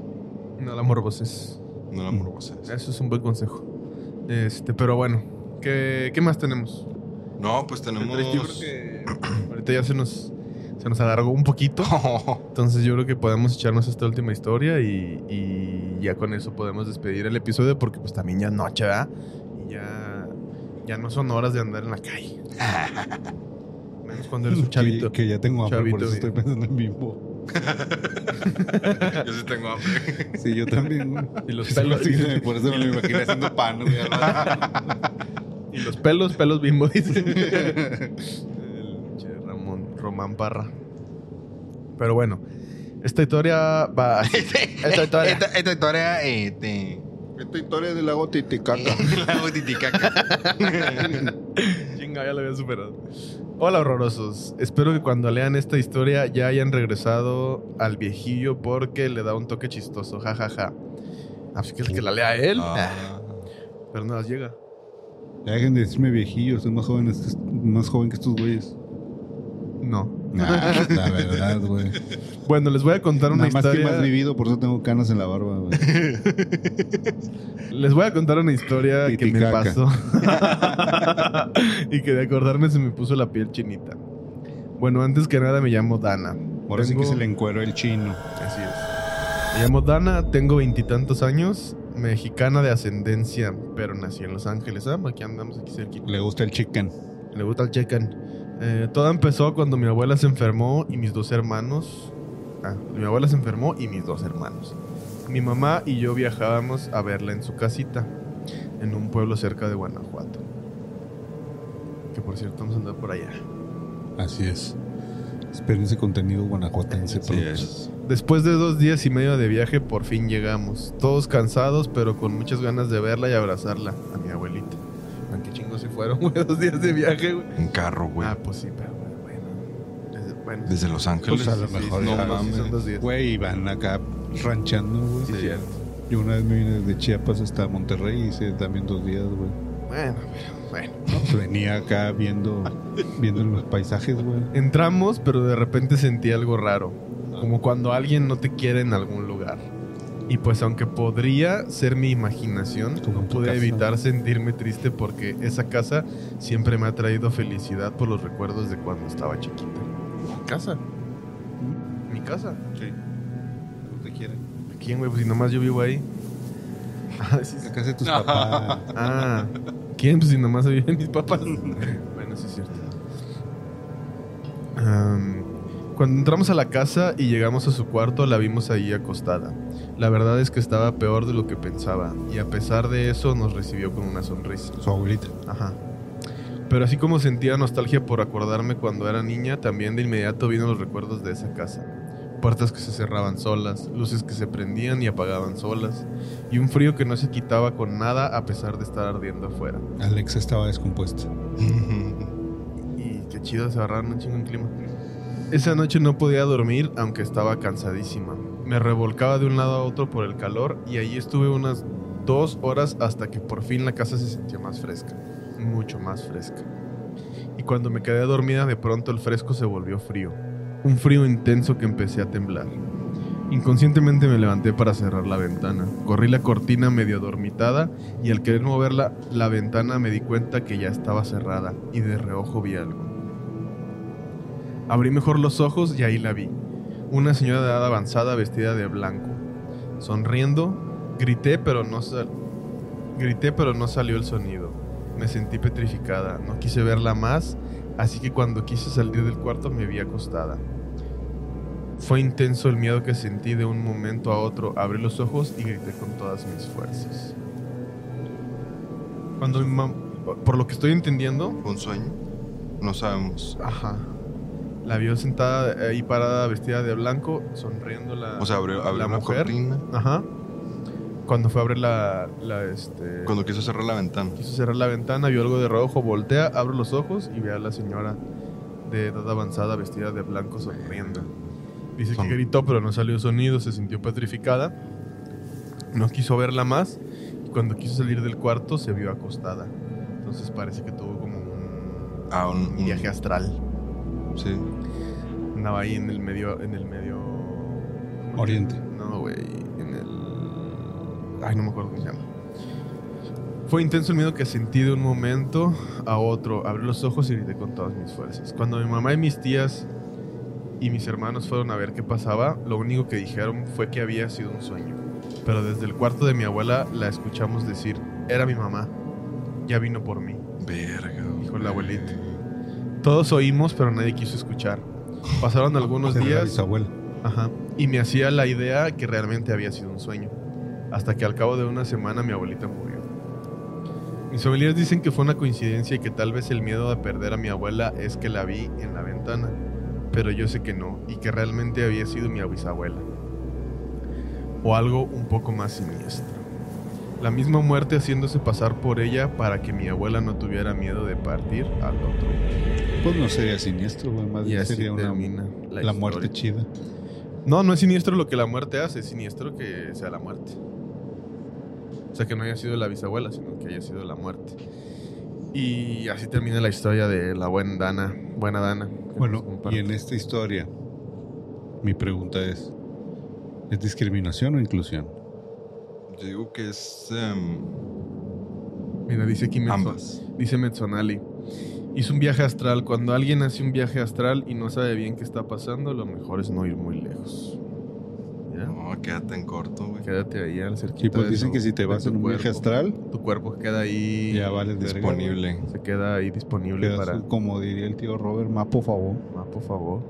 Speaker 2: No la morboses.
Speaker 4: No la morboses.
Speaker 2: Eso es un buen consejo. Este, pero bueno, ¿qué, qué más tenemos?
Speaker 4: No, pues tenemos.
Speaker 2: El tres, yo creo que ahorita ya se nos, se nos alargó un poquito. Entonces yo creo que podemos echarnos esta última historia y, y ya con eso podemos despedir el episodio porque pues también ya es noche, ¿verdad? Y ya, ya no son horas de andar en la calle. Menos cuando eres un chavito.
Speaker 3: Que, que ya tengo hambre, por
Speaker 2: Chavito,
Speaker 3: eso
Speaker 2: güey.
Speaker 3: estoy pensando en bimbo.
Speaker 4: Yo sí tengo hambre.
Speaker 3: Sí, yo también, güey.
Speaker 2: Y los
Speaker 3: Sí,
Speaker 2: pelos,
Speaker 3: sí, por eso me lo imaginé haciendo pan, güey. al rato.
Speaker 2: y los pelos, pelos bimbo, dice. El che Ramón, Román Parra. Pero bueno, esta historia va... esta historia...
Speaker 4: Esta, esta historia. Este,
Speaker 11: Esta historia del lago Titicaca.
Speaker 4: lago Titicaca.
Speaker 2: Chinga, ya lo había superado. Hola, horrorosos. Espero que cuando lean esta historia ya hayan regresado al viejillo porque le da un toque chistoso. Ja, ja, ja. Ah, pues que el que la lea él.
Speaker 4: Ah,
Speaker 2: Pero nada, más llega.
Speaker 3: Ya dejen de decirme viejillo, soy más joven, es- más joven que estos güeyes.
Speaker 2: No.
Speaker 3: Nah, la verdad, güey.
Speaker 2: Bueno, les voy a contar una
Speaker 3: Nada más que
Speaker 2: historia.
Speaker 3: más vivido, por eso tengo canas en la barba, güey.
Speaker 2: Les voy a contar una historia que me
Speaker 3: Titicaca.
Speaker 2: pasó. y que de acordarme se me puso la piel chinita. Bueno, antes que nada me llamo Dana.
Speaker 3: Ahora sí que
Speaker 2: Tengo-
Speaker 3: se le encueró el chino.
Speaker 2: Así es. Me llamo Dana, tengo veintitantos años, mexicana de ascendencia, pero nací en Los Ángeles. Ah, aquí andamos, aquí cerquita.
Speaker 3: Le gusta el chicken.
Speaker 2: Le gusta el checan. Eh, todo empezó cuando mi abuela se enfermó y mis dos hermanos. Ah, mi abuela se enfermó y mis dos hermanos. Mi mamá y yo viajábamos a verla en su casita, en un pueblo cerca de Guanajuato. Que por cierto, vamos a andar por allá.
Speaker 3: Así es. Esperen ese contenido guanajuatense.
Speaker 4: sí es.
Speaker 2: Después de dos días y medio de viaje, por fin llegamos. Todos cansados, pero con muchas ganas de verla y abrazarla. A mi abuelita. Man, qué chingos se fueron, güey. Dos días de viaje, güey.
Speaker 4: En carro, güey.
Speaker 2: Ah, pues sí, pero bueno. Desde- Bueno, sí,
Speaker 4: Desde Los Ángeles.
Speaker 3: Pues a lo mejor,
Speaker 4: No
Speaker 3: ya,
Speaker 2: sí
Speaker 4: mames.
Speaker 2: son dos días.
Speaker 3: Güey, van acá ranchando, güey.
Speaker 2: Sí, cierto.
Speaker 3: Yo una vez me vine desde Chiapas hasta Monterrey y hice también dos días, güey.
Speaker 2: Bueno, pero bueno.
Speaker 3: Venía acá viendo, viendo los paisajes, güey.
Speaker 2: Entramos, pero de repente sentí algo raro. Como cuando alguien no te quiere en algún lugar. Y pues aunque podría ser mi imaginación,
Speaker 3: Como en
Speaker 2: no
Speaker 3: tu
Speaker 2: pude
Speaker 3: casa.
Speaker 2: evitar sentirme triste porque esa casa siempre me ha traído felicidad por los recuerdos de cuando estaba chiquita. ¿Mi casa? ¿Mi casa? Sí.
Speaker 3: No te quieren.
Speaker 2: ¿Quién, güey? Pues si nomás yo vivo ahí. Ah, sí, sí.
Speaker 3: La casa de tus papás.
Speaker 2: Ah, ¿quién? Pues si nomás se viven mis papás. bueno, sí es cierto. Am, cuando entramos a la casa y llegamos a su cuarto, la vimos ahí acostada. La verdad es que estaba peor de lo que pensaba, y a pesar de eso nos recibió con una sonrisa.
Speaker 3: Su abuelita.
Speaker 2: Ajá. Pero así como sentía nostalgia por acordarme cuando era niña, también de inmediato vino los recuerdos de esa casa. Puertas que se cerraban solas, luces que se prendían y apagaban solas, y un frío que no se quitaba con nada a pesar de estar ardiendo afuera.
Speaker 3: Alexa estaba descompuesta.
Speaker 2: Y qué chido se agarraron un chingo en clima. Esa noche no podía dormir, aunque estaba cansadísima. Me revolcaba de un lado a otro por el calor y allí estuve unas dos horas hasta que por fin la casa se sintió más fresca. Mucho más fresca. Y cuando me quedé dormida, de pronto el fresco se volvió frío. Un frío intenso que empecé a temblar. Inconscientemente me levanté para cerrar la ventana. Corrí la cortina medio dormitada y al querer mover la, la ventana me di cuenta que ya estaba cerrada y de reojo vi algo. Abrí mejor los ojos y ahí la vi. Una señora de edad avanzada vestida de blanco. Sonriendo, grité pero no sal- grité pero no salió el sonido. Me sentí petrificada, no quise verla más, así que cuando quise salir del cuarto me vi acostada. Fue intenso el miedo que sentí de un momento a otro. Abrí los ojos y grité con todas mis fuerzas. Cuando mi mam- por lo que estoy entendiendo,
Speaker 4: ¿Un sueño? No sabemos.
Speaker 2: ajá, la vio sentada ahí parada vestida de blanco, sonriendo la,
Speaker 4: O sea, abrió, abrió
Speaker 2: la
Speaker 4: una
Speaker 2: mujer.
Speaker 4: cortina.
Speaker 2: Ajá. Cuando fue a abrir la, la, este,
Speaker 4: Cuando quiso cerrar la ventana.
Speaker 2: quiso cerrar la ventana, vio algo de rojo, voltea, abro los ojos y ve a la señora de edad avanzada vestida de blanco sonriendo. Dice
Speaker 4: Son-
Speaker 2: que gritó, pero no salió sonido, se sintió petrificada. No quiso verla más. Y cuando quiso salir del cuarto, se vio acostada. Entonces parece que tuvo como un
Speaker 4: Ah, un, un-
Speaker 2: viaje astral.
Speaker 4: Sí.
Speaker 2: Andaba ahí en el medio. En el medio. ¿cómo se
Speaker 3: Oriente.
Speaker 2: llama? No, güey. En el. Ay, no me acuerdo cómo se llama. Fue intenso el miedo que sentí de un momento a otro. Abrí los ojos y grité con todas mis fuerzas. Cuando mi mamá y mis tías y mis hermanos fueron a ver qué pasaba, lo único que dijeron fue que había sido un sueño. Pero desde el cuarto de mi abuela la escuchamos decir, era mi mamá, ya vino por mí.
Speaker 4: Verga.
Speaker 2: Dijo
Speaker 4: güey.
Speaker 2: la abuelita. Todos oímos, pero nadie quiso escuchar. Pasaron algunos días Ajá. Y me hacía la idea que realmente había sido un sueño. Hasta que al cabo de una semana mi abuelita murió. Mis familiares dicen que fue una coincidencia y que tal vez el miedo de perder a mi abuela es que la vi en la ventana. Pero yo sé que no, y que realmente había sido mi bisabuela. O algo un poco más siniestro. La misma muerte haciéndose pasar por ella para que mi abuela no tuviera miedo de partir al otro.
Speaker 3: Pues no sería siniestro, güey. Más
Speaker 2: Y
Speaker 3: bien
Speaker 2: así
Speaker 3: sería una,
Speaker 2: termina
Speaker 3: la,
Speaker 2: historia.
Speaker 3: muerte chida.
Speaker 2: No, no es siniestro lo que la muerte hace, es siniestro que sea la muerte. O sea, que no haya sido la bisabuela, sino que haya sido la muerte. Y así termina la historia de la buena Dana. Buena Dana. que nos
Speaker 3: Bueno, y
Speaker 2: comparte.
Speaker 3: en esta historia, mi pregunta es: ¿es discriminación o inclusión?
Speaker 4: Yo digo que es. em,
Speaker 2: Mira, dice aquí Metzo-
Speaker 4: ambas.
Speaker 2: Dice Metzonali. Hizo un viaje astral. Cuando alguien hace un viaje astral y no sabe bien qué está pasando, lo mejor es no ir muy lejos. ¿Ya?
Speaker 4: No, quédate en corto, güey.
Speaker 2: Quédate ahí al cerquita.
Speaker 3: Sí, pues
Speaker 2: de
Speaker 3: dicen
Speaker 2: tu-
Speaker 3: que si te
Speaker 2: de
Speaker 3: vas
Speaker 2: tu
Speaker 3: en un viaje
Speaker 2: cuerpo.
Speaker 3: astral,
Speaker 2: Tu cuerpo queda ahí.
Speaker 3: ya vales verga, güey.
Speaker 4: Disponible.
Speaker 2: Se queda ahí disponible
Speaker 3: Quedas,
Speaker 2: para.
Speaker 3: Como diría el tío Robert, ma, por favor.
Speaker 2: Ah, por favor.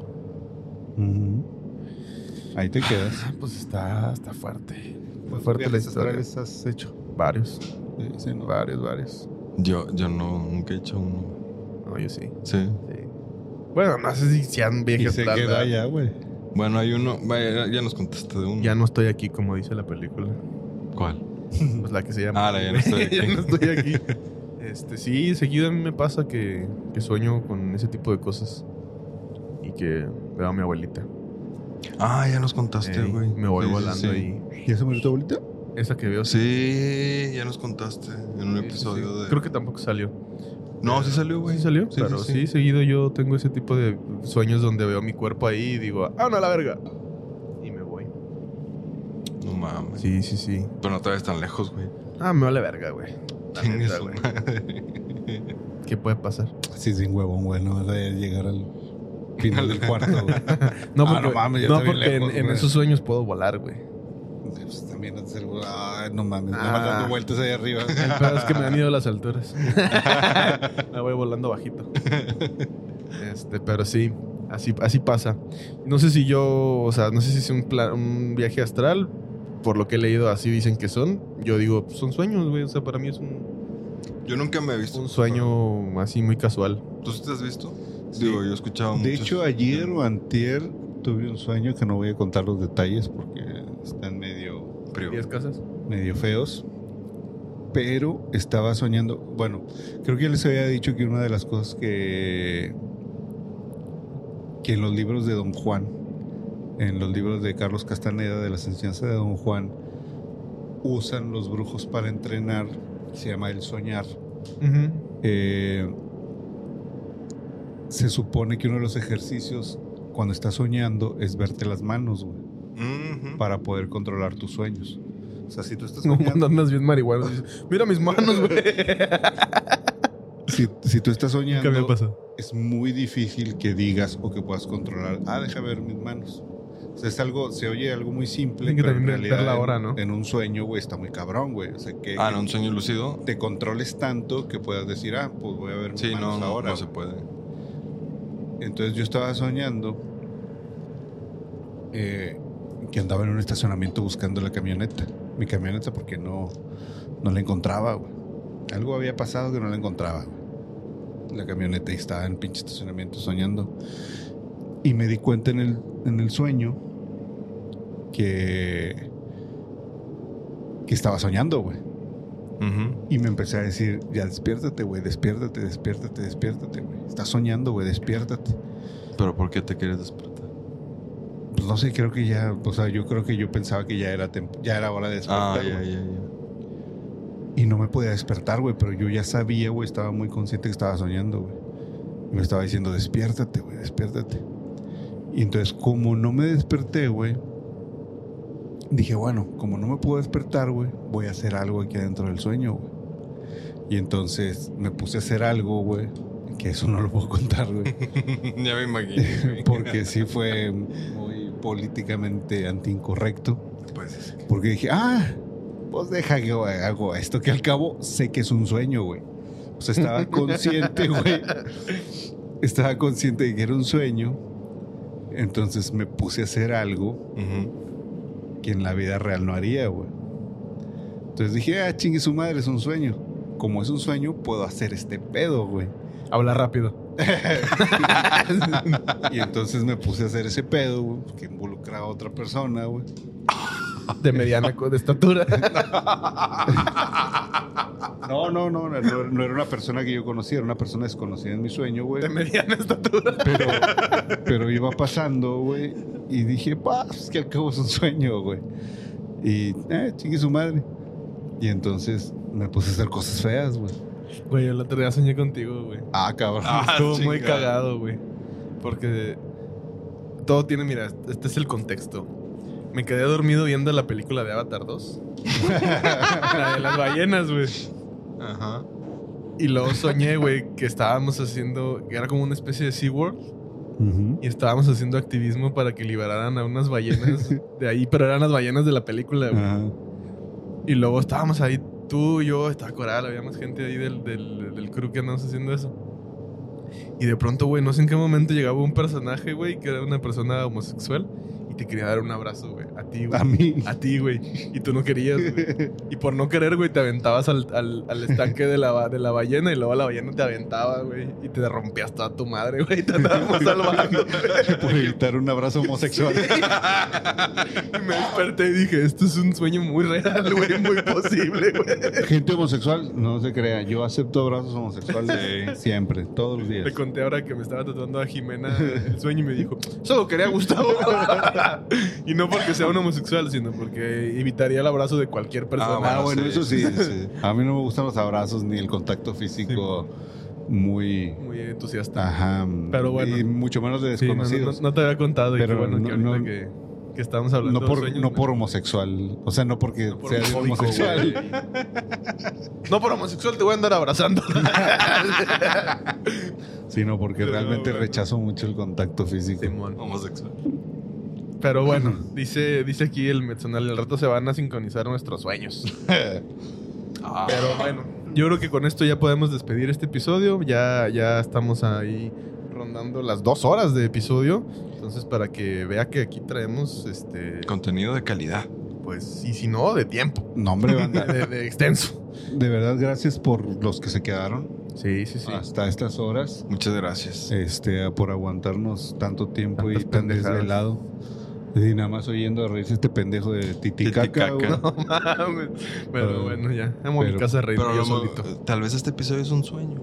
Speaker 3: Ahí te quedas.
Speaker 4: Ah,
Speaker 2: Pues está, está fuerte.
Speaker 3: Pues,
Speaker 4: Pues,
Speaker 2: fuerte la historia.
Speaker 12: has hecho?
Speaker 2: Varios,
Speaker 3: Dice, no.
Speaker 2: varios, varios.
Speaker 4: Yo, yo no, nunca he hecho uno.
Speaker 2: No, yo sí.
Speaker 4: Sí.
Speaker 2: sí. Bueno, no sé si sean
Speaker 3: Y
Speaker 2: viejas.
Speaker 3: se
Speaker 2: la-
Speaker 3: queda
Speaker 2: la-
Speaker 3: allá, güey.
Speaker 4: Bueno, hay uno. vaya, ya nos contaste de uno.
Speaker 2: Ya no estoy aquí, como dice la película.
Speaker 4: ¿Cuál?
Speaker 2: Pues la que se llama.
Speaker 4: Ah, la ya no estoy aquí.
Speaker 2: Ya no estoy aquí. Este, sí, seguido a mí me pasa que, que sueño con ese tipo de cosas. Y que veo a mi abuelita.
Speaker 4: Ah, ya nos contaste,
Speaker 2: Ey,
Speaker 4: güey.
Speaker 2: me voy
Speaker 4: Sí, sí,
Speaker 2: volando
Speaker 4: sí.
Speaker 2: ahí.
Speaker 3: ¿Ya se murió tu abuelita?
Speaker 2: Esa que veo.
Speaker 4: Sí, ya nos contaste en un
Speaker 2: sí, sí,
Speaker 4: episodio
Speaker 2: sí.
Speaker 4: de.
Speaker 2: Creo que tampoco salió.
Speaker 4: No, sí salió, güey.
Speaker 2: ¿Sí salió?
Speaker 4: Sí,
Speaker 2: claro,
Speaker 4: sí,
Speaker 2: sí,
Speaker 4: sí.
Speaker 2: seguido yo tengo ese tipo de sueños donde veo mi cuerpo ahí y digo, ¡ah, no, la verga! Y me voy.
Speaker 4: No mames.
Speaker 2: Sí, sí, sí.
Speaker 4: Pero no te vayas tan lejos, güey.
Speaker 2: Ah, me vale verga, güey. La
Speaker 4: Chingue
Speaker 2: neta,
Speaker 4: su
Speaker 2: güey.
Speaker 4: madre.
Speaker 2: ¿Qué puede pasar?
Speaker 3: Sí, sin huevón, güey. No vas a llegar al final del cuarto, güey.
Speaker 2: No,
Speaker 3: Ah,
Speaker 2: porque,
Speaker 3: no mames, ya
Speaker 2: no,
Speaker 3: está bien
Speaker 2: porque
Speaker 3: lejos,
Speaker 2: en, en
Speaker 3: güey.
Speaker 2: esos sueños puedo volar, güey.
Speaker 3: Pues también no te sirvo. Ay, no mames.
Speaker 2: Ah.
Speaker 3: Nada más dando vueltas ahí arriba.
Speaker 2: El pedo es que me han ido las alturas. me voy volando bajito. Este, pero sí, así, así pasa. No sé si yo, o sea, no sé si es un, pla- un viaje astral. Por lo que he leído, así dicen que son. Yo digo, pues, son sueños, güey. O sea, para mí es un,
Speaker 4: Yo nunca me he visto.
Speaker 2: un sueño así muy casual.
Speaker 4: ¿Tú sí te has visto? Digo, yo he escuchado
Speaker 3: De
Speaker 4: muchos-
Speaker 3: hecho, ayer o antier tuve un sueño que no voy a contar los detalles porque están medio
Speaker 4: Frío.
Speaker 2: casas?
Speaker 3: medio feos. Pero estaba soñando. Bueno, creo que ya les había dicho que una de las cosas que. que en los libros de Don Juan, en los libros de Carlos Castaneda, de las enseñanzas de Don Juan, usan los brujos para entrenar, se llama el soñar. Eh, se supone que uno de los ejercicios cuando estás soñando es verte las manos, güey,
Speaker 4: Ujú.
Speaker 3: para poder controlar tus sueños. O sea, si tú estás
Speaker 2: No,
Speaker 3: soñando.
Speaker 2: cuando andas bien marihuana. dices, Mira mis manos, güey.
Speaker 3: si, si tú estás
Speaker 2: ¿Qué me
Speaker 3: soñando,
Speaker 2: pasa?
Speaker 3: es muy difícil que digas o que puedas controlar. Ah, deja ver mis manos. O sea, es algo, se oye algo muy simple,
Speaker 2: Tienen que
Speaker 3: pero en
Speaker 2: también ver
Speaker 3: realidad
Speaker 2: la
Speaker 3: en-
Speaker 2: hora, ¿no?
Speaker 3: en un sueño, güey, está muy cabrón, güey. O sea, que
Speaker 4: Ah, no, un sueño lucido.
Speaker 3: te controles tanto que puedas decir, ah, pues voy a ver mis
Speaker 4: Sí, no,
Speaker 3: manos
Speaker 4: no,
Speaker 3: ahora.
Speaker 4: no se puede.
Speaker 3: Entonces yo estaba soñando eh, que andaba en un estacionamiento buscando la camioneta, mi camioneta, porque no, no la encontraba, güey. Algo había pasado que no la encontraba, güey. La camioneta y estaba en pinche estacionamiento soñando. Y me di cuenta en el, en el sueño que, que estaba soñando, güey.
Speaker 4: Ujú.
Speaker 3: Y me empecé a decir, ya despiértate, güey, despiértate, despiértate, despiértate, güey. Estás soñando, güey, despiértate.
Speaker 4: ¿Pero por qué te quieres despertar?
Speaker 3: Pues no sé, creo que ya, o sea, yo creo que yo pensaba que ya era, tem- ya era hora de
Speaker 4: Ah,
Speaker 3: despertar,
Speaker 4: ya,
Speaker 3: güey.
Speaker 4: ya, ya.
Speaker 3: Y no me podía despertar, güey, pero yo ya sabía, güey, estaba muy consciente que estaba soñando, güey. Y me estaba diciendo, despiértate, güey, despiértate. Y entonces, como no me desperté, güey, dije, bueno, como no me puedo despertar, güey, voy a hacer algo aquí adentro del sueño, güey. Y entonces me puse a hacer algo, güey, que eso no lo puedo contar, güey.
Speaker 4: ya me imaginé. güey.
Speaker 3: porque sí fue muy políticamente antiincorrecto.
Speaker 4: Pues es que-
Speaker 3: Porque dije, ah, pues deja que hago esto, que al cabo sé que es un sueño, güey. O sea, estaba consciente, güey. Estaba consciente de que era un sueño. Entonces me puse a hacer algo
Speaker 4: Ujú.
Speaker 3: que en la vida real no haría, güey. Entonces dije, ah, chingue su madre, es un sueño. Como es un sueño, puedo hacer este pedo, güey.
Speaker 2: Habla rápido.
Speaker 3: Y entonces me puse a hacer ese pedo, güey, que involucraba a otra persona, güey.
Speaker 2: De mediana co- de estatura.
Speaker 3: No, no, no, no, no, no era una persona que yo conocía, era una persona desconocida en mi sueño, güey.
Speaker 2: De mediana estatura.
Speaker 3: Pero, pero iba pasando, güey, y dije, "Bah, pues que al cabo es un sueño, güey. Y, eh, chingue su madre. Y entonces me puse a hacer cosas feas, güey.
Speaker 2: Güey, el otro día soñé contigo, güey.
Speaker 3: Ah, cabrón.
Speaker 4: Ah,
Speaker 2: Estuvo muy
Speaker 4: chingada.
Speaker 2: cagado, güey. Porque todo tiene, mira, este es el contexto. Me quedé dormido viendo la película de Avatar 2. la de las ballenas, güey.
Speaker 4: Ajá.
Speaker 2: Y luego soñé, güey, que estábamos haciendo, que era como una especie de SeaWorld. Y estábamos haciendo activismo para que liberaran a unas ballenas de ahí, pero eran las ballenas de la película, güey.
Speaker 3: Ajá.
Speaker 2: Y luego estábamos ahí, tú, yo, estaba Coral, había más gente ahí del, del, del crew que andamos haciendo eso. Y de pronto, güey, no sé en qué momento llegaba un personaje, güey, que era una persona homosexual y te quería dar un abrazo, güey, a ti, güey.
Speaker 3: A mí.
Speaker 2: A ti, güey. Y tú no querías, güey. Y por no querer, güey, te aventabas al, al, al estanque de la, ba- de la ballena y luego la ballena te aventaba, güey. Y te rompías toda tu madre, güey. Y te andábamos salvando.
Speaker 3: Por evitar un abrazo homosexual.
Speaker 2: Y me desperté y dije, esto es un sueño muy real, güey. Muy posible, güey.
Speaker 3: Gente homosexual, no se crea. Yo acepto abrazos homosexuales siempre, todos los días.
Speaker 2: Le conté ahora que me estaba tatuando a Jimena el sueño y me dijo, solo quería a Gustavo. y no porque sea un homosexual, sino porque evitaría el abrazo de cualquier persona.
Speaker 3: Ah, bueno, eso sí.
Speaker 4: sí.
Speaker 3: A mí no me gustan los abrazos ni el contacto físico muy...
Speaker 2: Muy entusiasta.
Speaker 3: Ajá.
Speaker 2: Pero bueno.
Speaker 3: Y mucho menos de
Speaker 2: Sí, no, no,
Speaker 3: Ah, desconocidos.
Speaker 2: no- no te había contado. y
Speaker 3: Pero
Speaker 2: qué bueno, que,
Speaker 3: no-
Speaker 2: ahorita
Speaker 3: no-
Speaker 2: que, que estamos hablando
Speaker 3: No
Speaker 2: de
Speaker 3: por,
Speaker 2: sueños,
Speaker 3: no
Speaker 2: me-
Speaker 3: por homosexual. O sea, no porque
Speaker 2: no por
Speaker 3: sea
Speaker 2: homofóbico,
Speaker 3: homosexual.
Speaker 2: güey. No por homosexual te voy a andar abrazando.
Speaker 3: Sino porque
Speaker 2: Pero,
Speaker 3: realmente
Speaker 2: bueno.
Speaker 3: rechazo mucho el contacto físico.
Speaker 2: Simón.
Speaker 4: Homosexual.
Speaker 2: Pero bueno, dice, dice aquí el metzonal, el rato se van a sincronizar nuestros sueños.
Speaker 4: Ah,
Speaker 2: Pero bueno, yo creo que con esto ya podemos despedir este episodio. Ya, ya estamos ahí rondando las dos horas de episodio. Entonces, para que vea que aquí traemos este.
Speaker 4: contenido de calidad.
Speaker 2: Pues, y si no, de tiempo.
Speaker 3: No, hombre,
Speaker 2: De,
Speaker 3: banda.
Speaker 2: de- de extenso.
Speaker 3: De verdad, gracias por los que se quedaron
Speaker 2: Sí, sí,
Speaker 4: Ah.
Speaker 2: sí.
Speaker 3: hasta estas horas.
Speaker 4: Muchas gracias.
Speaker 3: Este, por aguantarnos tanto tiempo
Speaker 2: Tantas
Speaker 3: y tan
Speaker 2: pendejadas.
Speaker 3: desvelado. Y nada más oyendo a reírse este pendejo de Titicaca.
Speaker 4: Titicaca.
Speaker 2: No
Speaker 3: güey.
Speaker 2: mames. Pero
Speaker 3: Pero-
Speaker 2: bueno, ya. Vamos a mi
Speaker 3: pero-
Speaker 2: casa a reír
Speaker 4: Pero
Speaker 2: yo
Speaker 4: a lo mo-
Speaker 2: solito.
Speaker 4: tal vez este episodio es un sueño.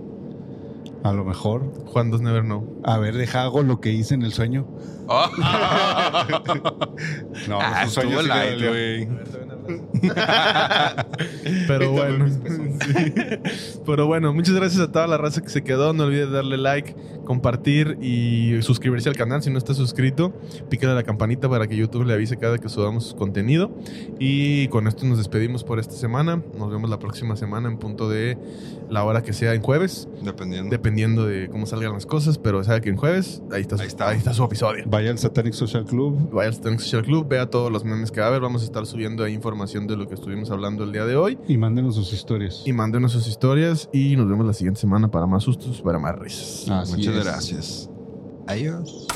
Speaker 3: A lo mejor.
Speaker 2: Juan dos Never Know.
Speaker 3: A ver, deja hago lo que hice en el sueño. No,
Speaker 4: Ah,
Speaker 3: es un sueño
Speaker 4: estuvo
Speaker 3: sí me
Speaker 4: light,
Speaker 3: dolió.
Speaker 4: güey.
Speaker 2: Pero
Speaker 3: Ahorita
Speaker 2: bueno.
Speaker 3: veo mis
Speaker 4: pues.
Speaker 2: Sí. Pero bueno, muchas gracias a toda la raza que se quedó. No olvides darle like, compartir y suscribirse al canal si no estás suscrito. Pícale a la campanita para que YouTube le avise cada que subamos contenido. Y con esto nos despedimos por esta semana. Nos vemos la próxima semana en punto de la hora que sea en jueves,
Speaker 4: Dependiendo.
Speaker 2: dependiendo de cómo salgan las cosas, pero sabe que en jueves ahí está su,
Speaker 4: Ahí está.
Speaker 2: ahí está su episodio.
Speaker 3: Vaya al Satanic Social Club.
Speaker 2: Vaya al Stand Social Club, vea todos los memes que va a haber. Vamos a estar subiendo ahí información de lo que estuvimos hablando el día de hoy.
Speaker 3: Y mándenos sus historias.
Speaker 2: Y mándenos sus historias y nos vemos la siguiente semana para más sustos, para más risas.
Speaker 3: Así
Speaker 4: Muchas
Speaker 3: es.
Speaker 4: gracias. Adiós.